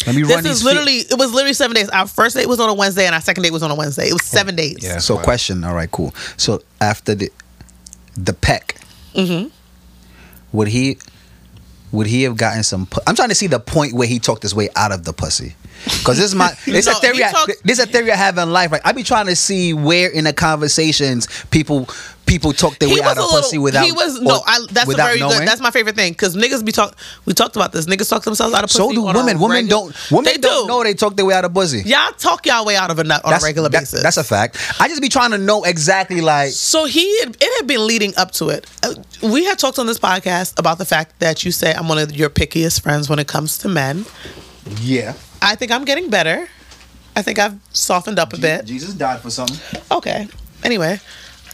S4: Let me
S3: This
S4: run these
S3: is literally it was literally seven days. Our first date was on a Wednesday and our second date was on a Wednesday. It was seven days.
S4: feet. So question. All right, cool. So after the the peck,
S3: Mm-hmm.
S4: would he would he have gotten some? pu- I'm trying to see the point where he talked his way out of the pussy. Cause this is my this is
S3: No,
S4: a theory.
S3: he
S4: I,
S3: talked-
S4: this is a theory I have in life. Like I be trying to see where in the conversations people people talk their way out of pussy without.
S3: he was no.
S4: or-
S3: I, that's a
S4: without
S3: very
S4: knowing.
S3: good. That's my favorite thing because niggas be talk. We talked about this. Niggas talk themselves out of pussy.
S4: So do
S3: on a
S4: women. Women
S3: regu-
S4: don't. Women
S3: they
S4: don't
S3: do.
S4: know they talk their way out of pussy.
S3: Y'all talk y'all way out of a nut on
S4: that's,
S3: a regular
S4: that-
S3: basis.
S4: That's a fact. I just be trying to know exactly like
S3: So he had, it had been leading up to it. Uh, We had talked on this podcast about the fact that you say I'm one of your pickiest friends when it comes to men.
S4: yeah.
S3: I think I'm getting better. I think I've softened up a bit.
S4: Jesus died for something.
S3: Okay. Anyway,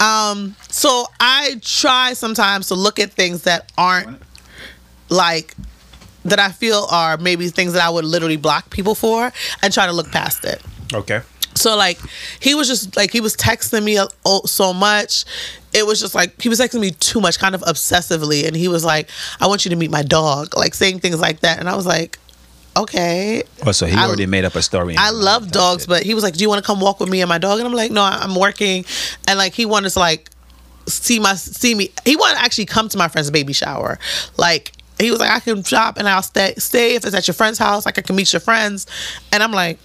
S3: um, so I try sometimes to look at things that aren't like that I feel are maybe things that I would literally block people for and try to look past it.
S9: Okay.
S3: So like he was just like he was texting me a- oh, so much. It was just like he was texting me too much, kind of obsessively, and he was like, "I want you to meet my dog," like saying things like that, and I was like, "Okay."
S9: Oh, so he
S3: I-
S9: already made up a story. in
S3: I
S9: his mind
S3: love
S9: type
S3: dogs,
S9: shit.
S3: but he was like, "Do you want to come walk with me and my dog?" And I'm like, "No, I- I'm working," and like he wanted to like see my see me. He wanted to actually come to my friend's baby shower. Like he was like, "I can shop and I'll stay stay if it's at your friend's house. Like I can meet your friends," and I'm like.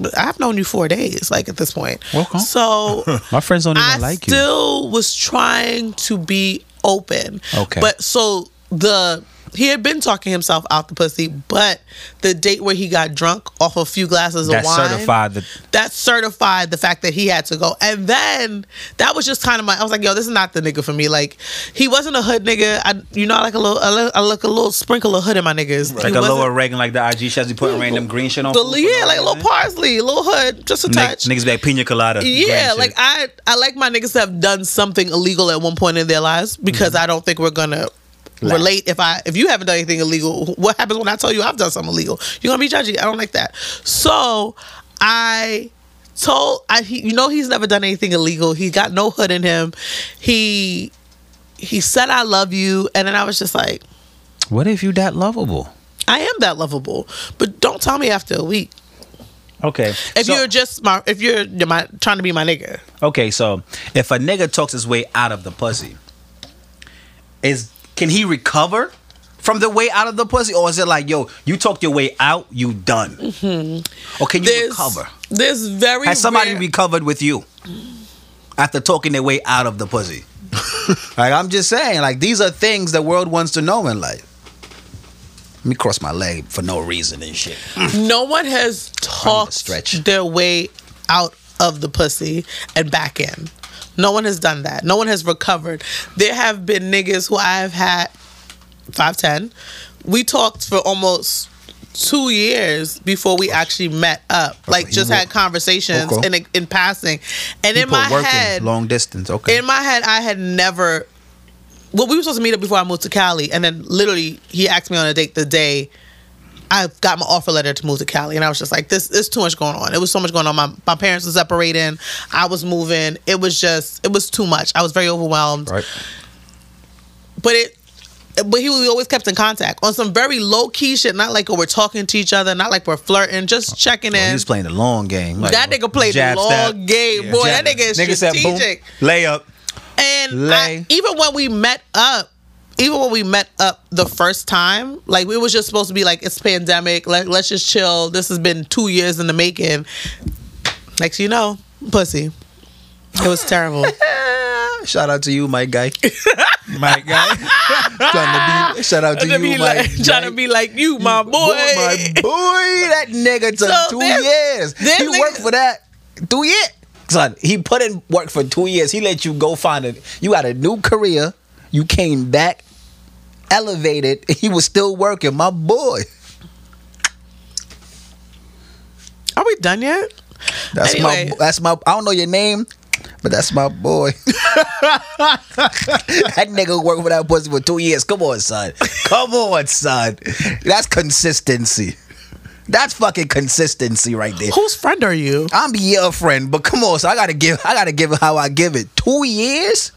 S3: "But I've known you four days, like at this point.
S9: Welcome.
S3: So
S9: my friends don't even
S3: I
S9: like you.
S3: still was trying to be open.
S9: Okay.
S3: But so the he had been talking himself out the pussy, but the date where he got drunk off a few glasses
S9: That
S3: of wine
S9: certified that
S3: that certified the fact that he had to go. And then that was just kind of my. I was like, yo, this is not the nigga for me. Like, he wasn't a hood nigga. I, you know, I like a little, I look, I look a little sprinkle of hood in my niggas.
S9: like
S3: He
S9: a
S3: wasn't-
S9: lower ranking, like the IG shots you put random green shit on.
S3: the,
S9: food for
S3: yeah,
S9: no
S3: like a little
S9: reason.
S3: parsley, a little hood, just a
S9: Nick-
S3: touch.
S9: Niggas be like pina colada.
S3: Yeah,
S9: green
S3: like
S9: shit.
S3: I, I like my niggas to have done something illegal at one point in their lives because
S9: Mm-hmm.
S3: I don't think we're gonna relate if I if you haven't done anything illegal. What happens when I tell you I've done something illegal? You're gonna be judgy. I don't like that. So I told I he, you know he's never done anything illegal. He got no hood in him. He he said I love you, and then I was just like,
S9: what if you that lovable?
S3: I am that lovable, but don't tell me after a week.
S9: Okay.
S3: If
S9: so-
S3: you're just my, if you're my, trying to be my nigga,
S9: Okay, so if a nigga talks his way out of the pussy, is can he recover from the way out of the pussy, or is it like, yo, you talked your way out, you done, or can you
S3: Mm-hmm. there's
S9: recover?
S3: there's very
S9: Has somebody
S3: rare-
S9: recovered with you after talking their way out of the pussy?
S4: Like I'm just saying, like these are things the world wants to know in life. Let me cross my leg for no reason and shit.
S3: no one has talked
S4: stretch.
S3: their way out of the pussy and back in. No one has done that. No one has recovered. There have been niggas who I've had five ten. We talked for almost two years before we actually met up. Like
S4: he
S3: just
S4: work-
S3: had conversations
S4: Okay.
S3: in in passing. And in
S4: People
S3: my
S4: working
S3: head,
S4: long distance. Okay.
S3: in my head, I had never. Well, we were supposed to meet up before I moved to Cali, and then literally he asked me on a date the day I got my offer letter to move to Cali, and I was just like, "This is too much going on." It was so much going on. My my parents were separating. I was moving. It was just it was too much. I was very overwhelmed.
S4: Right.
S3: But it. But he we always kept in contact on some very low key shit, not like we're talking to each other, not like we're flirting, just checking in.
S4: He was playing the long game. Like,
S3: that nigga played the
S9: jab,
S3: long
S9: stab.
S3: game, boy.
S9: Jab.
S3: That nigga is
S9: Nigga said, boom,
S3: strategic.
S9: layup.
S3: And
S4: Lay.
S3: I, even when we met up, even when we met up the first time, like we was just supposed to be like, it's pandemic, let, let's just chill. This has been two years in the making. Next you know, pussy. It was terrible.
S4: Eh, Shout out to you, my guy.
S6: My guy.
S4: Tryna be- shout out to
S3: Tryna
S4: you,
S3: be
S4: my
S3: like, trying to be like you, my boy.
S4: my boy. That nigga took
S3: So
S4: two
S3: this-
S4: years.
S3: this
S4: He
S3: nigga-
S4: worked for that two years. Son, he put in work for two years. He let you go find it. You got a new career. You came back, elevated. He was still working, my boy.
S3: Are we done yet?
S4: That's
S3: Anyway.
S4: my. That's my. I don't know your name, but that's my boy. that nigga worked for that pussy for two years. Come on, son. Come on, son. That's consistency. That's fucking consistency right there.
S3: Whose friend are you?
S4: I'm your friend, but come on, so I gotta give. I gotta give it how I give it. Two years.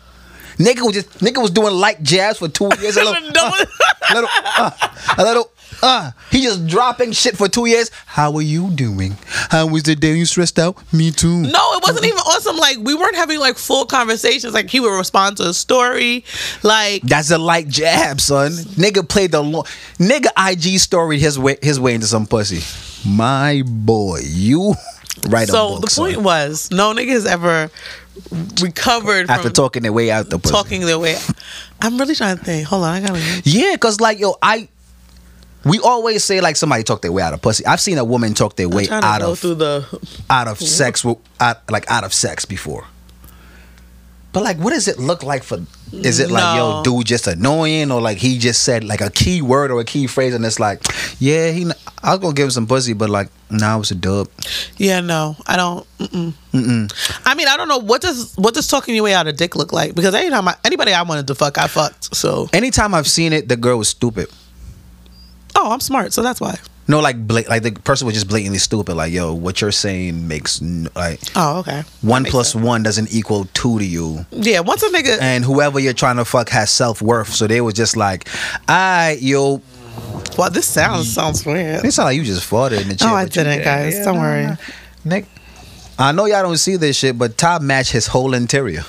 S4: Nigga was just nigga was doing light jabs for two years. A little,
S3: No one-
S4: a little, uh, a little. Uh, he just dropping shit for two years. How are you doing? How was the day you stressed out? Me too.
S3: No, it wasn't even awesome. Like we weren't having like full conversations. Like he would respond to a story. Like
S4: That's a light jab, son. Nigga played the long. Nigga IG story his way his way into some pussy. My boy, you right
S3: so
S4: a book,
S3: the point
S4: son.
S3: was no nigga has ever recovered
S4: after
S3: from
S4: talking their way out the pussy.
S3: talking their way. I'm really trying to think. Hold on, I gotta.
S4: Yeah, cause like yo, I we always say like somebody talk their way out of pussy. I've seen a woman talk their way
S3: trying to
S4: out
S3: go
S4: of
S3: through the.
S4: out of sex with out, like out of sex before. But like, what does it look like for? Is it like yo,
S3: No.
S4: dude, just annoying, or like he just said like a key word or a key phrase, and it's like, yeah, he. kn- I was gonna give him some pussy, but like, nah, it was a dub.
S3: Yeah, no, I don't. Mm-mm. I mean, I don't know what does what does talking your way out of dick look like because anytime I, anybody I wanted to fuck, I fucked. So
S4: Anytime I've seen it, the girl was stupid.
S3: oh, I'm smart, so that's why.
S4: No, like, bla- like the person was just blatantly stupid. Like, yo, what you're saying makes n- like
S3: Oh, okay. That
S4: one
S3: makes
S4: plus
S3: sense.
S4: one doesn't equal two to you.
S3: Yeah, once a nigga.
S4: and whoever you're trying to fuck has self worth. So they was just like, I yo,
S3: well, this sounds sounds weird.
S4: it sound like you just farted in the chair.
S3: Oh, I
S4: but you
S3: didn't,
S4: did.
S3: guys.
S4: Yeah,
S3: Don't
S4: no,
S3: worry.
S4: no. Nick. I know y'all don't see this shit, but Top matched his whole interior.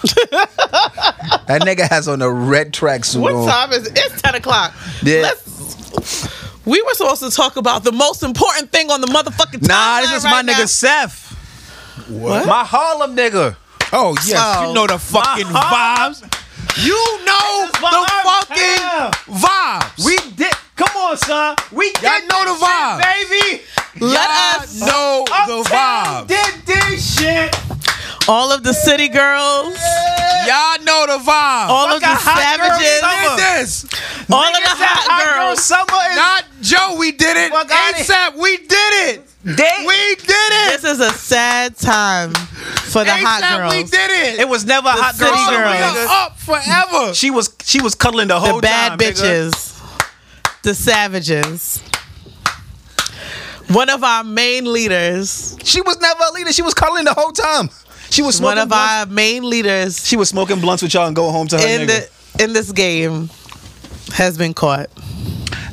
S4: that nigga has on a red tracksuit.
S3: What
S4: on.
S3: time is it? It's 10 o'clock.
S4: Yeah.
S3: Let's, we were supposed to talk about the most important thing on the motherfucking
S4: Nah,
S3: timeline
S4: this is
S3: right
S4: my
S3: now.
S4: nigga Seth.
S3: What?
S4: My Harlem nigga.
S6: Oh yes,
S3: Oh.
S6: you know the fucking vibes. You know the fucking vibes.
S9: We did. Come on, son. We did
S6: Y'all know the vibes.
S9: baby.
S3: Let us,
S6: know the
S9: Uptown
S6: vibes.
S9: Did this shit.
S3: all of the city girls,
S6: Y'all know the vibes.
S3: all of the
S9: Fucking hot girl
S3: savages,
S6: Look
S9: summer.
S3: all
S6: at this.
S3: of the
S4: Ah,
S3: hot girls.
S9: Summer is
S6: Not Joe, we did it.
S9: Fuck outta here.
S6: ASAP, we did it.
S9: They-
S6: we did it.
S3: This is a sad time for the hot
S6: ASAP,
S3: girls.
S6: we did it.
S9: It was never a hot girl
S3: city
S9: summer.
S3: girls.
S6: We
S9: nigga.
S6: are up forever.
S9: She was she was cuddling the whole
S3: the bad
S9: time, nigga.
S3: bitches, the savages. One of our main leaders,
S4: She was never a leader. She was calling the whole time. She was smoking
S3: one of
S4: blunts.
S3: our main leaders
S4: She was smoking blunts with y'all and going home to her
S3: in
S4: nigga.
S3: the in this game has been caught.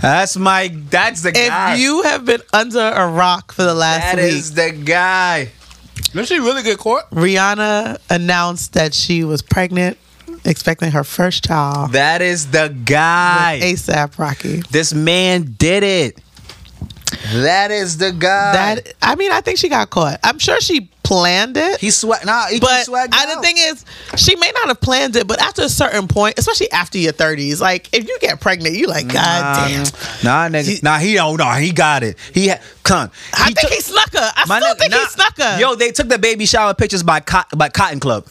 S9: That's my. That's the
S3: If
S9: guy.
S3: you have been under a rock for the last
S4: that
S3: week,
S4: is the guy.
S6: Did she really get caught?
S3: Rihanna announced that she was pregnant, expecting her first child.
S4: That is the guy.
S3: ASAP Rocky.
S4: This man did it. That is the guy.
S3: That I mean, I think she got caught. I'm sure she planned it.
S4: he swag. Nah, he
S3: but
S4: swag.
S3: I, the thing is, she may not have planned it, but after a certain point, especially after your 30s, like if you get pregnant, you like, God damn.
S4: Nah, nigga. nah, he don't. Nah, he got it. He had come.
S3: I think he snuck her. I still think he snuck her.
S4: Yo, they took the baby shower pictures by Cot- by Cotton Club.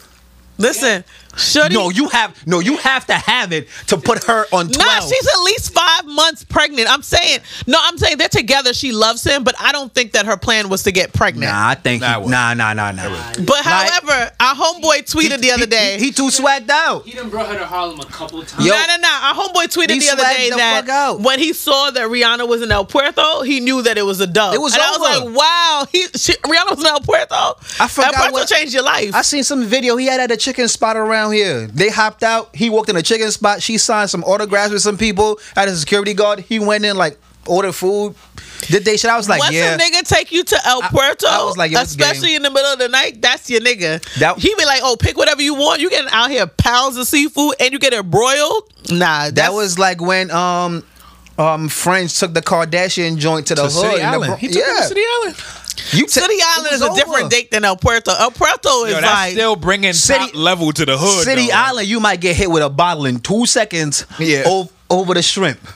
S3: listen, should
S4: No, you have no. You have to have it to put her on
S3: Nah,
S4: twelve.
S3: she's at least five months pregnant. I'm saying, no, I'm saying they're together. She loves him, but I don't think that her plan was to get pregnant.
S4: nah, I think.
S6: Nah, it
S4: Nah,
S6: wasn't.
S4: nah, nah, nah, nah.
S3: But however, our homeboy tweeted the other day.
S4: he, he too swagged out.
S7: He done brought her to Harlem a couple times.
S4: Yo.
S3: no, no, no. Our homeboy tweeted
S4: He
S3: the other
S4: swagged
S3: day
S4: the fuck
S3: that
S4: out.
S3: when he saw that Rihanna was in El Puerto, he knew that it was a dub.
S4: It was
S3: and I
S4: over.
S3: was like, wow, he, she, Rihanna was in El Puerto.
S4: I forgot
S3: El Puerto
S4: what-
S3: changed your life.
S4: I seen some video he had at a chicken spot around here. They hopped out. He walked in a chicken spot. She signed some autographs with some people. Had a security guard. He went in like, ordered food, did they shit? I was like,
S3: Once
S4: yeah.
S3: a nigga take you to El Puerto,
S4: I was like, yo, this
S3: especially
S4: game-
S3: in the middle of the night, that's your nigga.
S4: That-
S3: he be like, oh, pick whatever you want. You getting out here pounds of seafood and you get it broiled. Nah,
S4: that
S3: that's-
S4: was like when um um French took the Kardashian joint to the
S6: To
S4: hood.
S6: City
S4: and the
S6: Island.
S4: Bro-
S6: He took it
S4: yeah.
S6: to City Island.
S4: You ta-
S3: City
S4: it
S3: Island is
S4: was
S3: a
S4: over.
S3: different date than El Puerto. El Puerto is
S6: Yo, that's
S3: like
S6: still bringing
S4: City-
S6: top level to the hood.
S4: City
S6: though.
S4: Island, you might get hit with a bottle in two seconds.
S6: Yeah.
S4: o- over the shrimp.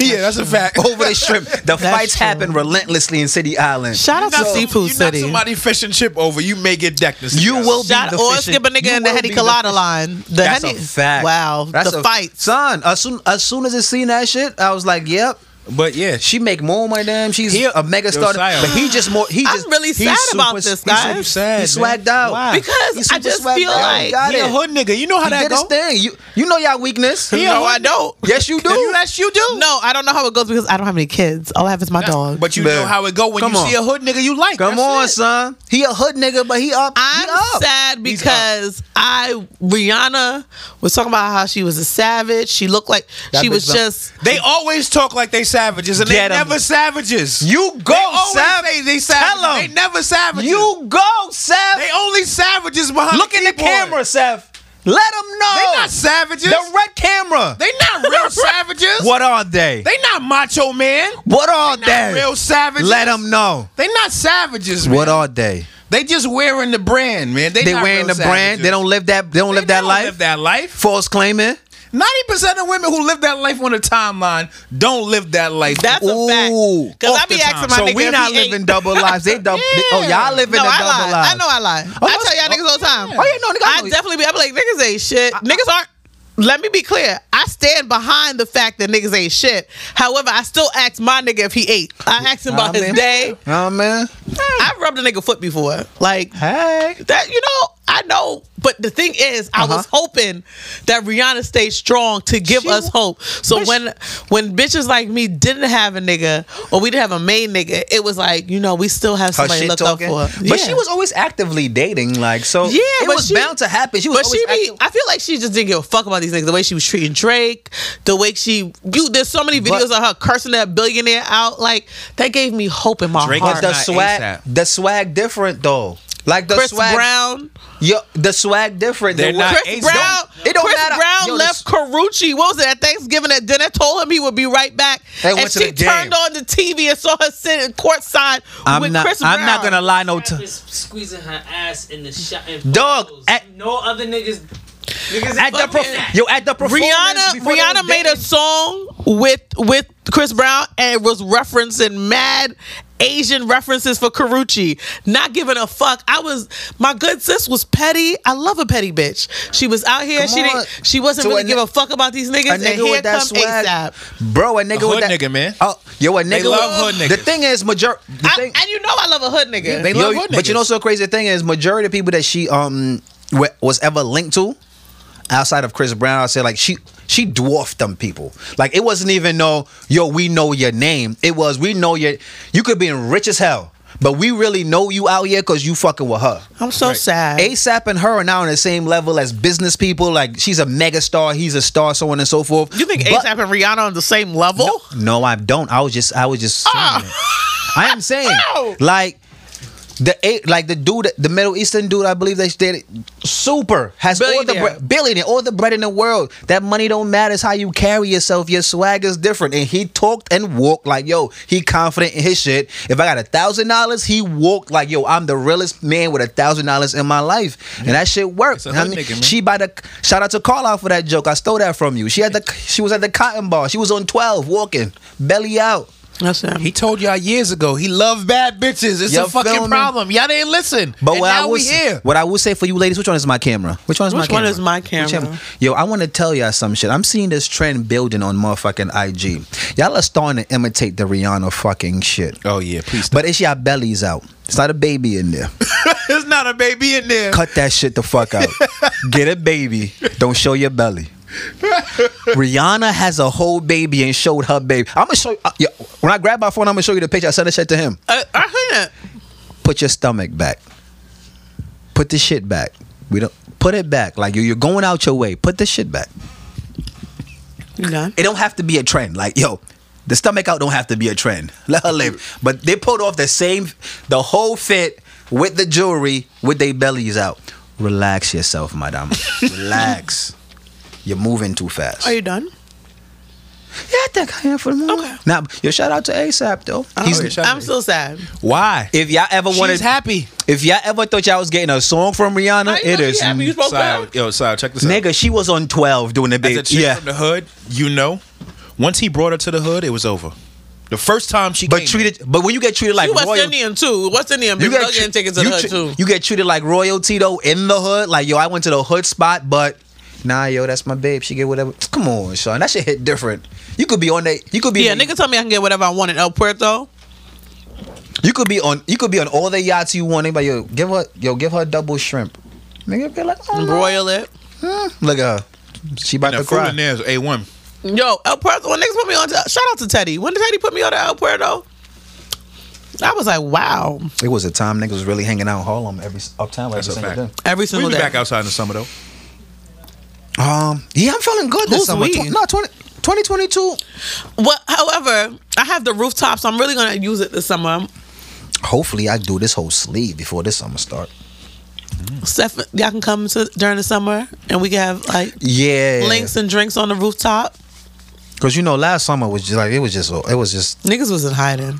S6: yeah, that's a fact.
S4: Over the shrimp. The fights
S3: true.
S4: happen relentlessly in City Island.
S3: shout out to
S6: Knock some-
S3: Seafood
S6: you knock
S3: City.
S6: somebody fish and chip over, you may get decked. in City
S4: You
S6: Island.
S4: will be
S3: Shout
S4: the
S3: or
S4: fishing-
S3: skip a nigga
S4: you
S3: in the
S4: will
S3: Henny
S4: be the
S3: Colada
S4: fishing-
S3: line. The
S4: That's
S3: Henny,
S4: a fact.
S3: Wow,
S4: That's
S3: the
S4: a-
S3: fights.
S4: son. As soon as soon as I seen that shit, I was like, "Yep,
S6: But yeah,
S4: she make more money than him. She's
S6: He-
S4: a mega
S6: Yo,
S4: star."
S6: Sire.
S4: But he just more. He
S3: I'm
S4: just
S3: really
S4: he's
S3: sad about
S4: super-
S3: this,
S4: he's
S3: guys.
S4: super-
S6: You sad,
S4: He
S6: man.
S4: swagged out
S6: Why?
S3: Because
S4: He's super
S3: I just
S4: swagged
S3: feel
S4: out.
S3: like-
S4: got
S6: he
S4: it.
S6: a hood nigga. You know how
S4: He
S6: that
S4: did
S6: go.
S4: his thing. You you know y'all weakness.
S6: He a
S3: No,
S6: hood
S3: I don't.
S4: yes, you do.
S6: Yes, you do.
S3: No, I don't know how it goes because I don't have any kids. All I have is my dog.
S6: But you know
S4: Man.
S6: how it go when
S4: Come
S6: you
S4: on.
S6: see a hood nigga you like.
S4: Come
S6: That's
S4: on,
S6: it.
S4: son. He a hood nigga, but he up.
S3: I'm
S4: he up.
S3: sad
S6: He's up.
S3: because I Rihanna was talking about how she was a savage. She looked like
S4: That
S3: she
S4: bitch
S3: was
S4: don't-
S3: just
S6: They always talk like they savages, and
S4: Get
S6: they
S4: 'em.
S6: never savages.
S4: You
S6: they
S4: go,
S6: always
S4: Sav.
S6: say they
S4: Tell
S6: savages.
S4: 'em.
S6: They never savages.
S4: You go, Sav.
S6: They only savages behind.
S4: Look in the
S6: keyboard.
S4: camera, Sav. Let them know.
S6: They not savages.
S4: The red camera.
S6: they not real savages.
S4: what are they?
S6: They not macho man.
S4: what are
S6: Not
S4: they?
S6: real savages.
S4: Let them know.
S6: They not savages. Man.
S4: What are they?
S6: They just wearing the brand, man. They,
S4: They
S6: not
S4: wearing
S6: real
S4: the brand.
S6: savages.
S4: They don't live that. They don't
S6: They
S4: live that
S6: don't
S4: life.
S6: Live that life.
S4: False claiming.
S6: Ninety percent of women who live that life on the timeline don't live that life.
S3: that's
S4: Ooh.
S3: a fact. Because I
S6: Off
S3: be
S6: the
S3: asking
S6: top.
S3: my
S6: So
S3: nigga
S4: we
S3: if
S4: not
S3: he ate-
S4: living double lives. They double.
S6: Yeah.
S4: oh y'all living
S3: No,
S4: a
S3: I
S4: double
S3: lie.
S4: life.
S3: I know I lie.
S4: Oh,
S3: I
S4: that's-
S3: tell y'all niggas all the time.
S4: Oh, yeah, no, nigga, I
S3: I,
S4: know you-
S3: definitely be. I be like, niggas ain't shit. niggas aren't. Let me be clear. I stand behind the fact that niggas ain't shit. However, I still ask my nigga if he ate. I asked him about
S4: I
S3: his
S4: mean-
S3: day.
S4: Oh man.
S3: I've rubbed a nigga foot before. Like
S4: Hey.
S3: that, you know, I know. But the thing is, I
S4: Uh-huh.
S3: was hoping that Rihanna stayed strong to give us hope. So when when bitches like me didn't have a nigga or we didn't have a main nigga, it was like, you know, we still have
S4: Her
S3: somebody to
S4: shit
S3: look
S4: talking.
S3: out for.
S4: But she was always actively dating. Like so.
S3: Yeah,
S4: It
S3: but
S4: was
S3: she-
S4: bound to happen. She was
S3: But
S4: always
S3: she be,
S4: active-
S3: I feel like she just didn't give a fuck about these niggas. The way she was treating Drake, the way she, you, there's so many videos of her cursing that billionaire out. Like that gave me hope in my
S6: Drake
S3: heart.
S4: But the
S6: not
S4: swag,
S6: ASAP.
S4: the swag different though. Like the
S3: Chris
S4: swag,
S3: Brown,
S4: Yo, the swag different.
S6: They're
S4: The-
S6: not
S3: Chris
S6: ASAP.
S3: Brown,
S4: It don't
S3: Chris
S4: matter.
S3: Brown
S4: Yo,
S3: left Carucci. What was it at Thanksgiving at dinner? Told him he would be right back,
S4: They
S3: and
S4: went to
S3: she
S4: the game.
S3: turned on the TV and saw her sitting courtside
S9: I'm
S3: with
S9: not.
S3: Chris Brown.
S9: I'm not gonna lie. No. T-
S7: Just squeezing her ass in the shot. in
S4: Dog,
S7: photos.
S4: at-
S7: no other niggas. Niggas
S4: at the
S7: fucking-
S4: perf- yo at the performance.
S3: Rihanna
S4: before they
S3: Rihanna
S4: was
S3: made a
S4: dating.
S3: song with with Chris Brown and was referencing mad Asian references for Karuchi, not giving a fuck. I was my good sis was petty. I love a petty bitch. She was out here.
S4: Come
S3: she
S4: on.
S3: didn't. She wasn't
S4: So
S3: really
S4: a
S3: give
S4: ni-
S3: a fuck about these niggas.
S4: a
S3: and
S4: nigga
S3: here
S4: with that
S3: come
S4: swag,
S3: ASAP.
S4: bro. A nigga
S6: A
S4: with
S6: hood
S4: that
S6: nigga, man.
S4: Oh, yo, a nigga. with-
S6: love hood
S4: The
S6: niggas.
S4: thing is, major. The
S3: I,
S4: thing,
S3: and you know I love a hood nigga.
S6: They
S4: yo,
S6: love hood
S4: but you
S6: niggas.
S4: know, so crazy. The thing is, majority of people that she um wa- was ever linked to, outside of Chris Brown, I say like she she dwarfed them people. Like it wasn't even no yo we know your name. It was we know your you could be rich as hell, but we really know you out here because you fucking with her.
S3: I'm so sad.
S4: ASAP and her are now on the same level as business people. Like she's a mega star, he's a star, so on and so forth.
S3: you think
S4: But-
S3: ASAP and Rihanna on the same level?
S4: No, I don't. I was just, I was just. Saying it. I am saying
S3: Ah. Ow.
S4: like the eight, like the dude, the Middle Eastern dude. I believe they did super has all the
S3: Billionaire.
S4: bre- billionaire, all the bread in the world. That money don't matter. It's how you carry yourself. Your swag is different. And he talked and walked like yo. He confident in his shit. If I got a thousand dollars, he walked like yo. I'm the realest man with a thousand dollars in my life, and that shit worked.
S6: a
S4: I
S6: hood
S4: mean,
S6: nigga, man.
S4: she by the shout out to Carl out for that joke. I stole that from you. She had the she was at the cotton bar. She was on twelve walking, belly out.
S3: That's him.
S6: He told y'all years ago he loved bad bitches. It's
S4: Y'all
S6: a fucking
S4: feel me?
S6: problem. Y'all didn't listen.
S4: But
S6: and
S4: what
S6: now
S4: I, would,
S6: we here.
S4: what I would say for you ladies, which one is my camera? Which one is
S3: Which
S4: my
S3: one
S4: camera?
S3: is my
S4: Which
S3: camera?
S4: Yo, I want to tell y'all some shit. I'm seeing this trend building on motherfucking IG. Y'all are starting to imitate the Rihanna fucking shit.
S6: Oh yeah, please.
S4: But it's y'all bellies out. It's not a baby in there.
S6: There's not a baby in there.
S4: Cut that shit the fuck out. Get a baby. Don't show your belly. Rihanna has a whole baby and showed her baby. I'm gonna show you. Uh, yeah, when I grab my phone, I'm gonna show you the picture. I sent the shit to him.
S3: Uh, I heard it.
S4: put your stomach back. Put the shit back. We don't put it back. Like you- you're going out your way. Put the shit back.
S3: You done?
S4: It don't have to be a trend. Like yo, The stomach out don't have to be a trend. Let her live. But they pulled off the same, the whole fit with the jewelry, with their bellies out. Relax yourself, madam. Relax. You're moving too fast.
S3: Are you done?
S4: Yeah, I think I am for the moment.
S3: Okay. Oh,
S4: Now, yo, shout out to ASAP though. He's-
S3: I'm still sad.
S10: Why?
S4: if y'all ever wanted,
S10: happy.
S4: if y'all ever thought y'all was getting a song from
S3: How
S4: Rihanna,
S3: you
S4: it
S3: know
S4: is.
S3: she happy you spoke
S9: Sire,
S3: up?
S9: yo, Sire, check this out.
S4: Nigga, she was on twelve doing the
S9: As a
S4: big.
S9: chick
S4: Yeah,
S9: from the hood, you know, once he brought her to the hood, it was over. The first time she
S4: but
S9: came,
S4: treated. But when you get treated like
S3: You West
S4: royal,
S3: Indian too. West Indian
S4: you
S3: people
S4: get
S3: are getting
S4: tre-
S3: tickets to
S4: you
S3: the hood
S4: tre-
S3: too.
S4: You get treated like royalty though in the hood. Like yo, I went to the hood spot, but nah, yo, that's my babe. She get whatever. Come on, Sean, that shit hit different. You could be on that. You could be.
S3: Yeah, nigga told me I can get whatever I want in El Puerto.
S4: You could be on. You could be on all the yachts you want. Anybody, yo, give her, yo, give her double shrimp. Nigga, be like, oh, bro.
S3: Royal it.
S4: look at her. She about
S9: and
S4: to
S9: the food
S4: cry.
S9: in there is a one.
S3: Yo, El Puerto. When niggas put me on, to, shout out to Teddy. When did Teddy put me on to El Puerto? I was like, wow.
S4: It was a time niggas was really hanging out in Harlem every uptown like
S9: That's
S4: every
S9: a
S4: single day.
S9: fact.
S3: Every
S9: We
S3: single
S9: was
S3: day.
S9: back outside in the summer though.
S4: Um, yeah, I'm feeling good this
S3: Who's
S4: summer.
S3: we?
S4: Tw- no, 20, 2022.
S3: What? However, I have the rooftops. I'm really gonna use it this summer.
S4: Hopefully, I do this whole sleeve before this summer start.
S3: Steph, y'all can come to during the summer, and we can have like
S4: Yeah,
S3: links and drinks on the rooftop.
S4: Cause you know, last summer was just like it was just it was just
S3: Niggas was in hiding.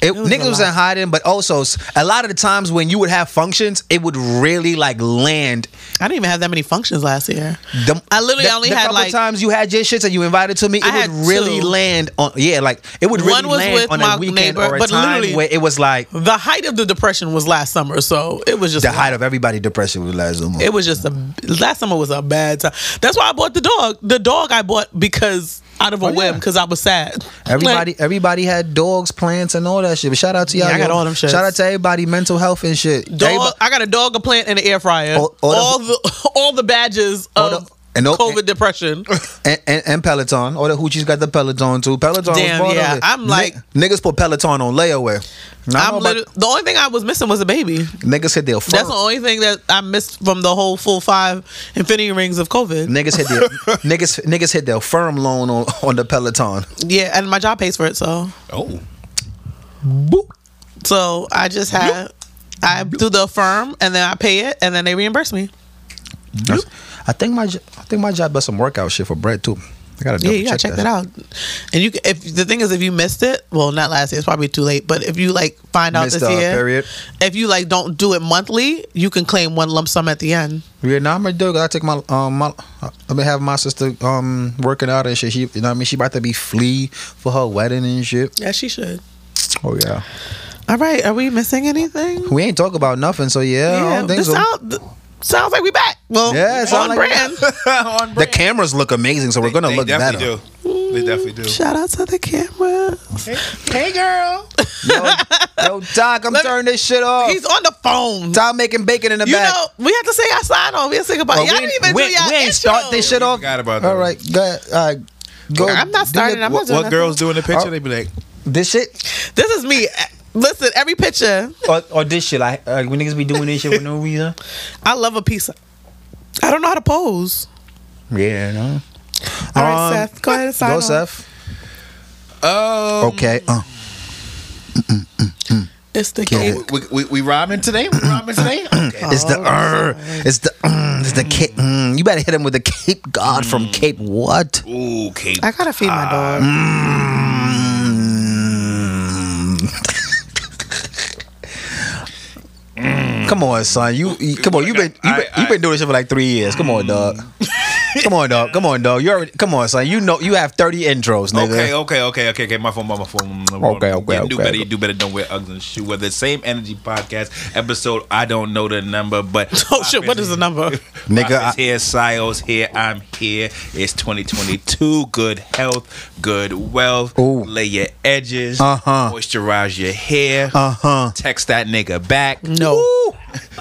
S4: It,
S3: was
S4: niggas
S3: a
S4: was
S3: lot.
S4: in hiding, but also s- a lot of the times when you would have functions, it would really like land.
S3: I didn't even have that many functions last year.
S4: The,
S3: I literally
S4: the-
S3: only
S4: the
S3: had,
S4: couple
S3: like-
S4: times you had your shits and you invited to me. It
S3: I
S4: would
S3: had
S4: really
S3: two.
S4: land on yeah, like it would really
S3: One was
S4: land
S3: with
S4: on
S3: my
S4: a weekend
S3: neighbor,
S4: or a
S3: but
S4: time
S3: literally-
S4: where it was like
S3: The height of the depression was last summer, so it was just
S4: the height of everybody depression was last summer.
S3: It was just a last summer was a bad time. That's why I bought the dog. The dog I bought because out of a
S4: Oh, yeah.
S3: whim because I was sad.
S4: everybody,
S3: Like,
S4: everybody had dogs, plants, and all that shit. But shout out to y'all.
S3: Yeah, I got
S4: yo.
S3: all them shits.
S4: Shout out to everybody, mental health and shit.
S3: dog,
S4: Everybody-
S3: I got a dog, a plant, and an air fryer.
S4: All-
S3: All,
S4: all the-
S3: the all the badges
S4: All
S3: of
S4: the- and all-
S3: COVID depression.
S4: and, and, and Peloton. All the hoochies got the Peloton too. Peloton.
S3: Damn,
S4: was bought
S3: yeah.
S4: on it.
S3: I'm
S4: Ni-
S3: like-
S4: niggas put Peloton on layaway. Now, I
S3: I'm
S4: don't know about-
S3: literally, the only thing I was missing was a baby.
S4: niggas hit their
S3: That's
S4: first.
S3: the only thing that I missed from the whole full five infinity rings of COVID.
S4: Niggas hit their niggas niggas hit their firm loan on, on the Peloton.
S3: Yeah, and my job pays for it, so
S9: Oh,
S3: so I just had I do the firm and then I pay it and then they reimburse me.
S4: I think my j- I think my job does some workout shit for bread too. I gotta
S3: Yeah,
S4: double
S3: you gotta check that. out. And you, can- if the thing is, if you missed it, well, not last year, it's probably too late. But if you like find out
S4: Missed
S3: this
S4: the
S3: year,
S4: period.
S3: if you like don't do it monthly, you can claim one lump sum at the end.
S4: Yeah, now I'm gonna do it. 'cause I take my um my I've been having my sister um working out and shit. She you know what I mean she about to be flea for her wedding and shit.
S3: Yeah, she should.
S4: Oh yeah.
S3: All right, are we missing anything?
S4: We ain't talk about nothing, so yeah, I don't think
S3: this
S4: so.
S3: sound, th- sounds like we back. Well,
S4: Yeah,
S3: yeah,
S4: it
S3: it's
S4: sound
S3: on
S4: like we
S3: brand.
S9: on
S4: the
S9: brand.
S4: cameras look amazing, so we're gonna
S9: they
S4: look better.
S9: definitely do. They definitely do.
S3: Shout out to the camera.
S9: Hey, girl.
S4: Yo, yo, Doc, I'm
S3: Let me-
S4: turning this shit off.
S3: He's on the phone.
S4: Stop making bacon in the
S3: You
S4: back.
S3: know, we have to say our sign off. We have to say goodbye.
S4: Well,
S3: y'all
S4: we-
S3: didn't even
S4: we-
S3: do y'all
S4: we ain't start this shit
S9: We
S4: off.
S9: forgot about that.
S4: All right, go ahead. All right, go.
S3: I'm not
S4: Do
S3: starting.
S4: your-
S3: I'm not
S9: What,
S3: doing
S9: what
S3: nothing.
S9: girls do in the picture? They be like,
S4: This shit
S3: This is me. Listen, every picture,
S4: or, or this shit. Like uh, we niggas be doing this shit for no reason.
S3: I love a piece. Of, I don't know how to pose.
S4: Yeah. No.
S3: All right,
S4: Um,
S3: Seth. Go ahead and sign
S4: Go,
S3: off.
S4: Seth.
S9: oh,
S4: Okay. Uh,
S3: It's the
S4: Kill
S3: cake.
S4: it.
S9: we, we, we robbing today? We robbing today? Okay.
S4: it's the. Uh, it's the. Mm, it's the Cape. Mm, you better hit him with the Cape God from Cape what?
S9: Ooh, Kate.
S3: I gotta feed my
S4: Ah.
S3: dog.
S4: Mm. Come on, son. You, you- come on. You been you been,
S9: I-
S4: you been doing this shit for like three years. Come on, dog.
S3: Mm.
S4: Come on, dog. Come on, dog. You already. Come on, son. You know you have thirty intros, nigga.
S9: Okay,
S3: oh.
S9: okay, okay, okay, okay. My phone, my, my phone. my phone.
S4: Okay, okay,
S9: You do
S4: okay.
S9: better, you do better. Don't wear Uggs and shoe. We're the same energy podcast episode. I don't know the number, but
S3: Oh shit! What is the number?
S4: Nigga,
S9: Nigga,
S4: I-
S9: here, Sios here, I'm here. It's 2022. Good health, good wealth.
S4: Ooh.
S9: Lay your edges.
S4: Uh-huh.
S9: Moisturize your hair.
S4: Uh huh.
S9: Text that nigga back.
S3: No.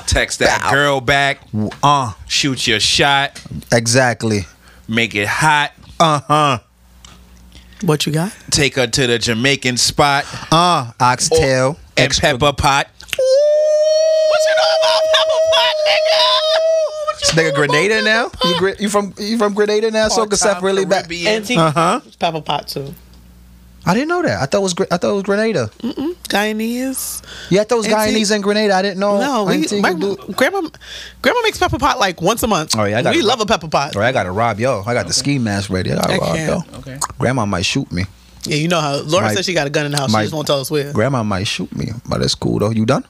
S9: Text that girl back.
S4: Uh.
S9: Shoot your shot.
S4: Exactly.
S9: Make it hot.
S4: Uh huh.
S3: What you got?
S9: Take her to the Jamaican spot
S4: Uh. Oxtail.
S9: and pepper pot.
S3: What you know about Pepper Pot, nigga?
S4: This nigga Grenada now. You, Gre- you from you from Grenada now? So Seth really back.
S9: Caribbean.
S3: uh huh. Pepper Pot too.
S4: I didn't know that. I thought it was Gre- I thought it was Grenada.
S3: Guyanese.
S4: Yeah, I thought it was
S3: Antique.
S4: Guyanese and Grenada. I didn't know.
S3: No, we,
S4: Antique
S3: my,
S4: Oh, do-
S3: grandma, grandma makes pepper pot like once a month.
S4: Oh, yeah, I got
S3: we
S4: it.
S3: love a pepper pot.
S4: All right, I gotta rob yo. I got the ski mask ready. I gotta
S3: I
S4: rob
S3: can't.
S4: yo. Okay. Grandma might shoot me.
S3: Yeah, you know how Laura
S4: My-
S3: said she got a gun in the house.
S4: my-
S3: she just won't tell us where.
S4: Grandma might shoot me, but it's cool though. You done?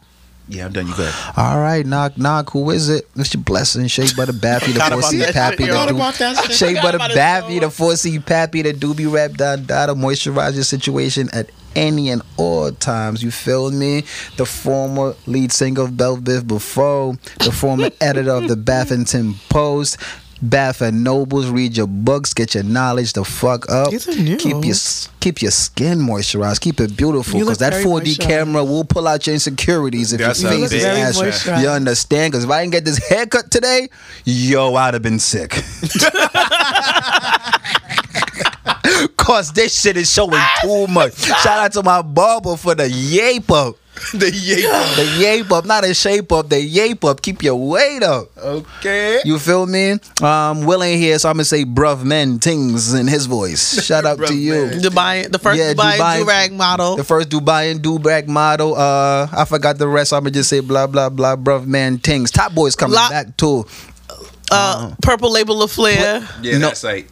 S5: Yeah, I'm done. You good?
S4: All right, knock knock. Who is it? It's your blessing, Shea Butter Bappy, the
S3: Forgot
S4: four
S3: about
S4: C
S3: that
S4: Pappy,
S3: shit, yo. Forgot
S4: the Doobie
S3: about that shit.
S4: Shea
S3: Forgot
S4: Butter
S3: about it so
S4: Bappy, the
S3: much.
S4: four C Pappy, the Doobie Rap Dot Dot, to moisturize your situation at any and all times. You feel me? The former lead singer of Belviv before, the former editor of the Baffington Post. Bath and Nobles, read your books, get your knowledge the fuck up.
S3: These are new.
S4: Keep your s- keep your skin moisturized, keep it beautiful,
S3: You
S4: because
S3: look
S4: that
S3: very
S4: 4D
S3: moisturized.
S4: camera will pull out your insecurities if your
S5: That's a
S4: face
S5: big
S4: is
S5: Very
S4: ass.
S3: moisturized.
S4: You understand? Because if I didn't get this haircut today, yo, I'd have been sick. Cause this shit is showing too much. Shout out to my barber for the yape up.
S5: the yeah.
S4: The yape up, not a shape up, the yape up. Keep your weight up.
S5: Okay.
S4: You feel me? Um, Will ain't here, so I'm gonna say bruv men tings in his voice. Shout out to
S5: Bruv
S4: you.
S5: men.
S3: Dubai, the first
S4: Yeah,
S3: Dubai,
S4: Dubai-
S3: durag model.
S4: The first Dubai and Dubrak model. Uh, I forgot the rest. I'm gonna just say blah blah blah. Bruv man, things. Top boys coming
S3: Lot-
S4: back too.
S3: uh, purple label of flair.
S5: Yeah,
S4: No.
S5: that's like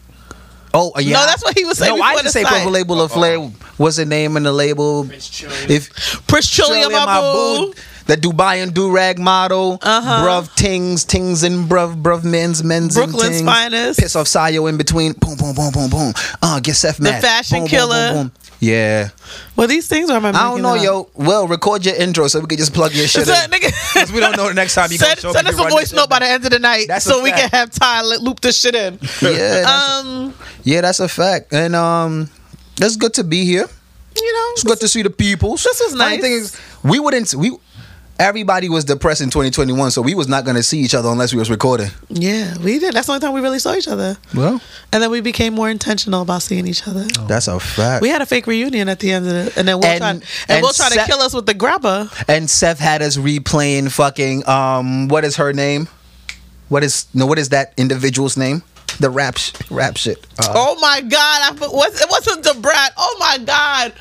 S4: Oh uh, yeah.
S3: No, that's what he was saying
S4: No, I
S3: before
S4: just
S3: the
S4: say
S3: site.
S4: purple label of flair. What's the name in the label? If
S3: Prince Chili of
S4: Shirley and
S3: my
S4: my
S3: boo.
S4: boo. The Dubai and Durag model,
S3: Uh-huh.
S4: bruv tings, tings and bruv, bruv men's, men's and
S3: Brooklyn's
S4: tings.
S3: finest.
S4: Piss off Sayo in between, boom, boom, boom, boom, boom. Uh, get Seth mad.
S3: fashion
S4: Boom, boom,
S3: killer.
S4: boom, boom. Yeah,
S3: Well, these things are my.
S4: I don't know, yo. Well, record your intro so we can just plug your shit in.
S3: Nigga,
S4: 'Cause we don't know the next time you
S3: send,
S4: gonna show up,
S3: send
S4: you
S3: us a
S4: run
S3: voice
S4: this
S3: note by the end of the night
S4: That's a
S3: so we can
S4: fact.
S3: have Tyler loop this shit in.
S4: Yeah, that's,
S3: Um,
S4: yeah, that's a fact. And um, that's good to be here.
S3: you know,
S4: It's good to see the people.
S3: This was
S4: Funny
S3: nice.
S4: thing is, we wouldn't we. Everybody was depressed in 2021, so we was not gonna see each other unless we was recording.
S3: yeah, we did. That's the only time we really saw each other,
S4: Well,
S3: and then we became more intentional about seeing each other.
S4: that's a fact.
S3: We had a fake reunion at the end of it, and then we'll
S4: And-
S3: try and,
S4: and
S3: we'll try to
S4: Seth-
S3: kill us with the grabber.
S4: and Seth had us replaying fucking um, what is her name? What is no? What is that individual's name? The rap sh- rap shit. Uh,
S3: oh my god! I put, was, it wasn't the brat. Oh my god!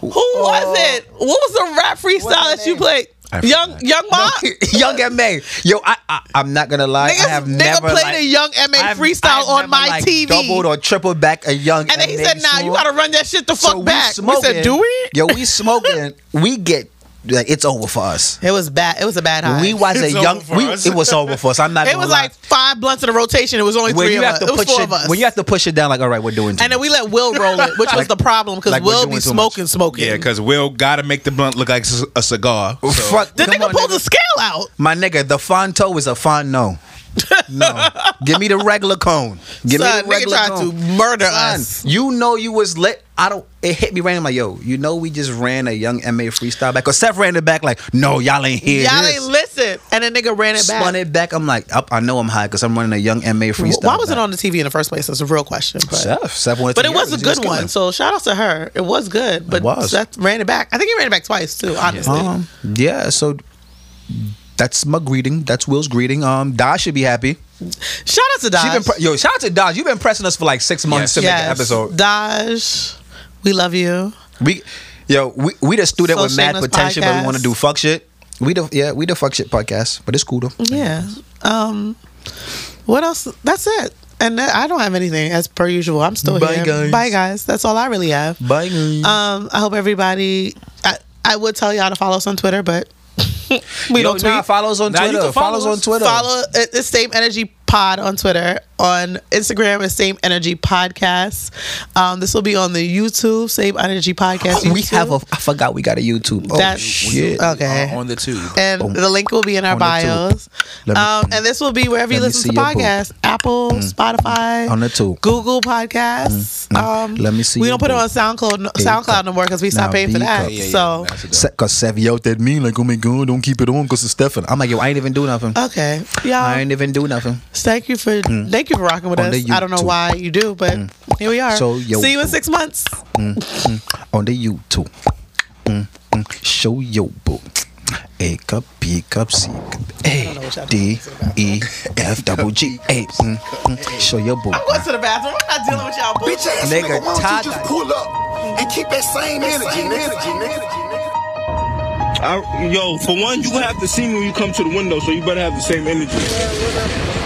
S3: Who was
S4: Oh.
S3: it? What was the rap freestyle that you played?
S5: I
S3: Young
S5: forgot.
S3: Young Ma.
S4: Uh, Young Ma. Yo, I, I I'm not gonna lie.
S3: Niggas,
S4: I have
S3: nigga
S4: never
S3: played
S4: like,
S3: a Young Ma
S4: I've-
S3: freestyle
S4: I've
S3: on
S4: never,
S3: my
S4: like,
S3: TV.
S4: Doubled or triple back a young.
S3: And then he
S4: MA
S3: said, "Nah, you
S4: song.
S3: gotta run that shit the fuck
S4: So we
S3: back." We
S4: smoking.
S3: said, "Do we?"
S4: Yo, we smoking. we get like it's over for us.
S3: It was bad. It was a bad high.
S4: We was a
S6: It's
S4: young.
S6: over for
S4: we-
S6: us.
S4: it was over for us. I'm not.
S3: it
S4: gonna
S3: was
S4: lie.
S3: like five blunts in a rotation. It was only
S4: when
S3: three
S4: you
S3: of
S4: have
S3: us.
S4: to
S3: It was
S4: push
S3: four
S4: it,
S3: of us.
S4: when you have to push it down, like all right, we're doing. Too
S3: and then we
S4: much.
S3: let Will roll it, which was the problem because
S4: like we're
S3: Will
S4: doing
S3: be
S4: too much.
S3: smoking, smoking.
S5: yeah, because Will gotta make the blunt look like c- a cigar. So.
S4: Fuck,
S3: the
S4: come
S3: nigga
S4: on,
S3: pulled the scale out.
S4: My nigga, the Fonto is a fond no. No. Give me the regular cone.
S3: Son,
S4: Give me the
S3: nigga
S4: regular
S3: tried
S4: cone.
S3: to murder
S4: Son,
S3: us.
S4: You know you was lit. I don't. It hit me random like, yo, you know we just ran a young MA freestyle back. Cause Seth ran it back like, no, y'all ain't here.
S3: Y'all ain't listen. And the nigga ran it back.
S4: Spun it back. I'm like, up, I know I'm high because I'm running a young MA freestyle.
S3: Why was
S4: back.
S3: it on the TV in the first place? That's a real question. But,
S4: Seth? Seth wanted
S3: but
S4: to
S3: it
S4: hear
S3: was a
S4: She was
S3: good
S4: killing
S3: one.
S4: it.
S3: So shout out to her. It was good. But
S4: was.
S3: Seth ran it back. I think he ran it back twice too. Honestly.
S4: Um, yeah. So that's my greeting. That's Will's greeting. Um, Da should be happy.
S3: shout out to
S4: She
S3: Dodge.
S4: been pre- yo, shout out to Dodge. You've been pressing us for like six months to make an
S3: Yes.
S4: episode.
S3: Dodge, we love you.
S4: We, yo, we we the student
S3: So
S4: with mad
S3: shameless
S4: potential, but we want
S3: podcast.
S4: to do fuck shit. We the yeah, we the fuck shit podcast, but it's cool though.
S3: Yeah. Um, what else? That's it. And that, I don't have anything as per usual. I'm still
S4: Bye,
S3: here.
S4: guys.
S3: Bye guys. That's all I really have.
S4: Bye. guys.
S3: Um, I hope everybody. I, I would tell y'all to follow us on Twitter, but we
S4: Yo,
S3: don't tweet.
S4: nah, follow us on
S6: Nah, you
S4: Twitter.
S6: can follow
S4: Follow us on
S6: us.
S4: Twitter.
S3: Follow it- it's Same Energy Pod on Twitter. On Instagram is Same Energy Podcast. Um, this will be on the YouTube Same Energy Podcast.
S4: We
S3: YouTube.
S4: have a. I forgot we got a YouTube. Oh
S3: That's-
S4: shit. Uh,
S3: okay.
S6: On- on the tube.
S3: and the link will be in our
S4: Oh, On the tube.
S3: bios.
S4: Let me-
S3: um, and this will be wherever you
S4: let me
S3: listen to
S4: see your boob.
S3: podcasts: Apple, Spotify,
S4: On the tube.
S3: Google Podcasts. Um,
S4: mm. Let me see
S3: We
S4: your
S3: don't put it
S4: boob.
S3: on SoundCloud, SoundCloud no more because we stopped
S4: Now,
S3: paying for
S4: B
S3: that.
S4: cup.
S6: Yeah, yeah,
S3: so
S6: that's a dope.
S4: Se- Cause Sev yelled at me like, "Oh my god, don't keep it on," cause it's Stefan. I'm like, yo, I ain't even do nothing.
S3: okay,
S4: I
S3: y'all,
S4: ain't even do nothing.
S3: thank you for thank you for rocking with
S4: On
S3: us.
S4: the
S3: I don't know
S4: YouTube. Mm.
S3: why you do, but here we are.
S4: So, yo.
S3: see you in six months.
S4: on the YouTube. Mm, mm. Show your book. A cup, B cup, C cup,
S3: know what y'all
S4: A, D, E, F, double G, A. mm, mm. Show your book.
S3: I'm going to the bathroom. I'm not dealing with y'all bullshit.
S1: Bitch ass
S4: Nigga,
S1: nigga, why don't you
S4: Todd-
S1: just pull up
S6: and keep that same energy, energy, energy.
S8: I, yo, for one, you gonna have to see me when you come to the window, so you better have the same energy.